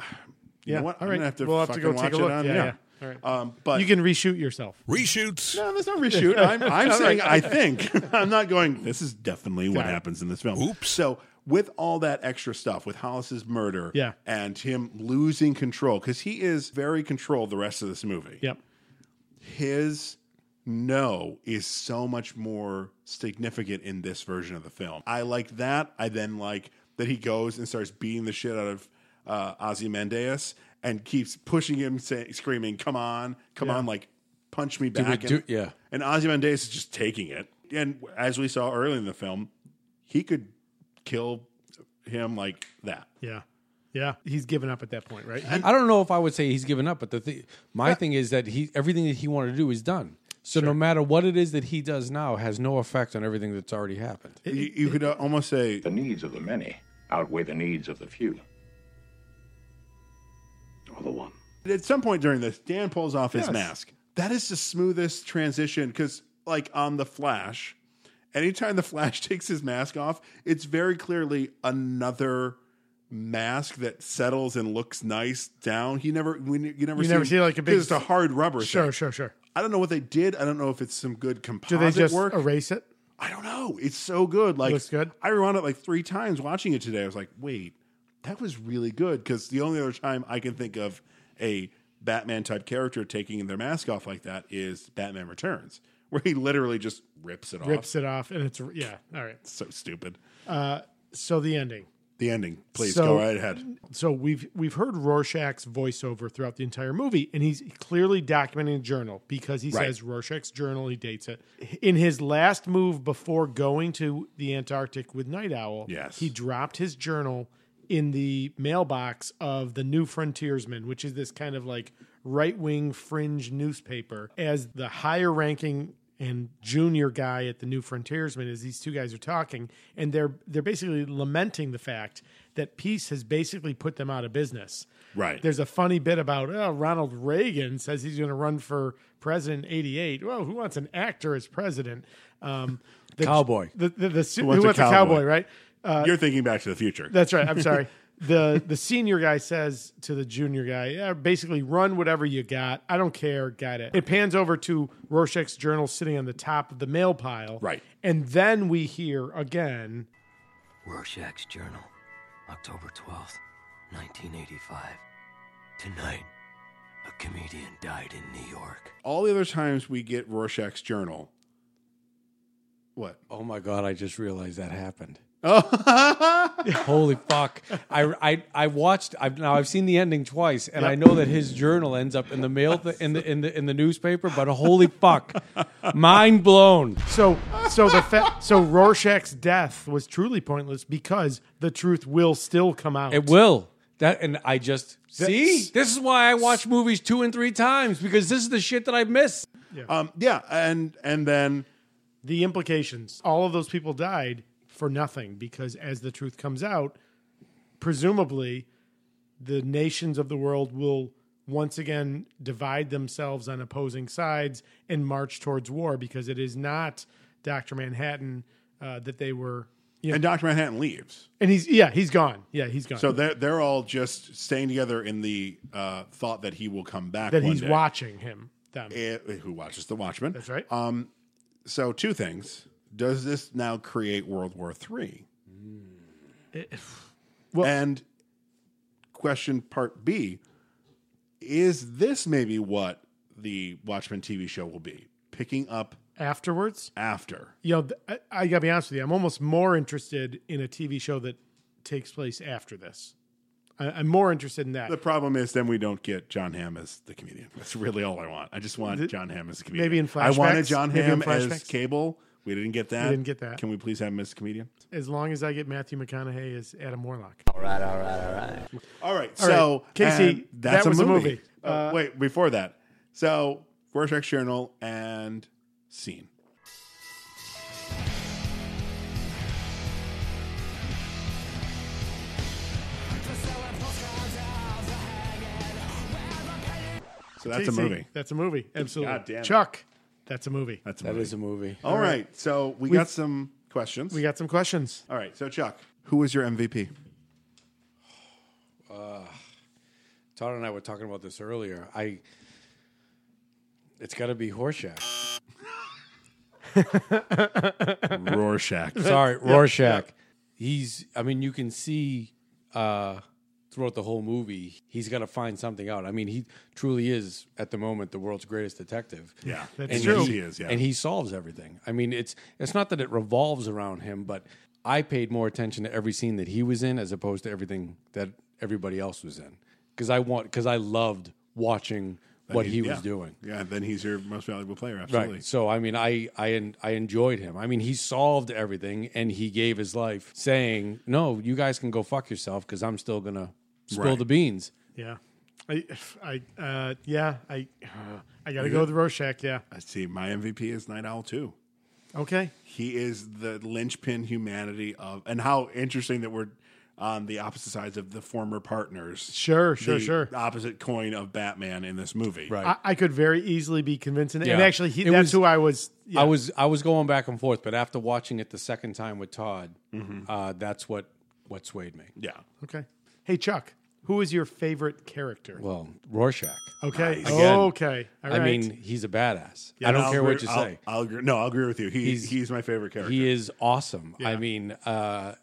you yeah. know what? All I'm right. gonna have to we'll have to fucking go watch take a it look. on. yeah, yeah. yeah. All right. Um, but you can reshoot yourself. Reshoots. No, there's no reshoot. I'm, I'm All saying right. I think. I'm not going, this is definitely what Got it. happens in this film. Oops. So, with all that extra stuff, with Hollis's murder Yeah. and him losing control, because he is very controlled the rest of this movie. Yep. His no is so much more significant in this version of the film. I like that. I then like that he goes and starts beating the shit out of uh, Ozymandias and keeps pushing him, say, screaming, come on, come Yeah. on, like punch me Do it, back. do- and, yeah. and Ozymandias is just taking it. And as we saw early in the film, he could kill him like that. Yeah, yeah. He's given up at that point, right? He- I don't know if I would say he's given up, but the thi- my thing is that he everything that he wanted to do is done. So no matter what it is that he does now has no effect on everything that's already happened. You, you could uh, almost say, The needs of the many outweigh the needs of the few. Or the one. at some point during this, Dan pulls off his Yes. mask. That is the smoothest transition because, like on the Flash, anytime the Flash takes his mask off, it's very clearly another mask that settles and looks nice down. He never, we, you never, You never see, like, a big- 'cause it's a hard rubber. Sure, thing. sure, sure. I don't know what they did. I don't know if it's some good Do composite they just work. erase it? I don't know. It's so good. Like Looks good? I rewound it like three times watching it today. I was like, wait, that was really good. Because the only other time I can think of a Batman type character taking their mask off like that is Batman Returns, where he literally just rips it Rips off. it off, and it's yeah. All right. So stupid. Uh, so the ending. The ending. Please So- go right ahead. So we've we've heard Rorschach's voiceover throughout the entire movie, and he's clearly documenting a journal because he Right. says Rorschach's journal. He dates it in his last move before going to the Antarctic with Night Owl. Yes. he dropped his journal in the mailbox of the New Frontiersman, which is this kind of like right wing fringe newspaper. As the higher ranking and junior guy at the New Frontiersman, as these two guys are talking, and they're they're basically lamenting the fact that peace has basically put them out of business. Right. There's a funny bit about oh, Ronald Reagan says he's going to run for president in '88. Well, who wants an actor as president? Um, the, Cowboy. The, the, the, who wants wants, a a, cowboy? cowboy? Right. Uh, You're thinking back to the future. that's right. I'm sorry. the The senior guy says to the junior guy, yeah, basically, run whatever you got. I don't care. Got it. It pans over to Rorschach's journal sitting on the top of the mail pile. Right. And then we hear again. Rorschach's Journal, October 12th, 1985. Tonight, A comedian died in New York. All the other times we get Rorschach's journal. What? Oh my god! I just realized that happened. Oh, Holy fuck! I, I I watched. I've now I've seen the ending twice, and I know that his journal ends up in the mail th- in the in the in the newspaper. But holy fuck, mind blown. So, so the fa- so Rorschach's death was truly pointless because the truth will still come out. It will that, and I just see. This is why I watch movies two and three times because this is the shit that I miss. yeah. Um, yeah, and and then the implications. All of those people died for nothing because as the truth comes out, presumably the nations of the world will once again divide themselves on opposing sides and march towards war because it is not Dr. Manhattan uh, that they were. You know, and Doctor Manhattan leaves. and he's, yeah, he's gone. Yeah, he's gone. So they're they're all just staying together in the uh, thought that he will come back. that one he's day. watching him, them. Eh, who watches the Watchmen? That's right. Um, so two things: does this now create World War Three? Well- and question part B: Is this maybe what the Watchmen TV show will be picking up Afterwards, after? you know, th- I, I gotta be honest with you. I'm almost more interested in a TV show that takes place after this. I, I'm more interested in that. The problem is then we don't get John Hamm as the comedian. That's really all I want. I just want The- John Hamm as a comedian. maybe in I wanted flashbacks? John Maybe in Hamm as flashbacks? Cable. We didn't get that. didn't get that. Can we please have him as a comedian? as long as I get Matthew McConaughey as Adam Warlock. Oh, All right, all right, all right. All right. All so right, Casey, and that's that was a a movie. movie. Uh, Oh, wait, before that, so Rorschach Journal and scene. So that's a Casey, movie. That's a movie. Absolutely. God damn it. Chuck, that's a movie. That's a That movie. is a movie. All right. So we We've- got some questions. We got some questions. All right. So Chuck, who was your MVP? Todd and I were talking about this earlier. I it's got to be Horseshack. Rorschach. Sorry, Rorschach. He's. I mean, you can see uh, throughout the whole movie, he's got to find something out. I mean, he truly is at the moment the world's greatest detective. Yeah, That's true. He is. Yeah. and he solves everything. I mean, it's it's not that it revolves around him, but I paid more attention to every scene that he was in as opposed to everything that everybody else was in because I want because I loved watching what he, was yeah. doing. Yeah. Then he's your most valuable player. Absolutely. Right. So I mean, I I en- I enjoyed him. I mean, he solved everything and he gave his life, saying, "No, you guys can go fuck yourself because I'm still gonna spill Right. the beans." Yeah. I, I, uh, yeah, I, uh, I gotta go with Rorschach. Yeah. I see. My MVP is Night Owl too. Okay. He is the linchpin humanity of, and how interesting that we're on the opposite sides of the former partners. Sure, sure, The sure. Opposite coin of Batman in this movie. Right. I, I could very easily be convincing. And Yeah. actually, he, It that's was- who I was. yeah. I was I was going back and forth, but after watching it the second time with Todd, Mm-hmm. uh, that's what what swayed me. Yeah. Okay. Hey, Chuck, who is your favorite character? Well, Rorschach. Oh, Okay. Nice. Again, Okay. All right. I mean, he's a badass. I I'll don't care what agree- you I'll- say. I'll agree- no, I'll agree with you. He, he's He's- my favorite character. He is awesome. I mean, uh,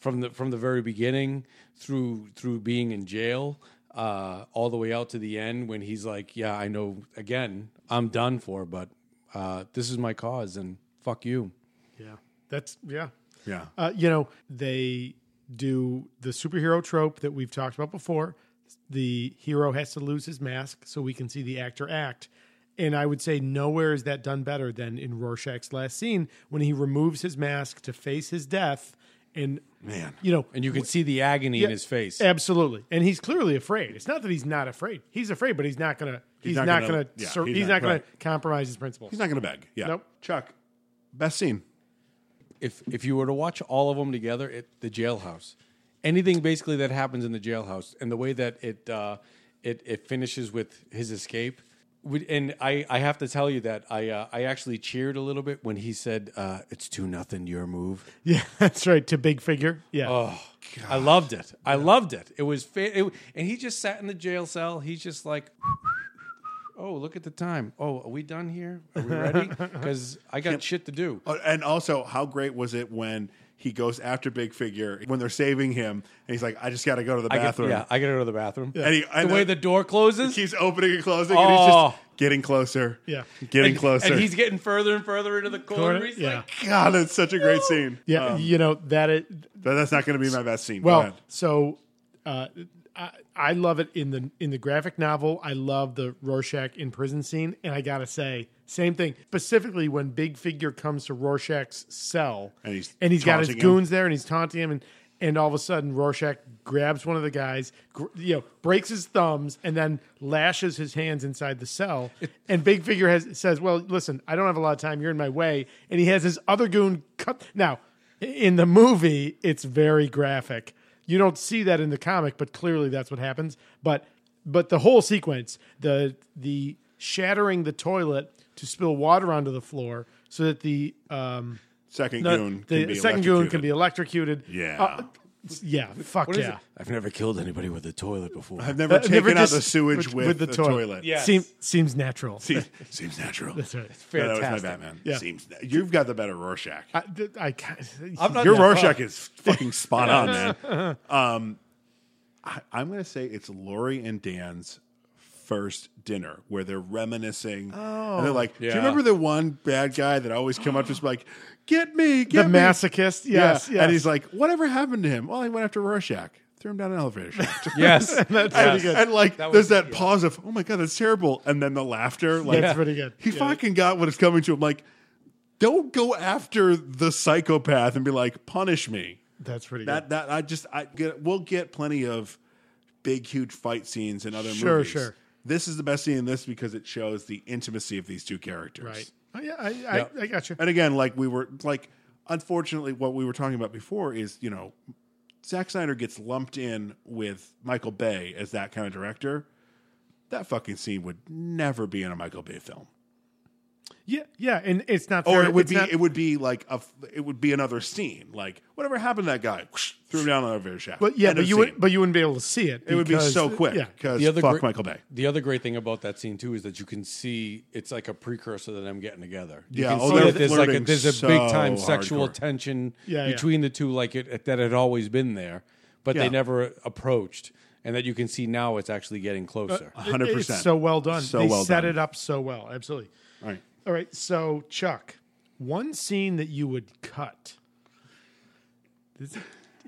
from the from the very beginning through through being in jail, uh, all the way out to the end when he's like, "Yeah, I know. Again, I'm done for, but uh, this is my cause, and fuck you." yeah. That's yeah. yeah. Uh, you know, they do the superhero trope that we've talked about before. The hero has to lose his mask so we can see the actor act. And I would say nowhere is that done better than in Rorschach's last scene when he removes his mask to face his death. And, Man. you know, And you can see the agony in his face. Absolutely, and he's clearly afraid. It's not that he's not afraid. He's afraid, but he's not gonna. He's, not not, gonna- gonna. yeah, sur- he's he's, not- not, gonna right. compromise his principles. He's not going to beg. Yeah. Nope. Chuck, best scene. if if you were to watch all of them together at the jailhouse, anything basically that happens in the jailhouse and the way that it uh, it it finishes with his escape. would- And I, I have to tell you that I uh, I actually cheered a little bit when he said uh, it's two nothing your move. yeah, that's right. To big figure. Yeah. Oh, I loved it. I loved it. It was fa- it, and he just sat in the jail cell. He's just like, oh look at the time. Oh, are we done here? Are we ready? Because I got shit to do. Uh, and also, how great was it when he goes after Big Figure when they're saving him, and he's like, "I just got to go to the I get- bathroom." yeah, I gotta go to the bathroom. And he, the way the door closes, he's opening and closing, and he's just Oh. getting closer. Yeah. getting and, closer. and he's getting further and further into the corner. Corner, He's yeah. like, God, that's such a great scene. Yeah, Um, you know that it but that's not going to be my best scene. Go Well, ahead. so uh, I, I love it in the in the graphic novel. I love the Rorschach in prison scene, and I gotta say, same thing. Specifically, when Big Figure comes to Rorschach's cell, And he's and he's got his taunting him. goons there, and he's taunting him, and and all of a sudden, Rorschach grabs one of the guys, gr- you know, breaks his thumbs, and then lashes his hands inside the cell. And Big Figure has says, "Well, listen, I don't have a lot of time. You're in my way." And he has his other goon cut. Now, in the movie, it's very graphic. You don't see that in the comic, but clearly that's what happens. But but the whole sequence, the the shattering the toilet to spill water onto the floor so that the um, Second the, goon the can be second goon can be electrocuted. Yeah. Uh, yeah, fuck What is yeah. it? I've never killed anybody with a toilet before. I've never Uh, taken out the sewage with, the, toilet. Yes. Seem, seems natural. Seem- seems natural. That's right. It's No, that was fantastic. my Batman. Yeah. Seems you've got the better Rorschach. I, d- I ca- I'm not- Your Yeah. Rorschach is fucking spot on, man. Um, I, I'm gonna say it's Lori and Dan's first dinner where they're reminiscing. and Oh, they're like, "Do Yeah. you remember the one bad guy that always come up just like, get me, the get me, masochist. Yeah. Yes, yes. And he's like, "Whatever happened to him? Well, he went after Rorschach." Threw him down an elevator shaft. Yes. and, Yes. and, like, That there's was- that pause of, oh my God, that's terrible. And then the laughter. Like, That's pretty good. He Yeah. fucking got what is coming to him. Like, don't go after the psychopath and be like, punish me. That's pretty good. That, that, I just, I get, we'll get plenty of big, huge fight scenes in other Sure, movies. sure. This is the best scene in this because it shows the intimacy of these two characters. Right. Oh, yeah, I, I, Yeah. I got you. And again, like we were like, unfortunately, what we were talking about before is you know, Zack Snyder gets lumped in with Michael Bay as that kind of director. That fucking scene would never be in a Michael Bay film, Yeah, yeah, and it's not. or fair- it would it's be not- it would be like a f- it would be another scene. Like whatever happened to that guy, Whoosh, threw him down on a elevator shaft. but yeah, End but of you would, scene. but you wouldn't be able to see it. it would be because- so quick Yeah, because The other fuck great- Michael Bay. The other great thing about that scene too is that you can see it's like a precursor to them getting together. You Yeah, can oh, see they're that there's like a, flirting there's a so big time sexual hardcore. tension Yeah, yeah. between the two, like it that had always been there, but Yeah. they never approached, and that you can see now it's actually getting closer. Uh, It- 100%. it's So well done. So they well set done. it up so well. Absolutely. All right. All right. So Chuck, one scene that you would cut. This-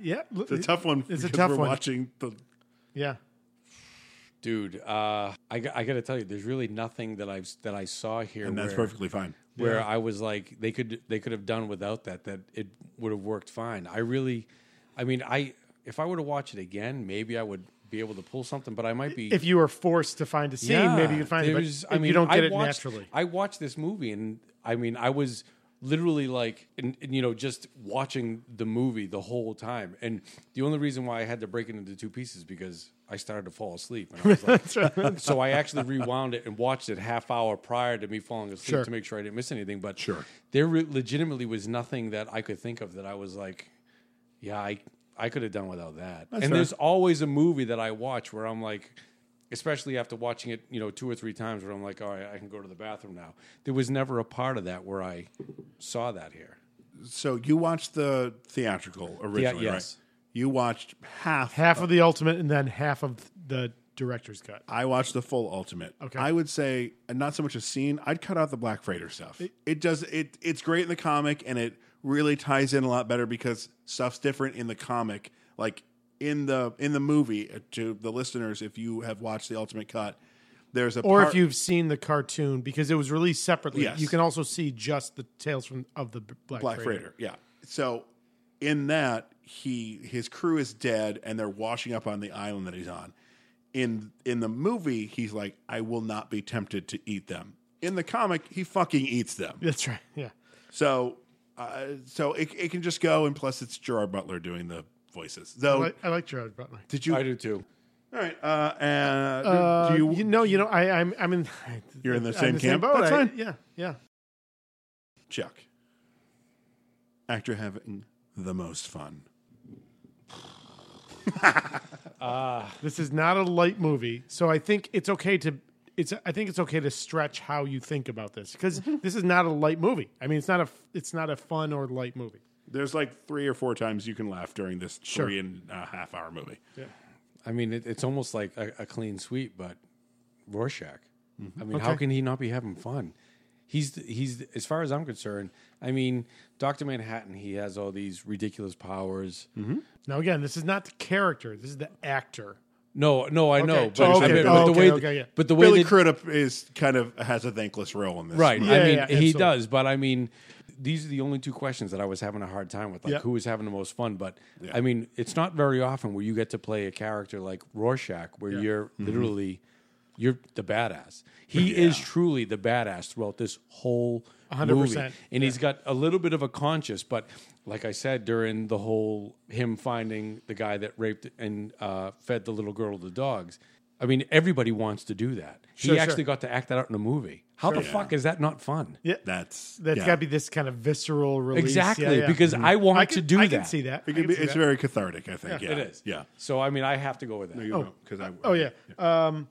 yeah, It's a tough one. It's a because tough we're one. Watching the Yeah. Dude, uh, I, g- I got to tell you, there's really nothing that I've s- that I saw here. and that's where- perfectly fine. where I was like, they could they could have done without that. That it would have worked fine. I really, I mean, I if I were to watch it again, maybe I would be able to pull something. But I might be If you were forced to find a scene, maybe you could find it. But there's- if you don't get it watched, naturally. I watched this movie, and I mean, I was literally like, and, and, you know, just watching the movie the whole time. And the only reason why I had to break it into two pieces because I started to fall asleep. And I was like, so I actually rewound it and watched it half hour prior to me falling asleep Sure. to make sure I didn't miss anything. But Sure. there re- legitimately was nothing that I could think of that I was like, yeah, I I could have done without that. and fair. there's always a movie that I watch where I'm like, especially after watching it, you know, two or three times, where I'm like, all right, I can go to the bathroom now. There was never a part of that where I saw that here. So you watched the theatrical originally, yes. right? You watched half. half of the ultimate, and then half of the director's cut. I watched the full ultimate. Okay. I would say, and not so much a scene. I'd cut out the Black Freighter stuff. It, does. It it's great in the comic, and it really ties in a lot better because stuff's different in the comic. Like in the in the movie, uh, to the listeners, if you have watched the ultimate cut, there's a or part, if you've seen the cartoon because it was released separately Yes. you can also see just the tales from of the B- black, Black freighter. Freighter. Yeah. So in that he his crew is dead and they're washing up on the island that he's on. In in the movie, he's like, I will not be tempted to eat them. In the comic, he fucking eats them. that's right yeah So uh, so it it can just go and plus it's Gerard Butler doing the voices. I Though like, I like gerard butler did you I all do too. right, uh and uh, do you, you, know you know i i'm i'm in You're in the I'm same camp? boat. That's I- fine. yeah yeah Chuck. Actor having the most fun. this is not a light movie so i think it's okay to it's i think it's okay to stretch how you think about this because this is not a light movie i mean it's not a it's not a fun or light movie There's like three or four times you can laugh during this three and a half hour movie. Yeah. I mean, it, it's almost like a, a clean sweep, but Rorschach. I mean, how Mm-hmm. Okay. can he not be having fun? He's the- he's the- as far as I'm concerned. I mean, Doctor Manhattan. He has all these ridiculous powers. Mm-hmm. Now again, this is not the character. This is the actor. No, no, I Okay. know. Oh, I okay. mean, Oh, but the okay, way, okay, yeah. but the way Billy that- Crudup is kind of has a thankless role in this. Right. movie. I mean, yeah, he absolutely. does, but I mean, these are the only two questions that I was having a hard time with, like Yeah. who was having the most fun. But I mean, it's not very often where you get to play a character like Rorschach, where you're Mm-hmm. literally you're the badass. He is truly the badass throughout this whole 100%. movie, and he's got a little bit of a conscience. But like I said, during the whole him finding the guy that raped and uh, fed the little girl to the dogs. I mean, everybody wants to do that. Sure, sure. he actually got to act that out in a movie. How the Sure. fuck is that not fun? Yeah. That's That's yeah. got to be this kind of visceral release. Exactly, Yeah, yeah. because I want I can- to do I that. can see that. It I can can be- see it's that. very cathartic, I think. Yeah. It is. Yeah. So I mean, I have to go with that. You know, 'cause I, Oh yeah. Um,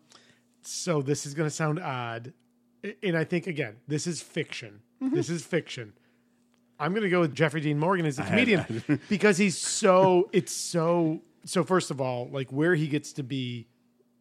so this is going to sound odd, A- and I think again, this is fiction. Mm-hmm. This is fiction. I'm going to go with Jeffrey Dean Morgan as a comedian because he's so it's so so. First of all, like where he gets to be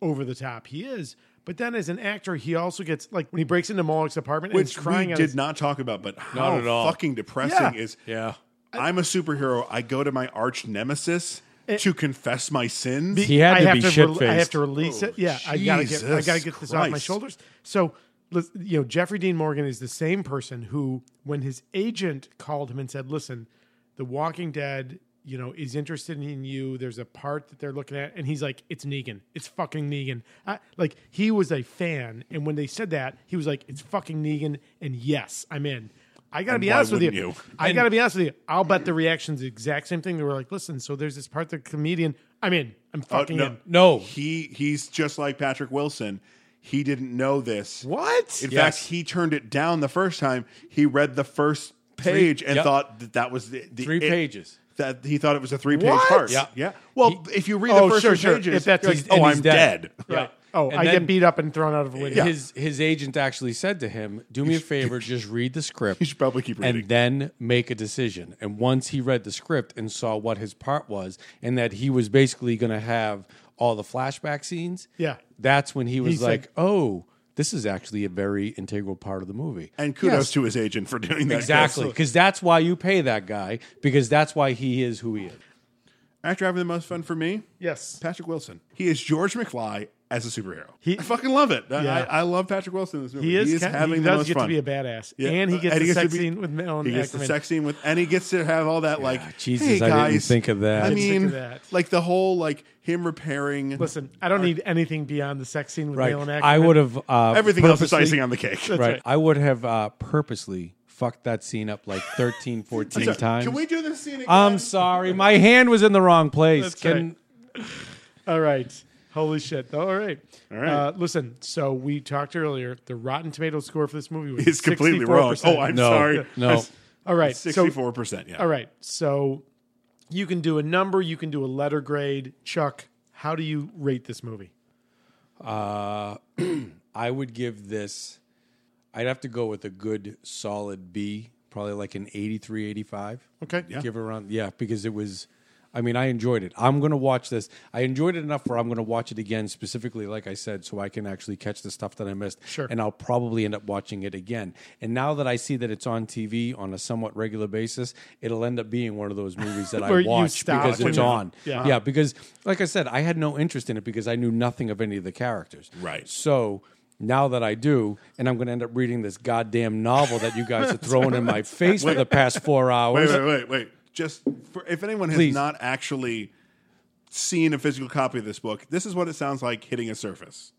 over the top, he is. But then as an actor, he also gets like when he breaks into Moloch's apartment, and Which he's crying we out did his- not talk about, but how at all. fucking depressing Yeah. is Yeah. I'm a superhero. I go to my arch nemesis Eh. to confess my sins. Be- He had I to have be to shit-faced. I have to release it. Yeah, I gotta get. I Jesus gotta get this off my Christ. shoulders. So, lis- you know, Jeffrey Dean Morgan is the same person who, when his agent called him and said, "Listen, The Walking Dead, you know, is interested in you. There's a part that they're looking at," and he's like, "It's Negan. It's fucking Negan." I, like he was a fan, and when they said that, he was like, "It's fucking Negan," and yes, I'm in. I gotta And be why honest with you. wouldn't you? I gotta be honest with you. I'll bet the reaction's the exact same thing. They were like, "Listen, so there's this part the comedian. I'm in. I'm Oh, fucking in." No. He he's just like Patrick Wilson. He didn't know this. What? In Yes. fact, he turned it down the first time. He read the first page and yep. thought that that was the, the Three it. pages. That he thought it was a three page What? part. Yeah. yeah. Well, if you read the Oh, first sure, three sure. pages, If that's you're his- like, oh, and he's I'm dead. dead. Right. Oh, And I then- get beat up and thrown out of a window. His his agent actually said to him, "Do me a favor, just read the script. You should probably keep reading. and then make a decision." And once he read the script and saw what his part was, and that he was basically going to have all the flashback scenes, Yeah. that's when he was He's like, like- "Oh, this is actually a very integral part of the movie." and kudos Yes. to his agent for doing that. exactly because that's why you pay that guy because that's why he is who he is. Actor having the most fun for me? Yes. Patrick Wilson. He is George McFly as a superhero. He- I fucking love it. I- Yeah. I, I love Patrick Wilson in this movie. He is, ca- having he the does most get fun. to be a badass, Yeah. Uh, and he gets And the to sex be- scene with Melon He gets Ackerman. the sex scene with, and he gets to have all that like, Jesus, hey I didn't guys, think of that. I I didn't think mean, of that. like the whole like him repairing. Listen, I don't need anything beyond the sex scene with Right, Malin Ackerman. I would have uh, everything else is purposely- icing on the cake. right. I would have uh, purposely fucked that scene up like 13, 14 So, times. Can we do this scene again? Um, I'm sorry. My hand was in the wrong place. That's Can All right. Holy shit. All right. All right. Uh, listen, so we talked earlier. The Rotten Tomato score for this movie was It's completely wrong. 64%. Oh, I'm No, sorry. no. all right. So sixty-four percent. Yeah. All right. So you can do a number, you can do a letter grade. Chuck, how do you rate this movie? uh, I would give this. I'd have to go with a good solid B, probably like an 83, 85. Okay. Yeah. Give it around. Yeah, because it was. I mean, I enjoyed it. I'm going to watch this. I enjoyed it enough where I'm going to watch it again, specifically, like I said, so I can actually catch the stuff that I missed. Sure. And I'll probably end up watching it again. And now that I see that it's on TV on a somewhat regular basis, it'll end up being one of those movies that Where I you watch stop because and- it's on. Yeah. yeah, because like I said, I had no interest in it because I knew nothing of any of the characters. Right. So now that I do, and I'm going to end up reading this goddamn novel that you guys are throwing in my face for the past four hours. Wait, wait, wait, wait. Just for, if anyone has Please. not actually seen a physical copy of this book, this is what it sounds like hitting a surface.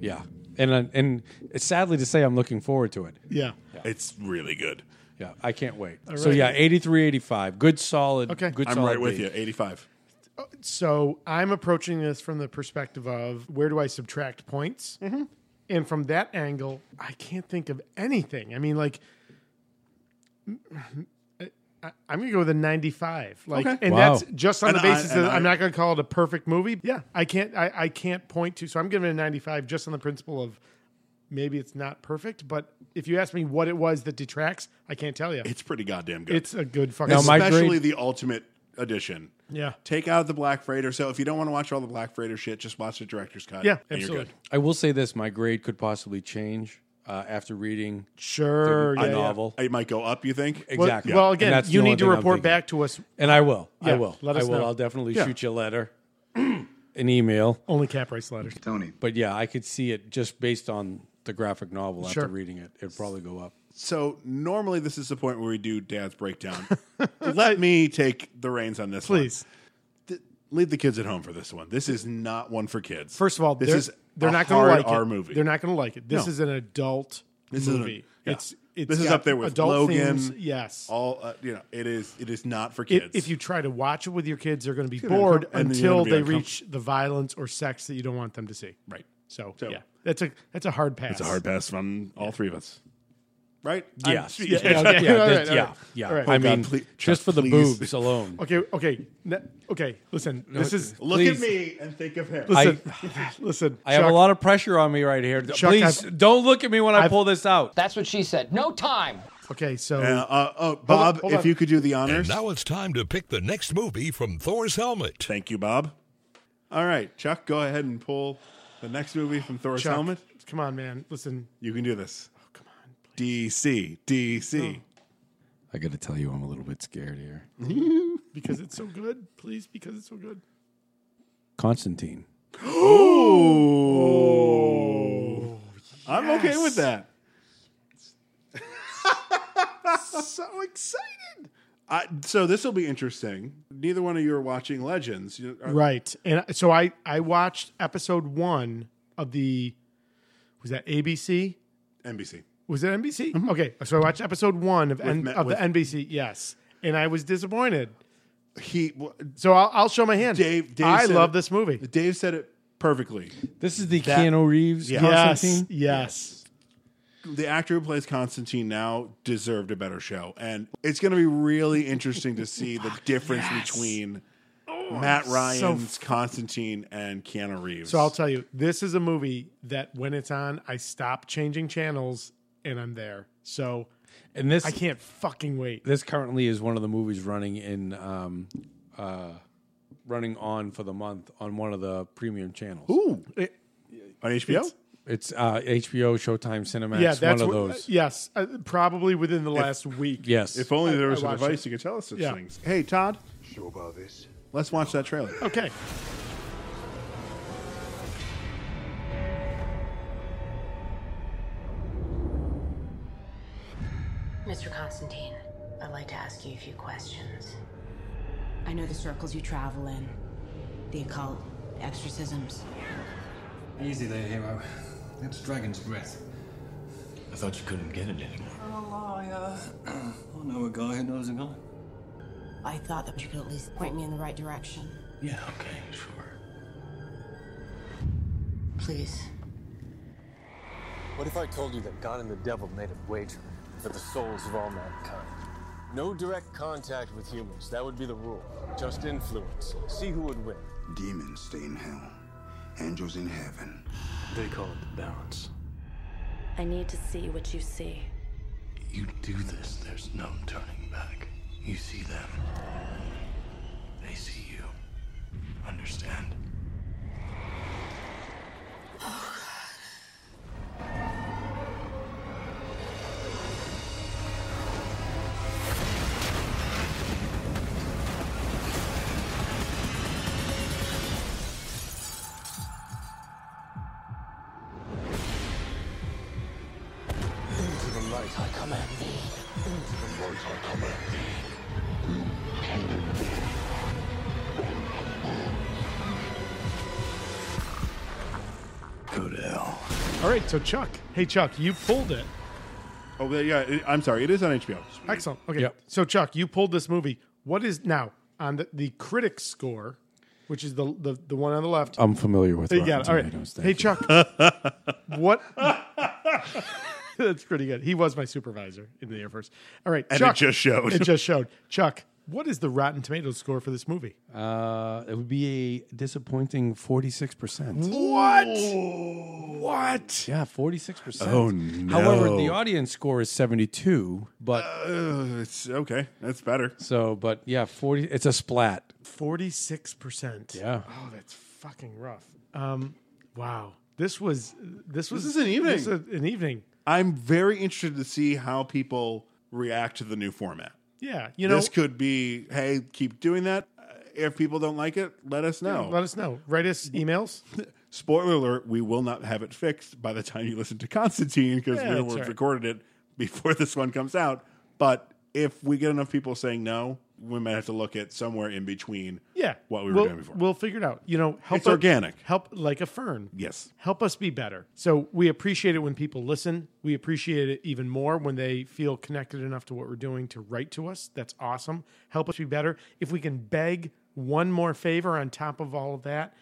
Yeah, and I- and it's sadly to say, I'm looking forward to it. Yeah. It's really good. Yeah, I can't wait. So yeah, 83, 85, good solid. Okay. good. I'm solid right with beat. you. 85. So I'm approaching this from the perspective of where do I subtract points? Mm-hmm. And from that angle, I can't think of anything. I mean, like, I, I'm going to go with a 95. Like, Okay. and Wow. that's just on And the I- basis and that I- I'm not going to call it a perfect movie. Yeah, I can't. I, I can't point to. So I'm giving it a 95 just on the principle of maybe it's not perfect, but if you ask me what it was that detracts, I can't tell you. It's pretty goddamn good. It's a good fucking. especially the ultimate edition. Yeah. Take out the Black Freighter. So if you don't want to watch all the Black Freighter shit, just watch the director's cut. Yeah, and you're absolutely. good. I will say this: my grade could possibly change uh, after reading Sure, the, yeah, the yeah. novel. It might go up. You think? Well- Exactly. Well, And again, that's the you only need to thing I'm report thinking. back to us. and I will. I Yeah, will. let I us will. know. I'll definitely Yeah. shoot you a letter, an email. Only cap race letters. Tony. But yeah, I could see it just based on the graphic novel Sure. after reading it. It'd probably go up. So normally this is the point where we do Dad's breakdown. Let me take the reins on this. Please. one. Th- leave the kids at home for this one. This is not one for kids. First of all, this they're, is they're a not going hard to like R it. movie. They're not going to like it. This No. is an adult This is a- movie. yeah. It's, it's this is got up there with adult Logan. themes. Yes. all uh, you know. It is. It is not for If- kids. if you try to watch it with your kids, they're going to be gonna bored uncom- and then you're until gonna be they uncom- reach the violence or sex that you don't want them to see. right, So, yeah, that's a that's a hard pass. it's a hard pass from all three of us. Right? Yes. I'm- Yeah, yeah, okay. yeah, All right, that's- all yeah, right. yeah. All right. I Oh, God, mean, please- just for the please. boobs alone. Okay, okay, Ne- okay. Listen, this is Look Please. at me and think of him. listen, listen. I have Chuck, a lot of pressure on me right here. Chuck, Please I've- don't look at me when I I've- pull this out. That's what she said. No time. Okay, so Uh, uh, oh, Bob, hold if on. you could do the And honors. now it's time to pick the next movie from Thor's helmet. Thank you, Bob. All right, Chuck, go ahead and pull the next movie from Thor's Chuck, helmet. Come on, man. Listen, You can do this. Oh, come on. DC, DC. I got to tell you, I'm a little bit scared here. because it's so good. Please, because it's so good. Constantine. Oh. I'm okay with that. So excited. I, so this will be interesting. Neither one of you are watching Legends. You- uh, are- Right. And so I I watched episode 1 of the was that ABC? NBC. Was it NBC? Mm-hmm. Okay. So I watched episode 1 of N, Ma- of with- the NBC. Yes. And I was disappointed. He well, So I'll, I'll show my hand. Dave- Dave I said love it. this movie. Dave said it perfectly. This is the Keanu Reeves Yeah. Yes. Constantine. Yes. The actor who plays Constantine now deserved a better show, and it's going to be really interesting to see the difference between Matt Ryan's Constantine and Keanu Reeves. So I'll tell you, this is a movie that when it's on, I stop changing channels and I'm there. So And this I can't fucking wait. this currently is one of the movies running in um uh running on for the month on one of the premium channels. Ooh. on HBO. It's- It's uh HBO, Showtime, Cinemax, yeah, that's one of what- those. Yes, uh, probably within the last week. Yes. If only there I- was I a watched device it. you could tell us such Yeah. things. Hey, Todd, Sure about this. let's watch that trailer. Okay. Mr. Constantine, I'd like to ask you a few questions. I know the circles you travel in the occult, exorcisms. Easy there, hero. That's Dragon's Breath. I thought you couldn't get it anymore. I'm a liar. I know a guy who knows a guy. I thought that you could at least point me in the right direction. Yeah, okay, sure. Please. What if I told you that God and the devil made a wager for the souls of all mankind? No direct contact with humans. That would be the rule. Just influence. See who would win. Demons stay in hell, angels in heaven. They call it the balance. I need to see what you see. You do this, there's no turning back. You see them. They see you. Understand? Into the light I come at thee. Into the light I come at thee. Go to hell. All right. So Chuck, hey Chuck, you pulled it. Oh, but yeah. it- I'm sorry. It is on HBO. Excellent. Okay. Yep. So Chuck, you pulled this movie. What is now on the, the critic score, which is the, the the one on the Oh, left? I'm familiar with Hey, Rotten you got it. All right. Tomatoes, thank Hey you. Chuck, what? That's pretty good. He was my supervisor in the Air Force. All right. And it Chuck, just showed. It just showed. Chuck, what is the Rotten Tomatoes score for this movie? Uh, it would be a disappointing 46%. What? What? Yeah, 46%. Oh, no. However, the audience score is 72, but Uh, it's okay. That's better. so but yeah, 40 it's a splat. 46%. Yeah. Oh, that's fucking rough. Um, wow. This was this was is an evening. this is an evening. I'm very interested to see how people react to the new format. Yeah, you know- this could be hey, keep doing that. Uh, If people don't like it, let us know. Let us know. Write us emails. Spoiler alert: We will not have it fixed by the time you listen to Constantine because Yeah, we that's will have right. recorded it before this one comes out. But if we get enough people saying no, we might have to look at somewhere in between. Yeah. what we were we'll, doing before. We'll figure it out. You know, help It's organic. Help like a fern. Yes. Help us be better. So we appreciate it when people listen. We appreciate it even more when they feel connected enough to what we're doing to write to us. That's awesome. Help us be better. If we can beg one more favor on top of all of that,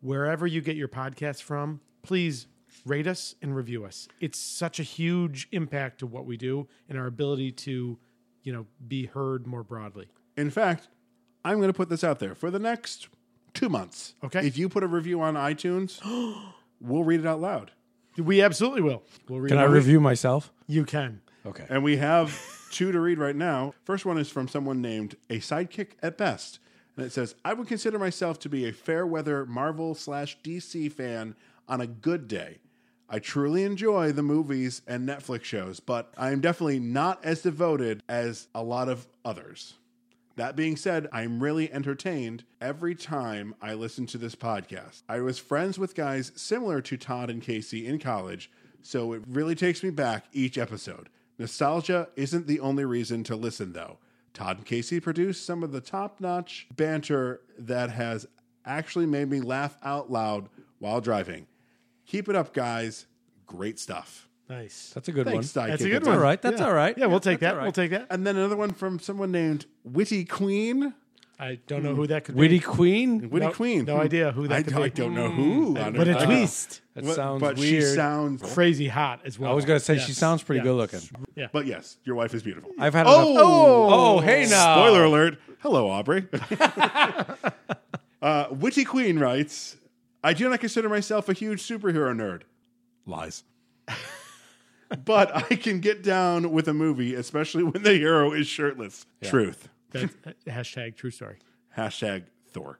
wherever you get your podcast from, please rate us and review us. It's such a huge impact to what we do and our ability to, you know, be heard more broadly. In fact, I'm going to put this out there for the next two months. Okay. If you put a review on iTunes, we'll read it out loud. We absolutely will. We'll read Can I it. review myself? You can. Okay. And we have two to read right now. First one is from someone named A Sidekick at Best. And it says, I would consider myself to be a fair weather Marvel slash DC fan on a good day. I truly enjoy the movies and Netflix shows, but I am definitely not as devoted as a lot of others. That being said, I'm really entertained every time I listen to this podcast. I was friends with guys similar to Todd and Casey in college, so it really takes me back each episode. Nostalgia isn't the only reason to listen, though. Todd and Casey produce some of the top notch banter that has actually made me laugh out loud while driving. Keep it up, guys. Great stuff. Nice. That's a good Thanks, one. Sidekick. That's a good That's one. all right. That's Yeah. all right. Yeah, we'll take that's that. all We'll right. take that. And then another one from someone named Witty Queen. I don't Hmm. know who that could Witty be. Queen. Witty No- Queen. no idea who that I, could I be. don't know who. Mm. I don't What a know. twist. That What- sounds but weird. she sounds Crazy hot as well. I was going to say she Yes. sounds pretty Yeah. good looking. Yeah. But yes, your wife is beautiful. I've had oh, enough- Oh, oh, hey now. Spoiler alert. Hello, Aubrey. uh, Witty Queen writes, I do not consider myself a huge superhero nerd. Lies. but I can get down with a movie, especially when the hero is shirtless. Truth. That's, uh, hashtag true story. Hashtag Thor.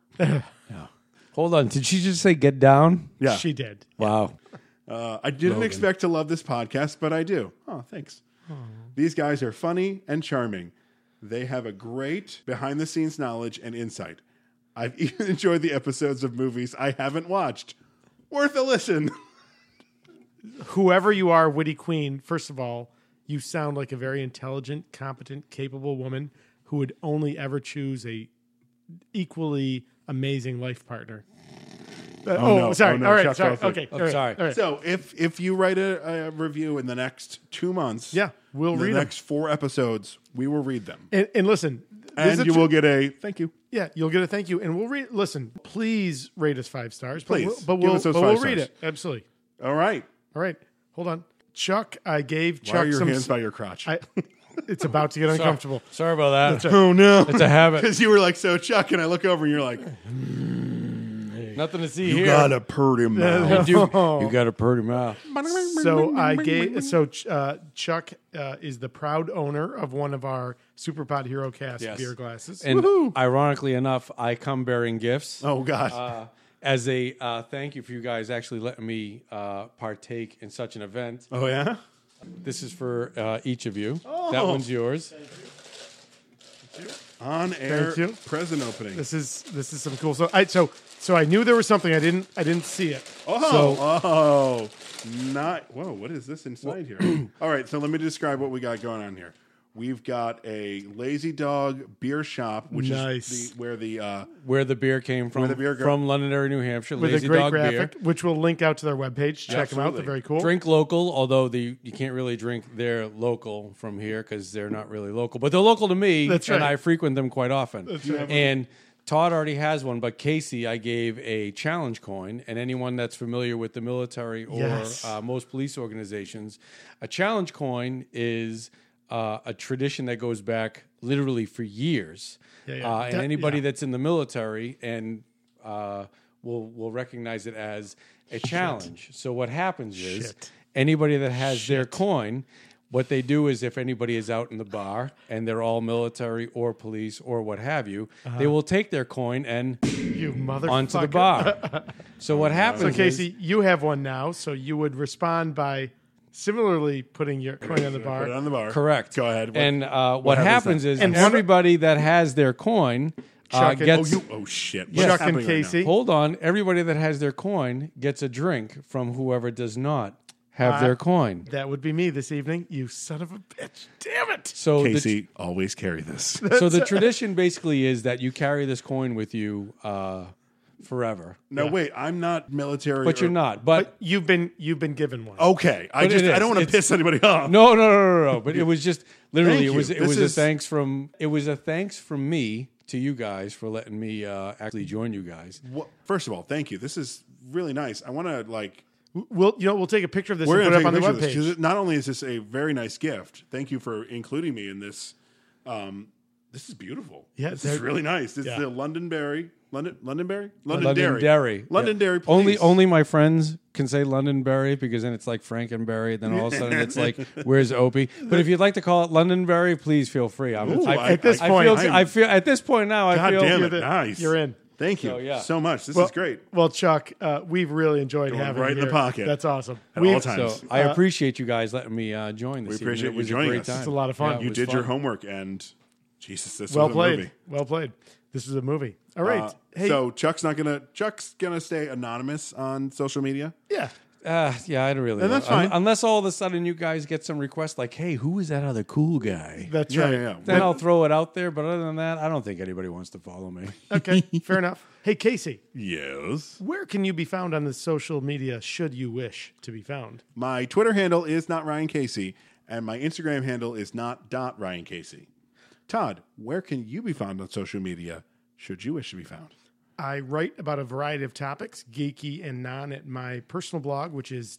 Hold on. Did she just say get down? Yeah. She did. Wow. Uh, I didn't Logan. expect to love this podcast, but I do. Oh, thanks. These guys are funny and charming. They have a great behind the scenes knowledge and insight. I've even enjoyed the episodes of movies I haven't watched. Worth a listen. Whoever you are, Witty Queen, first of all, you sound like a very intelligent, competent, capable woman who would only ever choose a equally amazing life partner. Uh, oh, no. sorry. Oh, no. All right. Shots Sorry. off. Okay. Oh, all right, sorry. all right. So if if you write a, a review in the next two months, Yeah, we'll in read the 'em. next four episodes. We will read them, and, and listen, this is and a you tr- will get a thank you. Yeah, you'll get a thank you, and we'll read. Listen, please rate us five stars. Please, but give we'll, us but those we'll, five but we'll read stars. it. Absolutely. All right. All right, hold on, Chuck. I gave Why Chuck are your some. hands by your crotch? I, it's about to get uncomfortable. Sorry about that. oh no, It's a habit. because you were like so Chuck, and I look over and you're like, Nothing to see you here. got a purty mouth. you, you got a pretty mouth. So I gave. So Ch- uh, Chuck uh, is the proud owner of one of our Superpod Hero Cast Yes. beer glasses. And ironically enough, I come bearing gifts. Oh God. Uh, as a uh, thank you for you guys actually letting me uh, partake in such an event. oh yeah. This is for uh, each of you. That Oh. one's yours. on air Thank you. present opening. this is this is some cool. So I so so I knew there was something I didn't I didn't see it. oh, oh, not whoa! What is this inside here? All right, so let me describe what we got going on here. We've got a Lazy Dog beer shop, which Nice. is the, where the uh, Where the beer came from. the beer go- from Londonderry, New Hampshire. With Lazy a great Dog graphic, beer. which we'll link out to their webpage. Check them out; Absolutely. they're very cool. Drink local, although the you can't really drink their local from here because they're not really local, but they're local to me, That's and right. I frequent them quite often. And Todd already has one, but Casey, I gave a challenge coin, and anyone that's familiar with the military or Yes. uh, most police organizations, a challenge coin is uh, a tradition that goes back literally for years. yeah. Uh, and That- anybody yeah. that's in the military and uh, will will recognize it as a challenge. So what happens is Shit. anybody that has their coin, what they do is if anybody is out in the bar and they're all military or police or what have you, they Uh-huh. will take their coin and you motherfucker. onto the bar. So what happens? So is- Casey, you have one now, so you would respond by similarly putting your coin on the bar. Put it on the bar. Correct. Go ahead. and uh, what, happens happens, is then? everybody that has their coin uh, Chuck and- gets. oh, you- oh, shit. What's Chuck and happening right now? Casey. Hold on. Everybody that has their coin gets a drink from whoever does not have Uh, their coin. That would be me this evening. You son of a bitch! Damn it! So the Casey, always carry this. So the tradition basically is that you carry this coin with you uh, forever. No, wait, I'm not military. But or- you're not. But, you've been you've been given one. Okay, I But just it I is. don't want to It's- piss anybody off. No, no, no, no, no. But it was just literally Thank it you. was it This was is- a thanks from it was a thanks from me to you guys for letting me uh, actually join you guys. Well, first of all, thank you. This is really nice. I want to like We'll you know we'll take a picture of this we're and going put to it take up a on the picture of webpage. this because not only is this a very nice gift, thank you for including me in this. Um, this is beautiful. Yeah, this is they're- really nice. This Yeah. is the Londonberry, London, Londonberry, Londonderry. Londonderry, Londonderry. Yeah. Only please. only my friends can say Londonberry because then it's like Frankenberry. Then all of a sudden it's like where's Opie? But if you'd like to call it Londonberry, please feel free. I'm, Ooh, I, I- At this I point, feel, I'm- I feel at this point now. I God feel damn you're it, the- nice. You're in. Thank you So, yeah. so much. This well, is great. Well, Chuck, uh, we've really enjoyed Going having right you in the here. pocket. That's awesome. At We've- all times. So I Uh, appreciate you guys letting me uh, join We this. evening. appreciate It you was a joining great us. Time. Yeah, it you was did your fun. homework, and Jesus, this well was a played. movie. Well played. This is a movie. All right. Uh, hey, So Chuck's not gonna Chuck's gonna stay anonymous on social media. Yeah. Uh, yeah, I don't really. And know. that's fine. Un- unless all of a sudden you guys get some request like, "Hey, who is that other cool guy?" That's Yeah, right. yeah, yeah. Then I'll throw it out there. But other than that, I don't think anybody wants to follow me. Okay, fair enough. Hey, Casey, Yes. where can you be found on the social media should you wish to be found? My Twitter handle is not Ryan Casey, and my Instagram handle is not dot Ryan Casey. Todd, where can you be found on social media? Should you wish to be found? I write about a variety of topics, geeky and non, at my personal blog, which is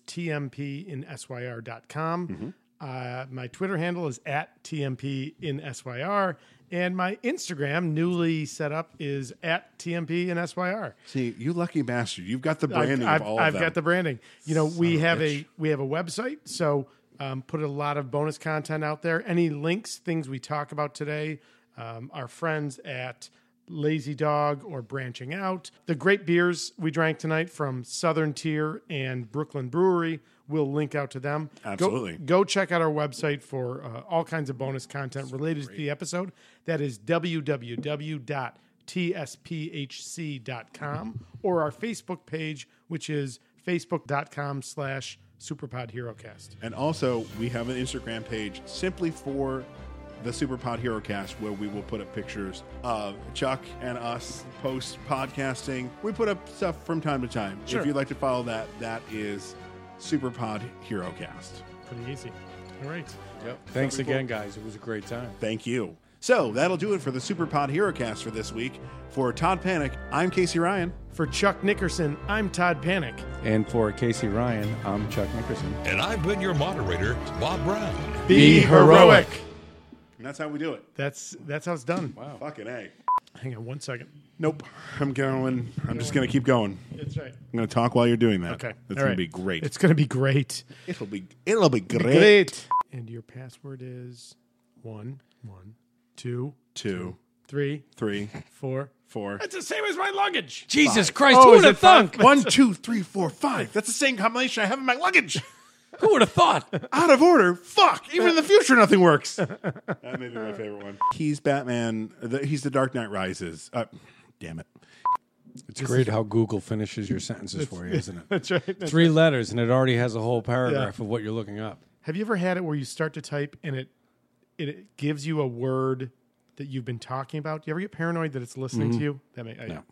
tmpinyr.com. Uh, my Twitter handle is at tmpinyr, and my Instagram, newly set up, is at tmpinyr. See, you lucky bastard. You've got the I've- branding I've, of all I've of them. got the branding. You know, Son of we a have bitch. a we have a website, so um, put a lot of bonus content out there. Any links, things we talk about today, um, our friends at Lazy Dog or Branching Out, the great beers we drank tonight from Southern Tier and Brooklyn Brewery. We'll link out to them. Go- Absolutely. Go, check out our website for uh, all kinds of bonus content related to the episode. That is www tspHC.com or our Facebook page, which is facebook.com slash superpodherocast. And also, we have an Instagram page simply for the Superpod Hero Cast, where we will put up pictures of Chuck and us post podcasting. We put up stuff from time to time. Sure. If you'd like to follow that, that is Superpod Hero Cast. Pretty easy. All right. Yep. Thanks again, guys. It was a great time. Thank you. So that'll do it for the Superpod Hero Cast for this week. For Todd Panic, I'm Casey Ryan. For Chuck Nickerson, I'm Todd Panic. And for Casey Ryan, I'm Chuck Nickerson. And I've been your moderator, Bob Brown. Be heroic. And that's how we do it. That's that's how it's done. Wow. Fucking A. Hang on one second. Oh. Nope. I'm going. I'm just going to keep going. That's right. I'm going to talk while you're doing that. Okay. It's All going right. to be great. It's gonna be great. it'll be it'll be great. And your password is one, one, two, Two, three, three, four. four. That's the same as my luggage. Jesus Five. Christ! Oh, who is would it have five? thunk? One, two, three, four, five. That's the same combination I have in my luggage. Who would have thought? Out of order. Fuck. Even in the future, nothing works. that may be my favorite one. He's Batman. The, he's the Dark Knight Rises. Uh, damn it. It's great how Google finishes your sentences for you, isn't it? That's right. That's Three letters, and it already has a whole paragraph of what you're looking up. Have you ever had it where you start to type and it it, it gives you a word that you've been talking about? Do you ever get paranoid that it's listening to you? That may I, No.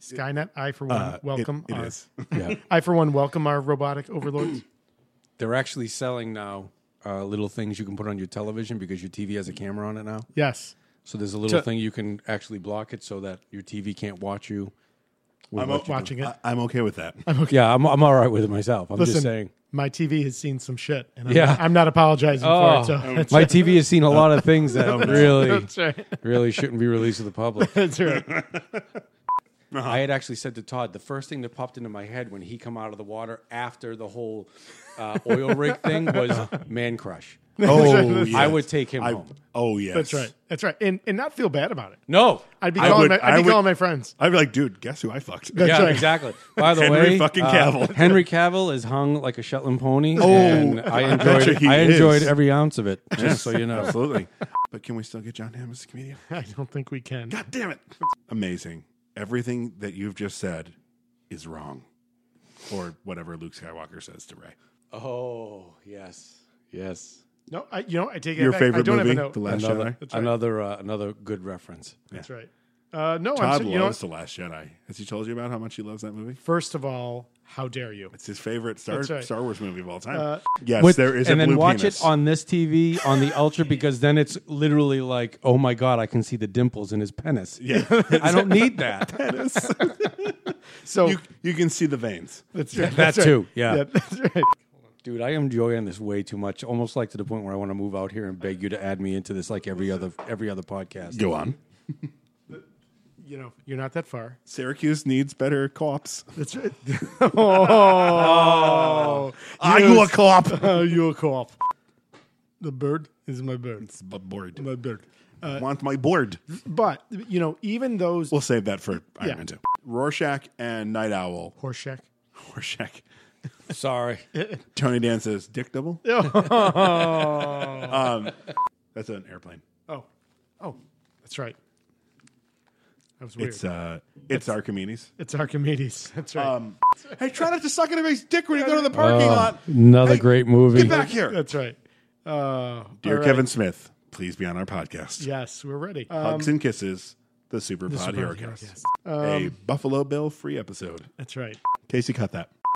Skynet. I for one Mm-hmm. Uh, welcome. it- it our, is. Yeah. I for one welcome our robotic overlords. They're actually selling now uh, little things you can put on your television because your TV has a camera on it now. yes. So there's a little To- thing you can actually block it so that your TV can't watch you. with I'm what o- you're Watching it. I, I'm okay with that. doing. Yeah, I'm, I'm all right with it myself. I'm Listen, just saying. my TV has seen some shit, and I'm, Yeah. not, I'm not apologizing Oh, for it. So my TV has seen a lot of Oh, things that really, That's right. really shouldn't be released to the public. That's right. I had actually said to Todd, the first thing that popped into my head when he come out of the water after the whole uh, oil rig thing was man crush. Oh, I yes. would take him I- home. Oh yes, That's right. That's right. And and not feel bad about it. No, I'd be calling. my, I'd be calling my friends. I'd be like, dude, guess who I fucked? That's yeah, right. exactly. By the Henry way, fucking uh, Cavill. Henry Cavill is hung like a Shetland pony. Oh, and I I enjoyed. betcha it. he I enjoyed is. every ounce of it. Just Yes, so you know, absolutely. But can we still get John Hamm as a comedian? I don't think we can. God damn it! Amazing. Everything that you've just said is wrong, or whatever Luke Skywalker says to Ray. Oh yes, yes. No, I, you know I take it Your back. I favorite don't movie, have a note. The Last another, Jedi. That's right. another, uh, another good reference. That's right. Uh, no, I'm Todd so- you know loves The Last Jedi. Has he told you about how much he loves that movie? First of all, how dare you? It's his favorite Star, That's right. Star Wars movie of all time. Uh, yes, With- there is a and then blue watch penis. it on this TV on the Ultra because then it's literally like, oh my god, I can see the dimples in his penis. Yeah. I don't need that. So you, you can see the veins. That's Yeah, right. that That's too. right. Yeah. that's right. Dude, I am enjoying this way too much. Almost like to the point where I want to move out here and beg you to add me into this, like every other every other podcast. Go on. You know, you're not that far. Syracuse needs better co-ops. That's right. oh, Are you a co-op? Are you a co-op? The bird is my bird. It's my board. my bird. Uh, Want my board? but you know, even those We'll save that for Iron Yeah. Man Two. Rorschach and Night Owl. Horseshack. Rorschach. Sorry. Tony Dan says dick double. oh, Um, that's an airplane. oh, that's right. That was weird. It's uh, it's Archimedes. It's Archimedes. That's right. Um, hey, try not to suck in a man's dick when you go to the parking lot. Another Hey, great movie. Uh, Get back here, That's right. Uh, dear all right. Kevin Smith. Please be on our podcast. Yes, we're ready. Hugs and kisses. um, The Super the Pod Super Hero Hero Cast. Cast. a Um, Buffalo Bill free episode. that's right. Casey, cut that.